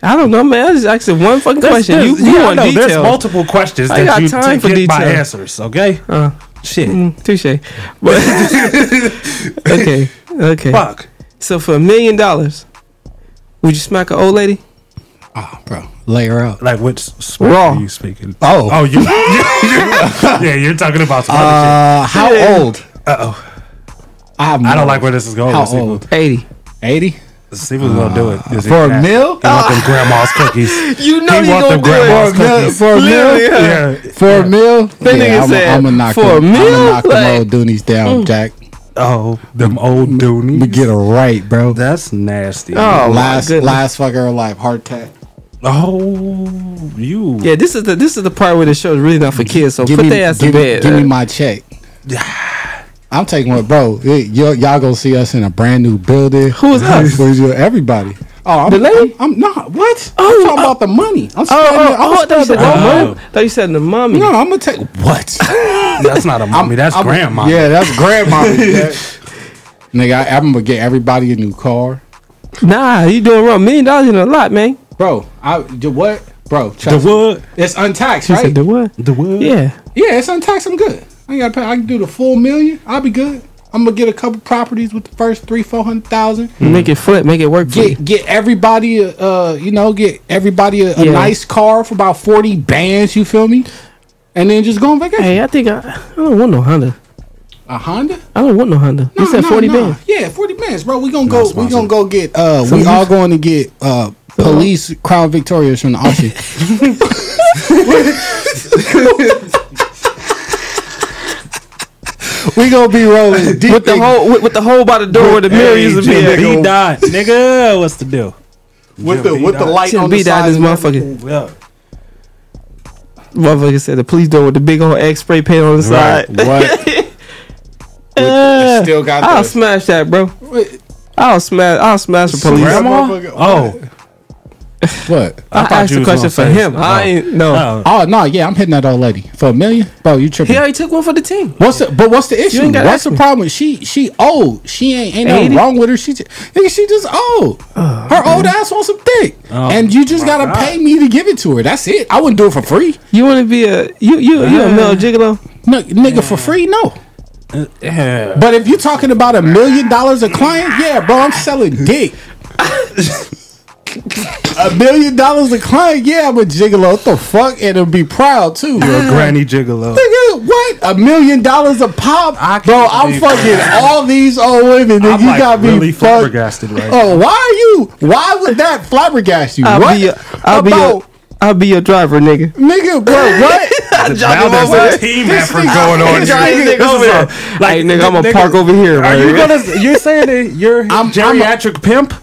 Speaker 6: I don't know, man. I just asked him one fucking
Speaker 5: There's-
Speaker 6: question. You,
Speaker 5: there's-
Speaker 6: you
Speaker 5: yeah, I
Speaker 6: want
Speaker 5: know,
Speaker 6: details?
Speaker 5: There's multiple questions
Speaker 6: I
Speaker 5: that
Speaker 6: got
Speaker 5: you
Speaker 6: time
Speaker 5: time
Speaker 6: for
Speaker 5: to get my
Speaker 6: detail.
Speaker 5: answers. Okay.
Speaker 6: Uh,
Speaker 5: Shit.
Speaker 6: mm, touche. But okay, okay.
Speaker 5: Fuck.
Speaker 6: So for a million dollars, would you smack an old lady?
Speaker 1: Layer up.
Speaker 5: Like which sport
Speaker 6: Raw.
Speaker 5: are you speaking?
Speaker 1: Oh.
Speaker 5: Oh, you. yeah, you're talking about some other
Speaker 1: Uh,
Speaker 5: shit.
Speaker 1: how old?
Speaker 5: Uh oh.
Speaker 1: I, have
Speaker 5: I
Speaker 1: no
Speaker 5: don't like where this is going.
Speaker 1: How
Speaker 5: Let's see
Speaker 1: old?
Speaker 6: Eighty.
Speaker 1: Eighty. Uh,
Speaker 5: See who's gonna do it. Is he
Speaker 1: For a
Speaker 5: fat?
Speaker 1: meal?
Speaker 5: He want them grandma's cookies.
Speaker 6: You know he
Speaker 5: want
Speaker 6: gonna
Speaker 5: them
Speaker 6: do it.
Speaker 5: grandma's
Speaker 1: For a meal-
Speaker 5: cookies.
Speaker 1: for a
Speaker 5: Yeah.
Speaker 1: meal? For a meal?
Speaker 6: That nigga
Speaker 1: I'm,
Speaker 6: said,
Speaker 1: I'm gonna knock
Speaker 6: for a
Speaker 1: them, I'm
Speaker 6: meal?
Speaker 1: gonna knock them
Speaker 6: Like-
Speaker 1: old doonies down,
Speaker 6: Mm.
Speaker 1: Jack.
Speaker 5: Oh, them old doonies.
Speaker 1: We get it right, bro.
Speaker 5: That's nasty.
Speaker 6: Oh,
Speaker 1: last last fucker alive, hard cat.
Speaker 5: Oh, you.
Speaker 6: Yeah, this is the this is the part where the show is really not for kids. So
Speaker 1: Give
Speaker 6: put
Speaker 1: me-
Speaker 6: their ass to
Speaker 1: give me-
Speaker 6: bed.
Speaker 1: Give me
Speaker 6: man.
Speaker 1: my check. I'm taking one, bro. y- y'all, y'all gonna see us in a brand new building.
Speaker 6: Who's us?
Speaker 1: Where's your- everybody? Oh, I'm,
Speaker 6: The lady?
Speaker 1: I'm, I'm not. What? I'm talking about the money.
Speaker 6: Oh,
Speaker 1: I'm
Speaker 6: oh,
Speaker 1: spending.
Speaker 6: oh, I
Speaker 1: I'm
Speaker 6: thought you said
Speaker 1: spending.
Speaker 6: the
Speaker 1: all-
Speaker 6: mom. thought you said the mommy.
Speaker 1: No, I'm gonna take what?
Speaker 5: That's not a mommy. that's
Speaker 1: I'm-
Speaker 5: grandma.
Speaker 1: Yeah, that's grandma. Jack. Nigga, I, I'm gonna get everybody a new car,
Speaker 6: Nah, you doing wrong. Million dollars in a lot, man.
Speaker 1: bro. I the what, bro?
Speaker 5: The
Speaker 1: Trust me.
Speaker 5: wood.
Speaker 1: It's untaxed,
Speaker 6: She
Speaker 1: right?
Speaker 6: said the what?
Speaker 5: The wood.
Speaker 6: Yeah.
Speaker 1: Yeah, it's untaxed. I'm good. I ain't gotta pay. I can do the full million. I'll be good. I'm gonna get a couple properties with the first three, four hundred thousand.
Speaker 6: Make it flip. Make it work for you.
Speaker 1: Get get everybody, a, uh, you know, get everybody a, a
Speaker 6: Yeah.
Speaker 1: nice car for about forty bands. You feel me? And then just go on vacation.
Speaker 6: Hey, I think I, I don't want no Honda.
Speaker 1: A Honda?
Speaker 6: I don't want no Honda. you said
Speaker 1: Nah,
Speaker 6: forty
Speaker 1: nah.
Speaker 6: bands.
Speaker 1: Yeah, forty bands, bro. We gonna go. We
Speaker 5: sponsored.
Speaker 1: gonna go get. Uh, we
Speaker 6: Some-
Speaker 1: all going to get uh police crown victorias from the auction. we gonna be rolling deep
Speaker 6: With the whole with, with the whole by the door where the mirror used to be at.
Speaker 5: He died, nigga. What's the deal?
Speaker 1: with
Speaker 5: the- with the light
Speaker 6: Shouldn't be that this motherfucker.
Speaker 5: Well,
Speaker 6: Motherfucker said the police door with the big old X spray paint on the
Speaker 1: Right,
Speaker 6: side.
Speaker 1: what?
Speaker 6: Uh,
Speaker 1: still got
Speaker 6: I'll
Speaker 1: the-
Speaker 6: smash that, bro. I'll smash. I'll smash the police.
Speaker 5: grandma.
Speaker 1: motherfucker-
Speaker 5: Oh,
Speaker 1: What?
Speaker 6: I,
Speaker 5: thought
Speaker 6: asked
Speaker 5: you
Speaker 6: the
Speaker 5: was
Speaker 6: question for
Speaker 5: gonna say
Speaker 6: him. I
Speaker 5: something.
Speaker 6: ain't no.
Speaker 5: Oh.
Speaker 1: Oh no, yeah, I'm hitting that old lady for a million, bro. You
Speaker 6: He
Speaker 1: tripping?
Speaker 6: already took one for the team.
Speaker 1: What's the, but what's the issue?
Speaker 6: ain't gotta
Speaker 1: What's
Speaker 6: ask
Speaker 1: the
Speaker 6: me.
Speaker 1: problem? She she old. She ain't ain't nothing
Speaker 6: 80?
Speaker 1: wrong with her. She just, nigga, she just old.
Speaker 6: Oh,
Speaker 1: her old ass wants some dick,
Speaker 5: Oh,
Speaker 1: and you just
Speaker 5: my
Speaker 1: gotta
Speaker 5: God.
Speaker 1: pay me to give it to her. That's it. I wouldn't do it for free.
Speaker 6: You want to be a you you you a male gigolo?
Speaker 1: No, nigga, for free, no.
Speaker 5: yeah.
Speaker 1: But if you're talking about a million dollars a client, yeah, bro, I'm selling dick. a million dollars a client, yeah, I'm a gigolo. What the fuck? And it'll be proud too.
Speaker 5: You're a granny gigolo.
Speaker 1: Nigga, what? A million dollars a pop?
Speaker 5: I can't
Speaker 1: Bro, I'm
Speaker 5: believe
Speaker 1: fucking
Speaker 5: that.
Speaker 1: all these old women and
Speaker 5: I'm
Speaker 1: you
Speaker 5: like
Speaker 1: got me
Speaker 5: really
Speaker 1: fucked.
Speaker 5: flabbergasted right now.
Speaker 1: Oh, why are you? Why would that flabbergast you?
Speaker 6: I'll
Speaker 1: what?
Speaker 6: be your I'll be your
Speaker 1: About-
Speaker 6: I'll be your driver, nigga.
Speaker 1: Nigga, bro, what?
Speaker 5: Now there's a team effort going on
Speaker 1: this nigga-
Speaker 5: here.
Speaker 1: this
Speaker 5: This is a-
Speaker 6: Like, nigga, I'm gonna
Speaker 5: nigga,
Speaker 6: park over here.
Speaker 5: Are
Speaker 6: man.
Speaker 5: you gonna? You're saying that you're his
Speaker 1: I'm- I'm a-
Speaker 5: geriatric pimp?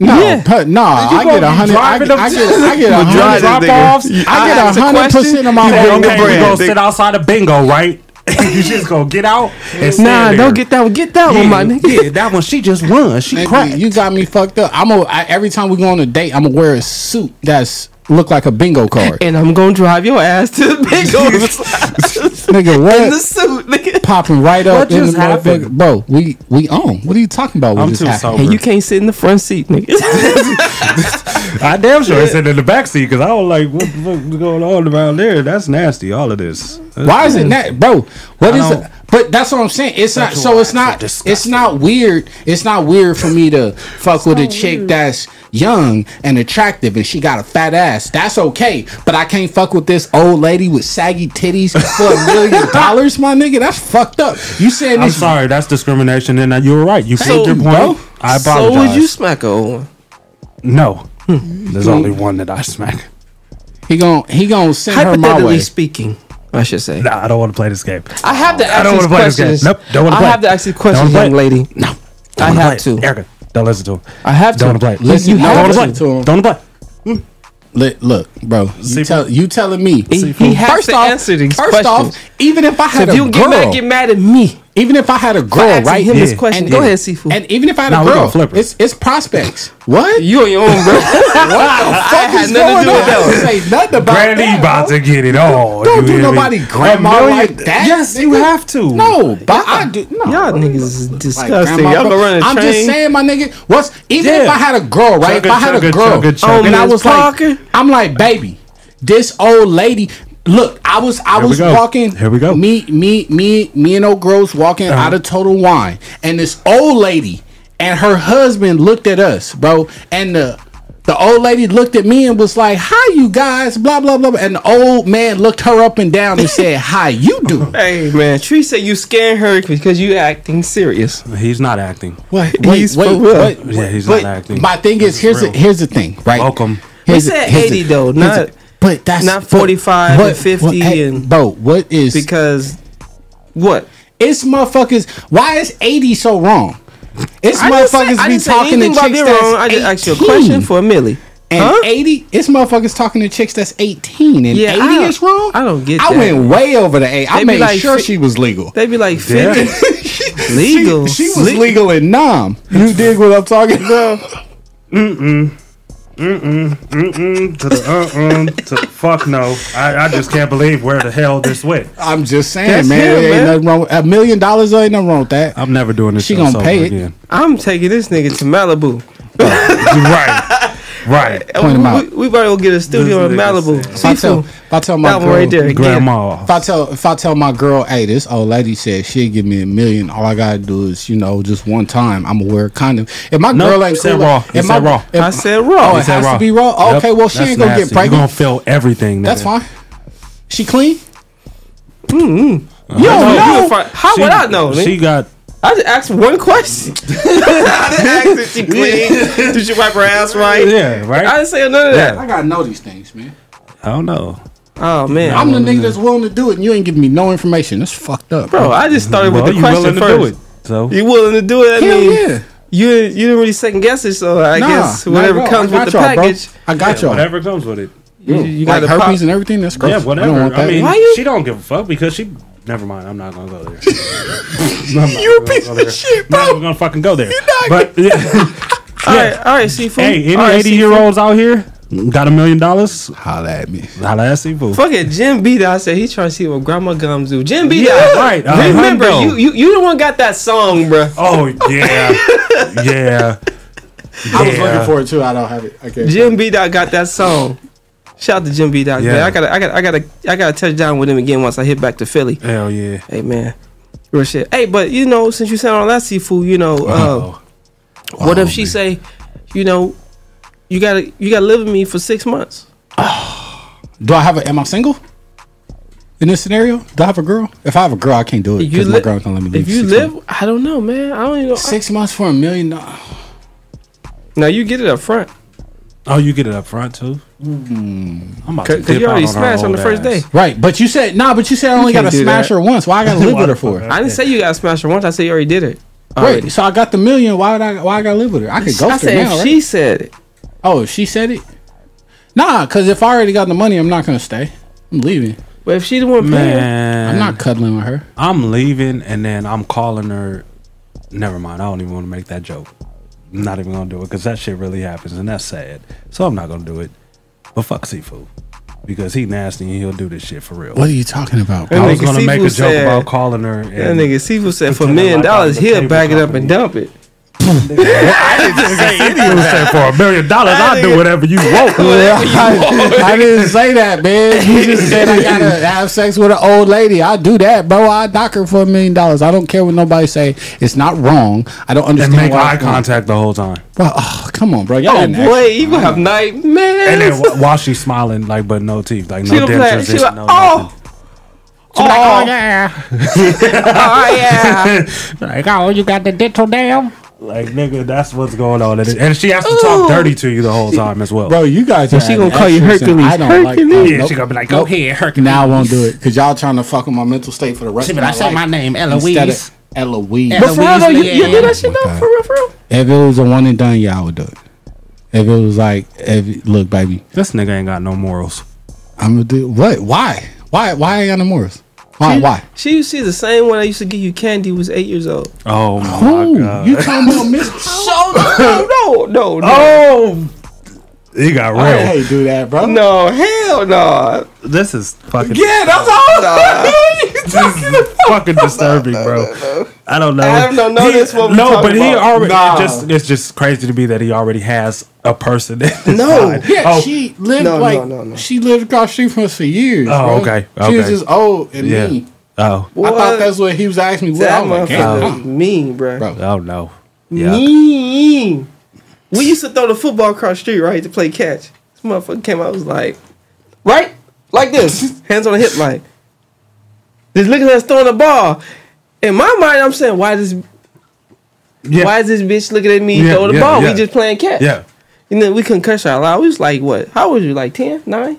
Speaker 1: No,
Speaker 6: Yeah.
Speaker 1: pu- no,
Speaker 5: gonna
Speaker 1: I get
Speaker 5: be
Speaker 1: a hundred. I
Speaker 5: driving
Speaker 1: get,
Speaker 5: them
Speaker 1: I
Speaker 5: to-
Speaker 1: get, I get
Speaker 5: You
Speaker 1: a
Speaker 5: gonna
Speaker 1: hundred
Speaker 5: drive this
Speaker 1: drop-offs.
Speaker 5: nigga.
Speaker 1: I
Speaker 6: I
Speaker 1: get
Speaker 6: asked a
Speaker 1: a hundred percent of my
Speaker 5: You
Speaker 1: own
Speaker 5: okay? We
Speaker 1: bread.
Speaker 5: gonna sit outside of bingo, right? you just gonna get out and stand
Speaker 6: Nah,
Speaker 5: there.
Speaker 6: don't get that one. Get that
Speaker 5: Yeah,
Speaker 6: one, my nigga.
Speaker 5: Yeah, that one. She just won. She
Speaker 1: Nigga,
Speaker 5: cracked.
Speaker 1: You got me fucked up. I'm a, I, every time we go on a date, I'm gonna wear a suit that's look like a bingo card.
Speaker 6: And I'm gonna drive your ass to the
Speaker 1: nigga, what?
Speaker 6: In the suit, nigga.
Speaker 1: Popping right
Speaker 6: What
Speaker 1: up in
Speaker 6: just
Speaker 1: the
Speaker 6: happened?
Speaker 1: motherfucker. Bro, we we on. What are you talking about? What
Speaker 5: I'm
Speaker 1: just
Speaker 5: too
Speaker 1: happened?
Speaker 5: sober.
Speaker 6: And you can't sit in the front seat, nigga.
Speaker 5: I damn sure it's in the back seat because I was like, what the fuck was going on around there? That's nasty. All of this.
Speaker 1: Why is it that, bro? What
Speaker 5: I
Speaker 1: is?
Speaker 5: don't-
Speaker 1: it? But that's what I'm saying. It's not.
Speaker 5: Sexual
Speaker 1: So it's not. It's not weird. It's not weird for me to fuck with a chick that's young and attractive and she got a fat ass. That's okay. But I can't fuck with this old lady with saggy titties for a million dollars, my nigga. That's fucked up. You saying
Speaker 5: I'm
Speaker 1: this?
Speaker 5: sorry, that's discrimination, and uh, you were right. You
Speaker 1: Thank
Speaker 5: proved your
Speaker 1: you,
Speaker 5: point.
Speaker 1: bro.
Speaker 5: I
Speaker 1: So
Speaker 5: apologize.
Speaker 1: would you
Speaker 6: smack a old one? Hmm.
Speaker 5: No, there's only one that I smack.
Speaker 1: He gon' he gon' send her my
Speaker 6: Hypothetically
Speaker 1: way.
Speaker 6: speaking, I should say.
Speaker 5: Nah, I don't want to play this game.
Speaker 6: I have to
Speaker 5: I
Speaker 6: ask
Speaker 5: don't
Speaker 6: these
Speaker 5: wanna play this game.
Speaker 6: questions.
Speaker 5: Nope, don't wanna
Speaker 6: I
Speaker 5: play
Speaker 6: have
Speaker 5: it.
Speaker 6: to ask these
Speaker 5: Don't wanna
Speaker 6: questions,
Speaker 5: play
Speaker 6: young
Speaker 5: it.
Speaker 6: lady.
Speaker 5: No,
Speaker 6: I
Speaker 5: wanna
Speaker 6: have
Speaker 5: play it.
Speaker 6: to.
Speaker 5: Erica, don't listen to him.
Speaker 6: I have
Speaker 5: Don't
Speaker 6: to.
Speaker 5: wanna play. it.
Speaker 6: Listen,
Speaker 5: don't
Speaker 6: you
Speaker 5: wanna
Speaker 6: have
Speaker 5: play.
Speaker 6: to.
Speaker 5: Don't wanna play.
Speaker 1: Li- Hmm. Look, bro. You, tell, you telling me?
Speaker 6: he has to answer these
Speaker 1: first
Speaker 6: questions.
Speaker 1: off, even if I
Speaker 6: So
Speaker 1: had
Speaker 6: if
Speaker 1: a
Speaker 6: you
Speaker 1: girl,
Speaker 6: get mad, get mad at me.
Speaker 1: Even if I had a girl,
Speaker 6: asking
Speaker 1: right?
Speaker 6: him this question. Go ahead, Sifu.
Speaker 1: And even if I had
Speaker 6: Nah,
Speaker 1: a
Speaker 6: we
Speaker 1: girl,
Speaker 6: gonna flip
Speaker 1: it's it's prospects. What?
Speaker 6: You on your own, bro.
Speaker 1: what the fuck
Speaker 6: had
Speaker 1: is
Speaker 6: nothing to
Speaker 1: going
Speaker 6: do with
Speaker 1: on?
Speaker 6: that
Speaker 1: I
Speaker 6: one.
Speaker 1: didn't say nothing about
Speaker 5: Granny
Speaker 1: that.
Speaker 5: about to get it all.
Speaker 1: Don't
Speaker 5: you
Speaker 1: do
Speaker 5: hear me?
Speaker 1: nobody
Speaker 5: A
Speaker 1: grandma
Speaker 5: million-
Speaker 1: like that.
Speaker 5: Yes, you
Speaker 1: nigga.
Speaker 5: have to.
Speaker 1: No, but I do. No,
Speaker 6: Y'all niggas is
Speaker 1: Like,
Speaker 6: disgusting.
Speaker 1: grandma,
Speaker 6: Y'all
Speaker 1: bro.
Speaker 6: gonna run a
Speaker 1: I'm just
Speaker 6: train.
Speaker 1: saying, my nigga. What's even if
Speaker 6: Yeah.
Speaker 1: I had a girl, right? if I had a
Speaker 6: Chugga,
Speaker 1: girl,
Speaker 6: chugga, chugga,
Speaker 1: and I
Speaker 6: chugga.
Speaker 1: was like, I'm like, baby, this old lady. Look, I was I
Speaker 5: Here we
Speaker 1: was
Speaker 5: go.
Speaker 1: walking. Here we go. Me me me me and old girls walking out of Total Wine, and this old lady and her husband looked at us, bro, and the. The old lady looked at me and was like, "Hi, you guys." Blah blah blah. And the old man looked her up and down and said, "Hi, you do."
Speaker 6: Hey man, Tree said you scaring her because you acting serious.
Speaker 5: He's not acting.
Speaker 6: What?
Speaker 1: Wait,
Speaker 6: He's
Speaker 1: wait,
Speaker 6: for real.
Speaker 1: wait,
Speaker 5: Yeah, he's
Speaker 1: but
Speaker 5: not acting.
Speaker 1: My thing is, here's the,
Speaker 5: real.
Speaker 1: here's the thing, right? Welcome.
Speaker 6: We said 80 though, not-
Speaker 1: but that's
Speaker 6: not
Speaker 1: but
Speaker 6: 45 and 50
Speaker 1: hey,
Speaker 6: and-
Speaker 1: bro, what is
Speaker 6: because what
Speaker 1: it's motherfuckers? Why is 80 so wrong? It's
Speaker 6: I didn't say-
Speaker 1: motherfuckers
Speaker 6: I
Speaker 1: be
Speaker 6: didn't say
Speaker 1: talking to
Speaker 6: anything about
Speaker 1: chicks
Speaker 6: being
Speaker 1: that's
Speaker 6: wrong. I just asked you a
Speaker 1: 18.
Speaker 6: question for a milli.
Speaker 1: And
Speaker 6: Huh?
Speaker 1: 80, it's motherfuckers talking to chicks that's 18 and
Speaker 6: Yeah,
Speaker 1: 80
Speaker 6: I-
Speaker 1: is wrong.
Speaker 6: I don't get
Speaker 1: I
Speaker 6: that.
Speaker 1: went way over the 8.
Speaker 6: They
Speaker 1: I
Speaker 6: be
Speaker 1: made
Speaker 6: like
Speaker 1: sure
Speaker 6: fi-
Speaker 1: she was legal.
Speaker 6: They be like
Speaker 1: Yeah.
Speaker 6: 50. legal.
Speaker 1: She was legal in Nam. You dig what I'm talking about?
Speaker 5: Mm-mm. Mm-mm. Mm-mm. To the uh-uh. to the fuck no. I, I just can't believe where the hell this went.
Speaker 1: I'm just saying,
Speaker 5: That's
Speaker 1: man.
Speaker 5: him,
Speaker 1: there
Speaker 5: man.
Speaker 1: Ain't nothing wrong with, a million dollars. Ain't nothing wrong with that.
Speaker 5: I'm never doing this.
Speaker 1: She
Speaker 5: show
Speaker 1: gonna
Speaker 5: sober
Speaker 1: pay it.
Speaker 5: again.
Speaker 6: I'm taking this nigga to Malibu.
Speaker 5: right. Right.
Speaker 6: And we, we, we probably gonna get a studio in Malibu.
Speaker 1: If I tell, if I tell my
Speaker 6: that
Speaker 1: girl,
Speaker 6: one right there.
Speaker 1: If I tell, if I tell my girl, hey, this old lady said she'd give me a million. All I gotta do is, you know, just one time, I'm gonna wear a condom. If my
Speaker 5: No,
Speaker 1: girl ain't
Speaker 5: you said
Speaker 1: cool,
Speaker 5: raw. You
Speaker 1: if my,
Speaker 5: said raw.
Speaker 1: if-
Speaker 6: I said
Speaker 1: Oh,
Speaker 6: raw.
Speaker 1: it
Speaker 5: You said
Speaker 1: has to be raw.
Speaker 5: Yep,
Speaker 1: Okay, well, she
Speaker 5: that's
Speaker 1: ain't gonna
Speaker 5: nasty.
Speaker 1: get pregnant.
Speaker 5: You gonna feel everything.
Speaker 1: That's
Speaker 5: nigga.
Speaker 1: fine. She clean.
Speaker 6: Mm-hmm.
Speaker 5: I
Speaker 6: You don't
Speaker 5: know.
Speaker 6: know. How would I know?
Speaker 5: Uh-huh. She
Speaker 6: nigga?
Speaker 5: got
Speaker 6: I just asked one question. I didn't ask if she clean. Did she wipe her ass right?
Speaker 5: Yeah, right.
Speaker 6: I didn't say none of that.
Speaker 1: I gotta know these things, man.
Speaker 5: I don't know.
Speaker 6: Oh man,
Speaker 1: I'm the nigga that's willing to do it, and you ain't giving me no information. That's fucked up,
Speaker 6: Bro, I just started with
Speaker 5: Well,
Speaker 6: the
Speaker 5: you
Speaker 6: question
Speaker 5: willing to do
Speaker 6: first.
Speaker 5: it. So
Speaker 6: You willing to do it? I
Speaker 1: Hell
Speaker 6: mean,
Speaker 1: yeah.
Speaker 6: you you didn't really second guess it, so I
Speaker 1: Nah,
Speaker 6: guess
Speaker 1: not
Speaker 6: whatever
Speaker 1: at all.
Speaker 6: comes
Speaker 1: I
Speaker 6: with the
Speaker 1: got y'all, bro.
Speaker 6: package.
Speaker 1: I got
Speaker 5: Yeah,
Speaker 1: y'all.
Speaker 5: Whatever comes with it.
Speaker 6: You- you
Speaker 1: like
Speaker 6: gotta pop-
Speaker 1: herpes and everything. That's gross.
Speaker 5: Yeah, whatever.
Speaker 1: I
Speaker 5: I,
Speaker 1: don't want that.
Speaker 5: mean,
Speaker 1: Why you-
Speaker 5: she don't give a fuck because she. Never mind. I'm not gonna go there. you
Speaker 6: a piece of shit,
Speaker 5: bro. I'm gonna fucking go there. but yeah.
Speaker 6: All right, all right, seafood.
Speaker 5: hey, any
Speaker 6: All right,
Speaker 5: 80 year olds out here got a million dollars?
Speaker 1: Holla at me.
Speaker 5: Holla at
Speaker 6: seafood.
Speaker 5: seafood.
Speaker 6: Fuck it, Jim B. I said he trying to see what Grandma Gums do. Jim B.
Speaker 5: Yeah,
Speaker 6: Dot,
Speaker 5: right, uh,
Speaker 6: Remember,
Speaker 5: Hundo.
Speaker 6: you you you the one got that song, bro.
Speaker 5: Oh yeah, yeah.
Speaker 1: I was
Speaker 6: Yeah.
Speaker 1: looking for it too. I don't have it. I can't.
Speaker 6: Jim B. Dot got that song. Shout out to Jim B. Dot.
Speaker 1: Yeah.
Speaker 6: man. I gotta I gotta I gotta I gotta touch down with him again once I hit back to Philly.
Speaker 5: Hell yeah.
Speaker 6: Hey man, real shit. Hey, but you know, since you said all that seafood, you know, uh, what if she say, you know, you gotta you gotta live with me for six months?
Speaker 1: Do I have a? Am I single? In this scenario, do I have a girl? If I have a girl, I can't do it
Speaker 6: If you
Speaker 1: because my
Speaker 6: li-
Speaker 1: girl can't let me leave.
Speaker 6: If you
Speaker 1: six
Speaker 6: live,
Speaker 1: months.
Speaker 6: I don't know, man. I don't even know.
Speaker 1: six months for a million dollars,
Speaker 6: Now you get it up front.
Speaker 5: Oh, you get it up front too.
Speaker 1: Mm.
Speaker 5: I'm about to
Speaker 6: Cause, 'cause
Speaker 5: dip
Speaker 6: you already
Speaker 5: out on her
Speaker 6: smashed on
Speaker 5: old
Speaker 6: the first
Speaker 5: ass.
Speaker 6: day.
Speaker 1: right? But you said nah. But you said I only got
Speaker 6: can't
Speaker 1: to
Speaker 6: do
Speaker 1: smash
Speaker 6: that.
Speaker 1: her once. Why I got to live with her for?
Speaker 6: I didn't say you got to smash her once. I said you already did it.
Speaker 1: Wait, so I got the million. Why would I? Why I got to live with her? I could go
Speaker 6: I
Speaker 1: for
Speaker 6: said
Speaker 1: it
Speaker 6: if
Speaker 1: now.
Speaker 6: she
Speaker 1: Right?
Speaker 6: said it.
Speaker 1: Oh, if she said it. Nah, because if I already got the money, I'm not gonna stay. I'm leaving.
Speaker 6: But if she the one paying,
Speaker 5: Man,
Speaker 1: I'm not cuddling with her.
Speaker 5: I'm leaving and then I'm calling her. Never mind. I don't even want to make that joke. I'm not even going to do it because that shit really happens and that's sad. So I'm not going to do it. But fuck Seafood because he nasty and he'll do this shit for real.
Speaker 1: What are you talking about?
Speaker 5: I was
Speaker 6: That nigga
Speaker 5: going to make a
Speaker 6: Seafood
Speaker 5: joke
Speaker 6: said-
Speaker 5: about calling her.
Speaker 6: That nigga Seafood said for a
Speaker 5: pretending
Speaker 6: million
Speaker 5: like I'm
Speaker 6: dollars,
Speaker 5: the
Speaker 6: he'll
Speaker 5: cable
Speaker 6: bag it up and dump it.
Speaker 5: Hey, he was saying for a million dollars, I'll do whatever you want.
Speaker 1: I, I didn't say that, man. You just said I gotta have sex with an old lady. I do that, bro. I dock her for a million dollars. I don't care what nobody say. It's not wrong. I don't
Speaker 5: And
Speaker 1: understand.
Speaker 5: make
Speaker 1: why
Speaker 5: eye contact the whole time.
Speaker 1: Bro, oh, come on, bro. Y'all
Speaker 5: Oh,
Speaker 1: didn't ask-
Speaker 5: boy, you have
Speaker 6: nightmares.
Speaker 5: And then wh- while she's smiling, like, but no teeth, like,
Speaker 6: She
Speaker 5: no
Speaker 6: was
Speaker 5: dentures.
Speaker 6: like, she
Speaker 5: She
Speaker 6: was like,
Speaker 5: no
Speaker 6: oh,
Speaker 1: She like,
Speaker 6: Oh.
Speaker 1: oh yeah,
Speaker 6: oh yeah.
Speaker 1: like oh you got the dental dam.
Speaker 5: Like nigga, that's what's going on, and and she has to talk dirty to you the whole time as well.
Speaker 1: Bro, you guys.
Speaker 5: Well,
Speaker 1: are
Speaker 5: she
Speaker 1: at
Speaker 5: gonna
Speaker 1: an
Speaker 5: call you
Speaker 1: extreme
Speaker 5: Hercules.
Speaker 1: sense. I don't like.
Speaker 5: Hercules.
Speaker 1: oh,
Speaker 5: Yeah, she gonna be like, go ahead, Hercules.
Speaker 1: Now I won't do it because y'all trying to fuck with my mental state for the rest.
Speaker 5: She
Speaker 1: of
Speaker 5: be
Speaker 1: my
Speaker 5: like, say
Speaker 1: life.
Speaker 5: my name,
Speaker 1: Instead of
Speaker 5: Eloise.
Speaker 1: Eloise.
Speaker 6: But for real though, you, you do that shit
Speaker 1: What
Speaker 6: though,
Speaker 1: the-
Speaker 6: for real, for real.
Speaker 1: If it was a one and done, yeah, I would do it. If it was like, if look, baby,
Speaker 5: this nigga ain't got no morals.
Speaker 1: I'm gonna do what? Why? Why? Why ain't got no morals? Why?
Speaker 6: She-
Speaker 1: Why?
Speaker 6: She she's the same one that used to give you candy was eight years old.
Speaker 5: Oh my god,
Speaker 1: you talking about Miss? So
Speaker 6: no, no, no, no.
Speaker 5: Oh, he got real.
Speaker 1: I ain't do that, bro.
Speaker 6: No, hell no.
Speaker 5: This is fucking.
Speaker 6: Yeah, that's all.
Speaker 5: fucking disturbing, bro. I don't know.
Speaker 6: I don't know
Speaker 5: He-
Speaker 6: this what we
Speaker 5: no,
Speaker 6: talking
Speaker 5: but he
Speaker 6: about.
Speaker 5: already.
Speaker 6: Nah.
Speaker 5: It just it's just crazy to me that he already has a person.
Speaker 6: No.
Speaker 1: Yeah,
Speaker 5: oh.
Speaker 1: she lived
Speaker 6: No, no,
Speaker 1: like
Speaker 6: no,
Speaker 1: she lived across the street from us for years.
Speaker 5: Oh,
Speaker 1: bro.
Speaker 5: okay,
Speaker 1: She was
Speaker 5: okay.
Speaker 1: just old and
Speaker 5: Yeah.
Speaker 1: mean.
Speaker 5: Oh.
Speaker 1: I thought that's what he was asking me. What I
Speaker 6: That
Speaker 1: was like,
Speaker 6: motherfucker
Speaker 1: damn.
Speaker 6: mean, bro.
Speaker 5: Oh no.
Speaker 6: Mean. We used to throw the football across the street, right, to play catch. This motherfucker came out was like, right, like this, hands on the hip, like just looking at us throwing the ball. In my mind, I'm saying, why this? Why is this bitch looking at me
Speaker 5: Yeah,
Speaker 6: throw the
Speaker 5: yeah,
Speaker 6: ball?
Speaker 5: yeah.
Speaker 6: We just playing catch.
Speaker 5: Yeah.
Speaker 6: And then we couldn't cuss out loud. We was like, what? How old was you? Like 10, 9?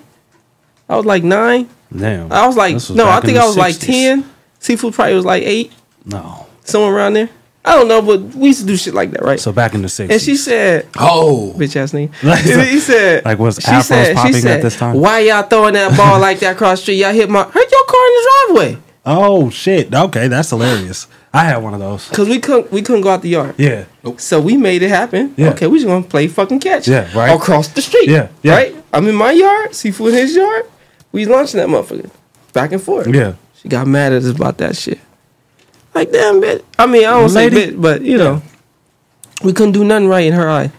Speaker 6: I was like 9.
Speaker 5: Damn.
Speaker 6: I was like,
Speaker 5: This
Speaker 6: no, I
Speaker 5: back in
Speaker 6: think
Speaker 5: the
Speaker 6: I was like
Speaker 5: 60s.
Speaker 6: 10. Seafood probably was like 8,
Speaker 5: No.
Speaker 6: somewhere around there. I don't know, but we used to do shit like that, right?
Speaker 5: So back in the
Speaker 6: And
Speaker 5: sixties.
Speaker 6: she said,
Speaker 1: "Oh,
Speaker 6: bitch ass nigga." And he said,
Speaker 5: Like was
Speaker 6: she
Speaker 5: afros
Speaker 6: said, she
Speaker 5: popping
Speaker 6: said,
Speaker 5: at this time?
Speaker 6: Why y'all throwing that ball like that across the street? Y'all hit my hurt your car in the driveway
Speaker 5: Oh shit. Okay, that's hilarious. I had one of those.
Speaker 6: because we couldn't we couldn't go out the yard.
Speaker 5: Yeah.
Speaker 6: So we made it happen.
Speaker 5: Yeah.
Speaker 6: Okay, we just gonna play fucking catch.
Speaker 5: Yeah, right.
Speaker 6: Across the street.
Speaker 5: Yeah, yeah.
Speaker 6: Right. I'm in my yard. Seafood in his yard. We launching that motherfucker back and forth.
Speaker 5: Yeah.
Speaker 6: She got mad at us about that shit. Like damn bitch. I mean, I don't say
Speaker 5: Lady.
Speaker 6: bitch, but you know, we couldn't do nothing right in her eye.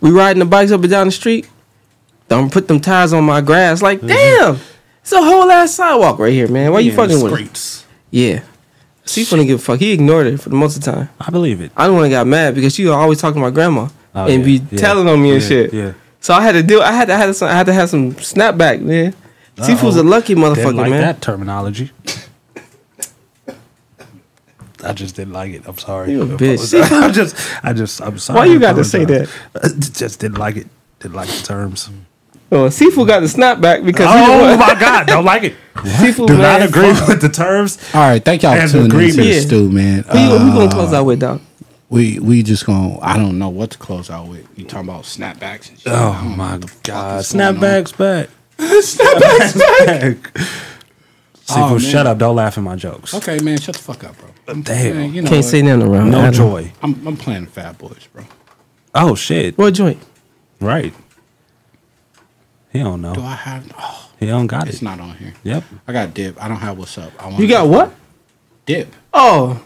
Speaker 6: we riding the bikes up and down the street. Don't put them tires on my grass. Like damn, it's a whole ass sidewalk right here, man. Why you
Speaker 5: Mm-hmm. Yeah,
Speaker 6: fucking with? it?
Speaker 5: streets.
Speaker 6: Yeah. She wouldn't give a fuck. He ignored it for the most of the time.
Speaker 5: I believe it.
Speaker 6: I don't want to got mad because she was always talking to my grandma
Speaker 5: Oh,
Speaker 6: and
Speaker 5: yeah,
Speaker 6: be
Speaker 5: yeah,
Speaker 6: telling on me and
Speaker 5: yeah,
Speaker 6: shit.
Speaker 5: Yeah.
Speaker 6: So I had to deal. I had to I had some. I had to have some snapback, man. Seafood's a lucky
Speaker 5: Didn't
Speaker 6: motherfucker,
Speaker 5: like
Speaker 6: man.
Speaker 5: That terminology. I just didn't like it. I'm sorry.
Speaker 6: You a
Speaker 5: I
Speaker 6: bitch.
Speaker 5: apologize. I'm just, I just, I'm sorry.
Speaker 6: Why you gotta say
Speaker 5: Apologize. Uh, just didn't like it. Didn't like the terms.
Speaker 6: Oh, Seafood got the snapback because. he
Speaker 5: Oh
Speaker 6: didn't want-
Speaker 5: my God, don't like it.
Speaker 6: Seafood,
Speaker 5: Do
Speaker 6: man,
Speaker 5: not agree
Speaker 6: fuck.
Speaker 5: with the terms.
Speaker 1: All right, thank y'all for
Speaker 5: And
Speaker 1: tuning in to
Speaker 5: agreement.
Speaker 1: the stew, man.
Speaker 6: Who you- who you gonna
Speaker 1: Uh,
Speaker 6: close out with, dog?
Speaker 1: We we just gonna. I don't know what to close out with. You talking about snapbacks and shit?
Speaker 5: Oh my God, snapbacks back.
Speaker 1: snapbacks back.
Speaker 5: Seafood,
Speaker 1: man.
Speaker 5: shut up. Don't laugh at my jokes.
Speaker 1: Okay, man, shut the fuck up, bro. I'm-
Speaker 5: Damn.
Speaker 1: man,
Speaker 6: Can't say nothing around
Speaker 5: No
Speaker 6: Adam.
Speaker 5: joy.
Speaker 1: I'm, I'm playing Fat Boys, bro.
Speaker 5: Oh shit.
Speaker 6: What joint?
Speaker 5: Right. He don't know.
Speaker 1: Do I have? Oh,
Speaker 5: He don't got it.
Speaker 1: it's not on here.
Speaker 5: Yep.
Speaker 1: I got dip. I don't have what's up. I want
Speaker 6: You got what?
Speaker 1: dip.
Speaker 6: Oh,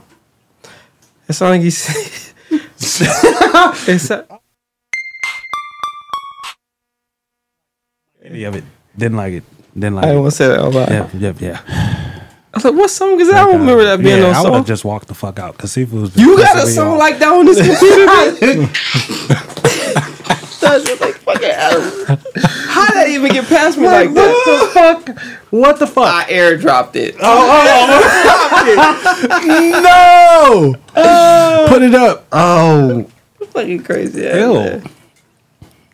Speaker 6: it sounded like you said. it sound-
Speaker 5: Any of it. Didn't like it. Didn't like
Speaker 6: I
Speaker 5: it.
Speaker 6: didn't want to say that out loud.
Speaker 5: Yep. Yep. Yeah.
Speaker 6: I was like, "What song is that?" I don't remember that being
Speaker 5: yeah,
Speaker 6: on
Speaker 5: I would
Speaker 6: song.
Speaker 5: have just walked the fuck out because seafood was.
Speaker 6: You got a song like that on this computer? man? That's just like fucking Adam. How did that even get past me like, that? What the fuck?
Speaker 5: What the fuck? Oh,
Speaker 6: I airdropped it. oh,
Speaker 1: no. Put it up.
Speaker 5: Oh,
Speaker 6: fucking crazy. ass
Speaker 5: Ew.
Speaker 6: man.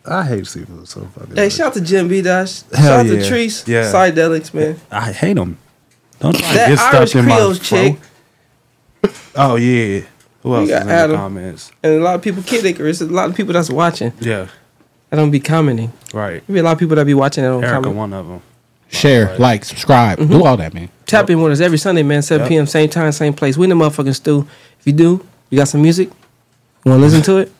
Speaker 5: I hate seafood so fucking.
Speaker 6: Hey, shout out to Jim B. Dash. Shout
Speaker 5: Hell
Speaker 6: out to
Speaker 5: yeah.
Speaker 6: Treese.
Speaker 5: Yeah.
Speaker 6: Psydelics, man.
Speaker 5: I hate them. Don't try to
Speaker 6: That
Speaker 5: get
Speaker 6: Irish
Speaker 5: stuff in my
Speaker 6: Creole
Speaker 5: throat.
Speaker 6: chick.
Speaker 5: Oh yeah. Who
Speaker 6: We
Speaker 5: else is
Speaker 6: got
Speaker 5: in
Speaker 6: Adam.
Speaker 5: the comments?
Speaker 6: And a lot of people, Kid Icarus, a lot of people that's watching.
Speaker 5: Yeah.
Speaker 6: I don't be commenting.
Speaker 5: Right.
Speaker 6: There be a lot of people that be watching that don't
Speaker 5: Erica,
Speaker 6: comment.
Speaker 5: one of them.
Speaker 6: Mm-hmm.
Speaker 1: Share, like, subscribe, do all that, man.
Speaker 6: Tap in with us every Sunday, man. 7
Speaker 5: Yep.
Speaker 6: p.m. same time, same place. We in the motherfucking stew. If you do, you got some music. You want to listen to it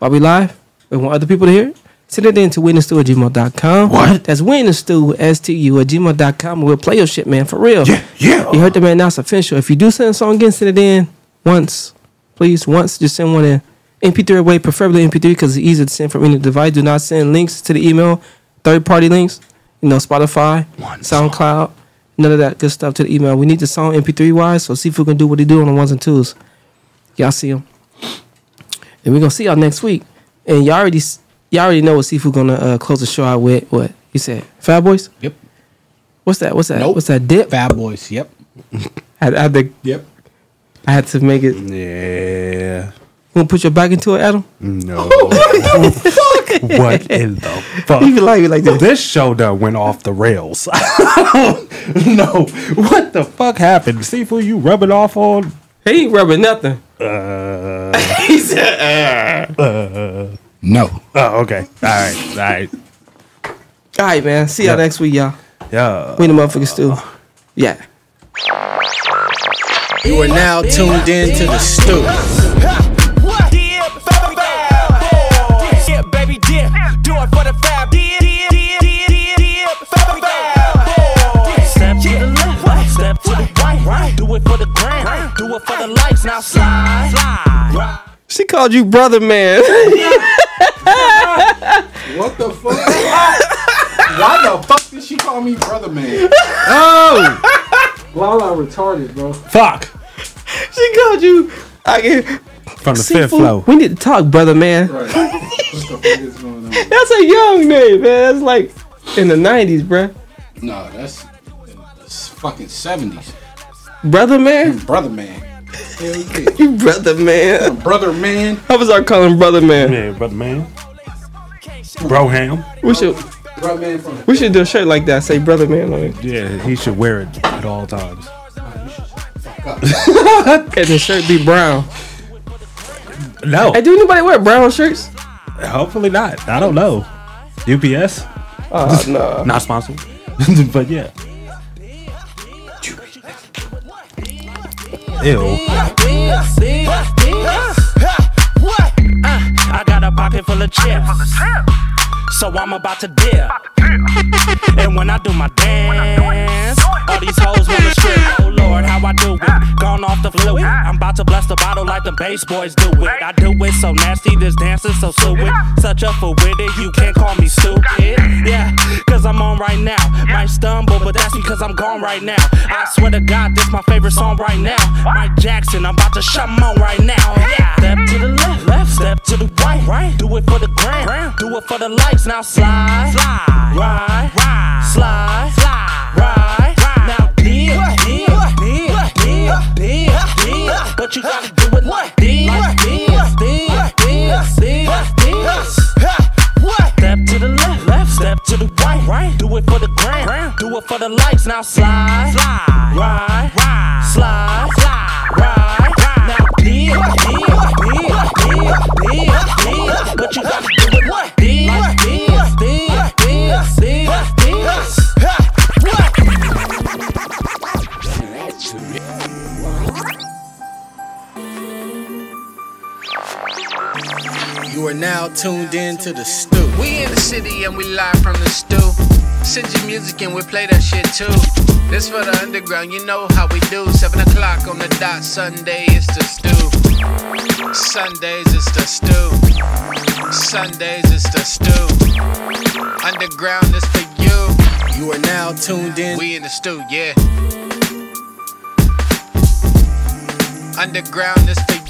Speaker 6: while we live? We want other people to hear it. Send it in to witnessstew at gmail.com. What? That's witnessstew, S-T-U, at gmail.com. We'll play your shit, man, for real. Yeah, yeah. You heard the man, now it's official. If you do send a song again, send it in once. Please, once. Just send one in. MP3 way, preferably MP3, because it's easier to send from any device. Do not send links to the email, third-party links, you know, Spotify, SoundCloud, none of that good stuff to the email. We need the song MP3-wise, so see if we can do what they do on the ones and twos. Y'all see them. And we're gonna see y'all next week. And y'all already y'all already know what Sifu gonna uh, close the show out with. What you said? Fat Boys?
Speaker 1: Yep.
Speaker 6: What's that? What's that?
Speaker 1: Nope.
Speaker 6: What's that dip?
Speaker 1: Fat Boys, yep.
Speaker 6: I, I had to
Speaker 1: Yep.
Speaker 6: I had to make it
Speaker 5: Yeah. Mm.
Speaker 6: You gonna put your back into it, Adam?
Speaker 5: No.
Speaker 6: what the fuck?
Speaker 5: what in the fuck?
Speaker 6: You be like, you like
Speaker 5: this. show done went off the rails. no. What the fuck happened? Seafood, you rubbing off on.
Speaker 6: He ain't rubbing nothing.
Speaker 5: Uh,
Speaker 6: he said,
Speaker 5: uh, uh.
Speaker 1: No.
Speaker 5: Oh, okay. All right. All right.
Speaker 6: All right, man. See y'all
Speaker 5: Yeah.
Speaker 6: next week, y'all.
Speaker 5: Yeah. Uh.
Speaker 6: We in the motherfuckers still. Yeah.
Speaker 7: You are now tuned in to the stew.
Speaker 14: Yeah, baby, yeah, yeah, baby, yeah. Do it for the fab. Yeah, yeah, yeah, yeah, yeah, yeah, baby, yeah.
Speaker 8: Step to the left, step to the right. Do it for the gram, do it for the likes. Now slide, slide.
Speaker 6: She called you brother man.
Speaker 1: What the fuck? Why the fuck did she call me brother man? Oh!
Speaker 6: Lala retarded, bro.
Speaker 5: Fuck.
Speaker 6: She called you. I get
Speaker 5: From the
Speaker 6: See,
Speaker 5: fifth
Speaker 6: fool,
Speaker 5: flow.
Speaker 6: We need to talk, brother man. That's a young name, man. That's like in the nineties, bruh.
Speaker 1: No, that's, that's fucking 70s.
Speaker 6: Brother man?
Speaker 1: Brother man.
Speaker 6: You brother man.
Speaker 1: Brother man.
Speaker 6: How was I calling brother man?
Speaker 5: Yeah, brother man. Bro ham.
Speaker 6: We should
Speaker 1: Brother man from
Speaker 6: we should do a shirt like that, say brother man on it.
Speaker 5: Yeah, he should wear it at all times.
Speaker 6: and the shirt be brown.
Speaker 5: No.
Speaker 6: Hey, do anybody wear brown shirts?
Speaker 5: Hopefully not. I don't know. UPS?
Speaker 6: Uh, no.
Speaker 5: Not sponsored. but yeah. Ew.
Speaker 8: I got a pocket full of chips. So I'm about to dip. And when I do my dance, all these hoes wanna strip. Oh Lord, how I do it. Gone off the fluid. I'm about to bless the bottle like the bass boys do it. I do it so nasty, this dance is so stupid. Such a fool with it, you can't call me stupid. Yeah, cause I'm on right now. Might stumble, but that's because I'm gone right now. I swear to God, this my favorite song right now. Mike Jackson, I'm about to shut him on right now. Yeah. Step to the left, left, step to the right, right. Do it for the gram, do it for the likes. Now slide, slide, ride, ride, slide, slide, ride. Now dip, dip, dip, dip, dip, dip. But you gotta do it like this, like this, this, this, this, this. Step to the left, left, step to the right, right. Do it for the gram, do it for the likes. Now slide, slide, ride, ride, slide, slide, ride. Now dip, dip, dip, dip, dip, dip. But you gotta do it like this, like this, this, this, this, this.
Speaker 7: You are now tuned in to the stew.
Speaker 3: We in the city and we live from the stew. Send your music and we play that shit too. This for the underground, you know how we do. Seven o'clock on the dot, Sunday is the stew. Sundays is the stew. Sundays is the stew. Underground is for you. You are now tuned in. We in the stew, yeah. Underground is for you.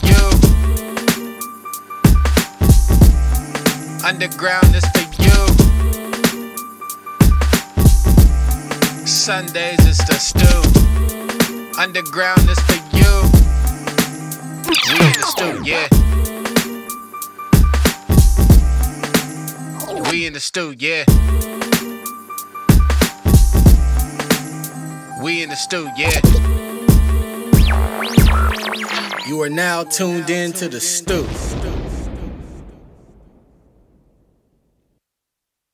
Speaker 3: Underground is for you. Sundays is the stew. Underground is for you. We in the stew, yeah. We in the stew, yeah. We in the stew, yeah.
Speaker 7: You are now tuned in to the stew.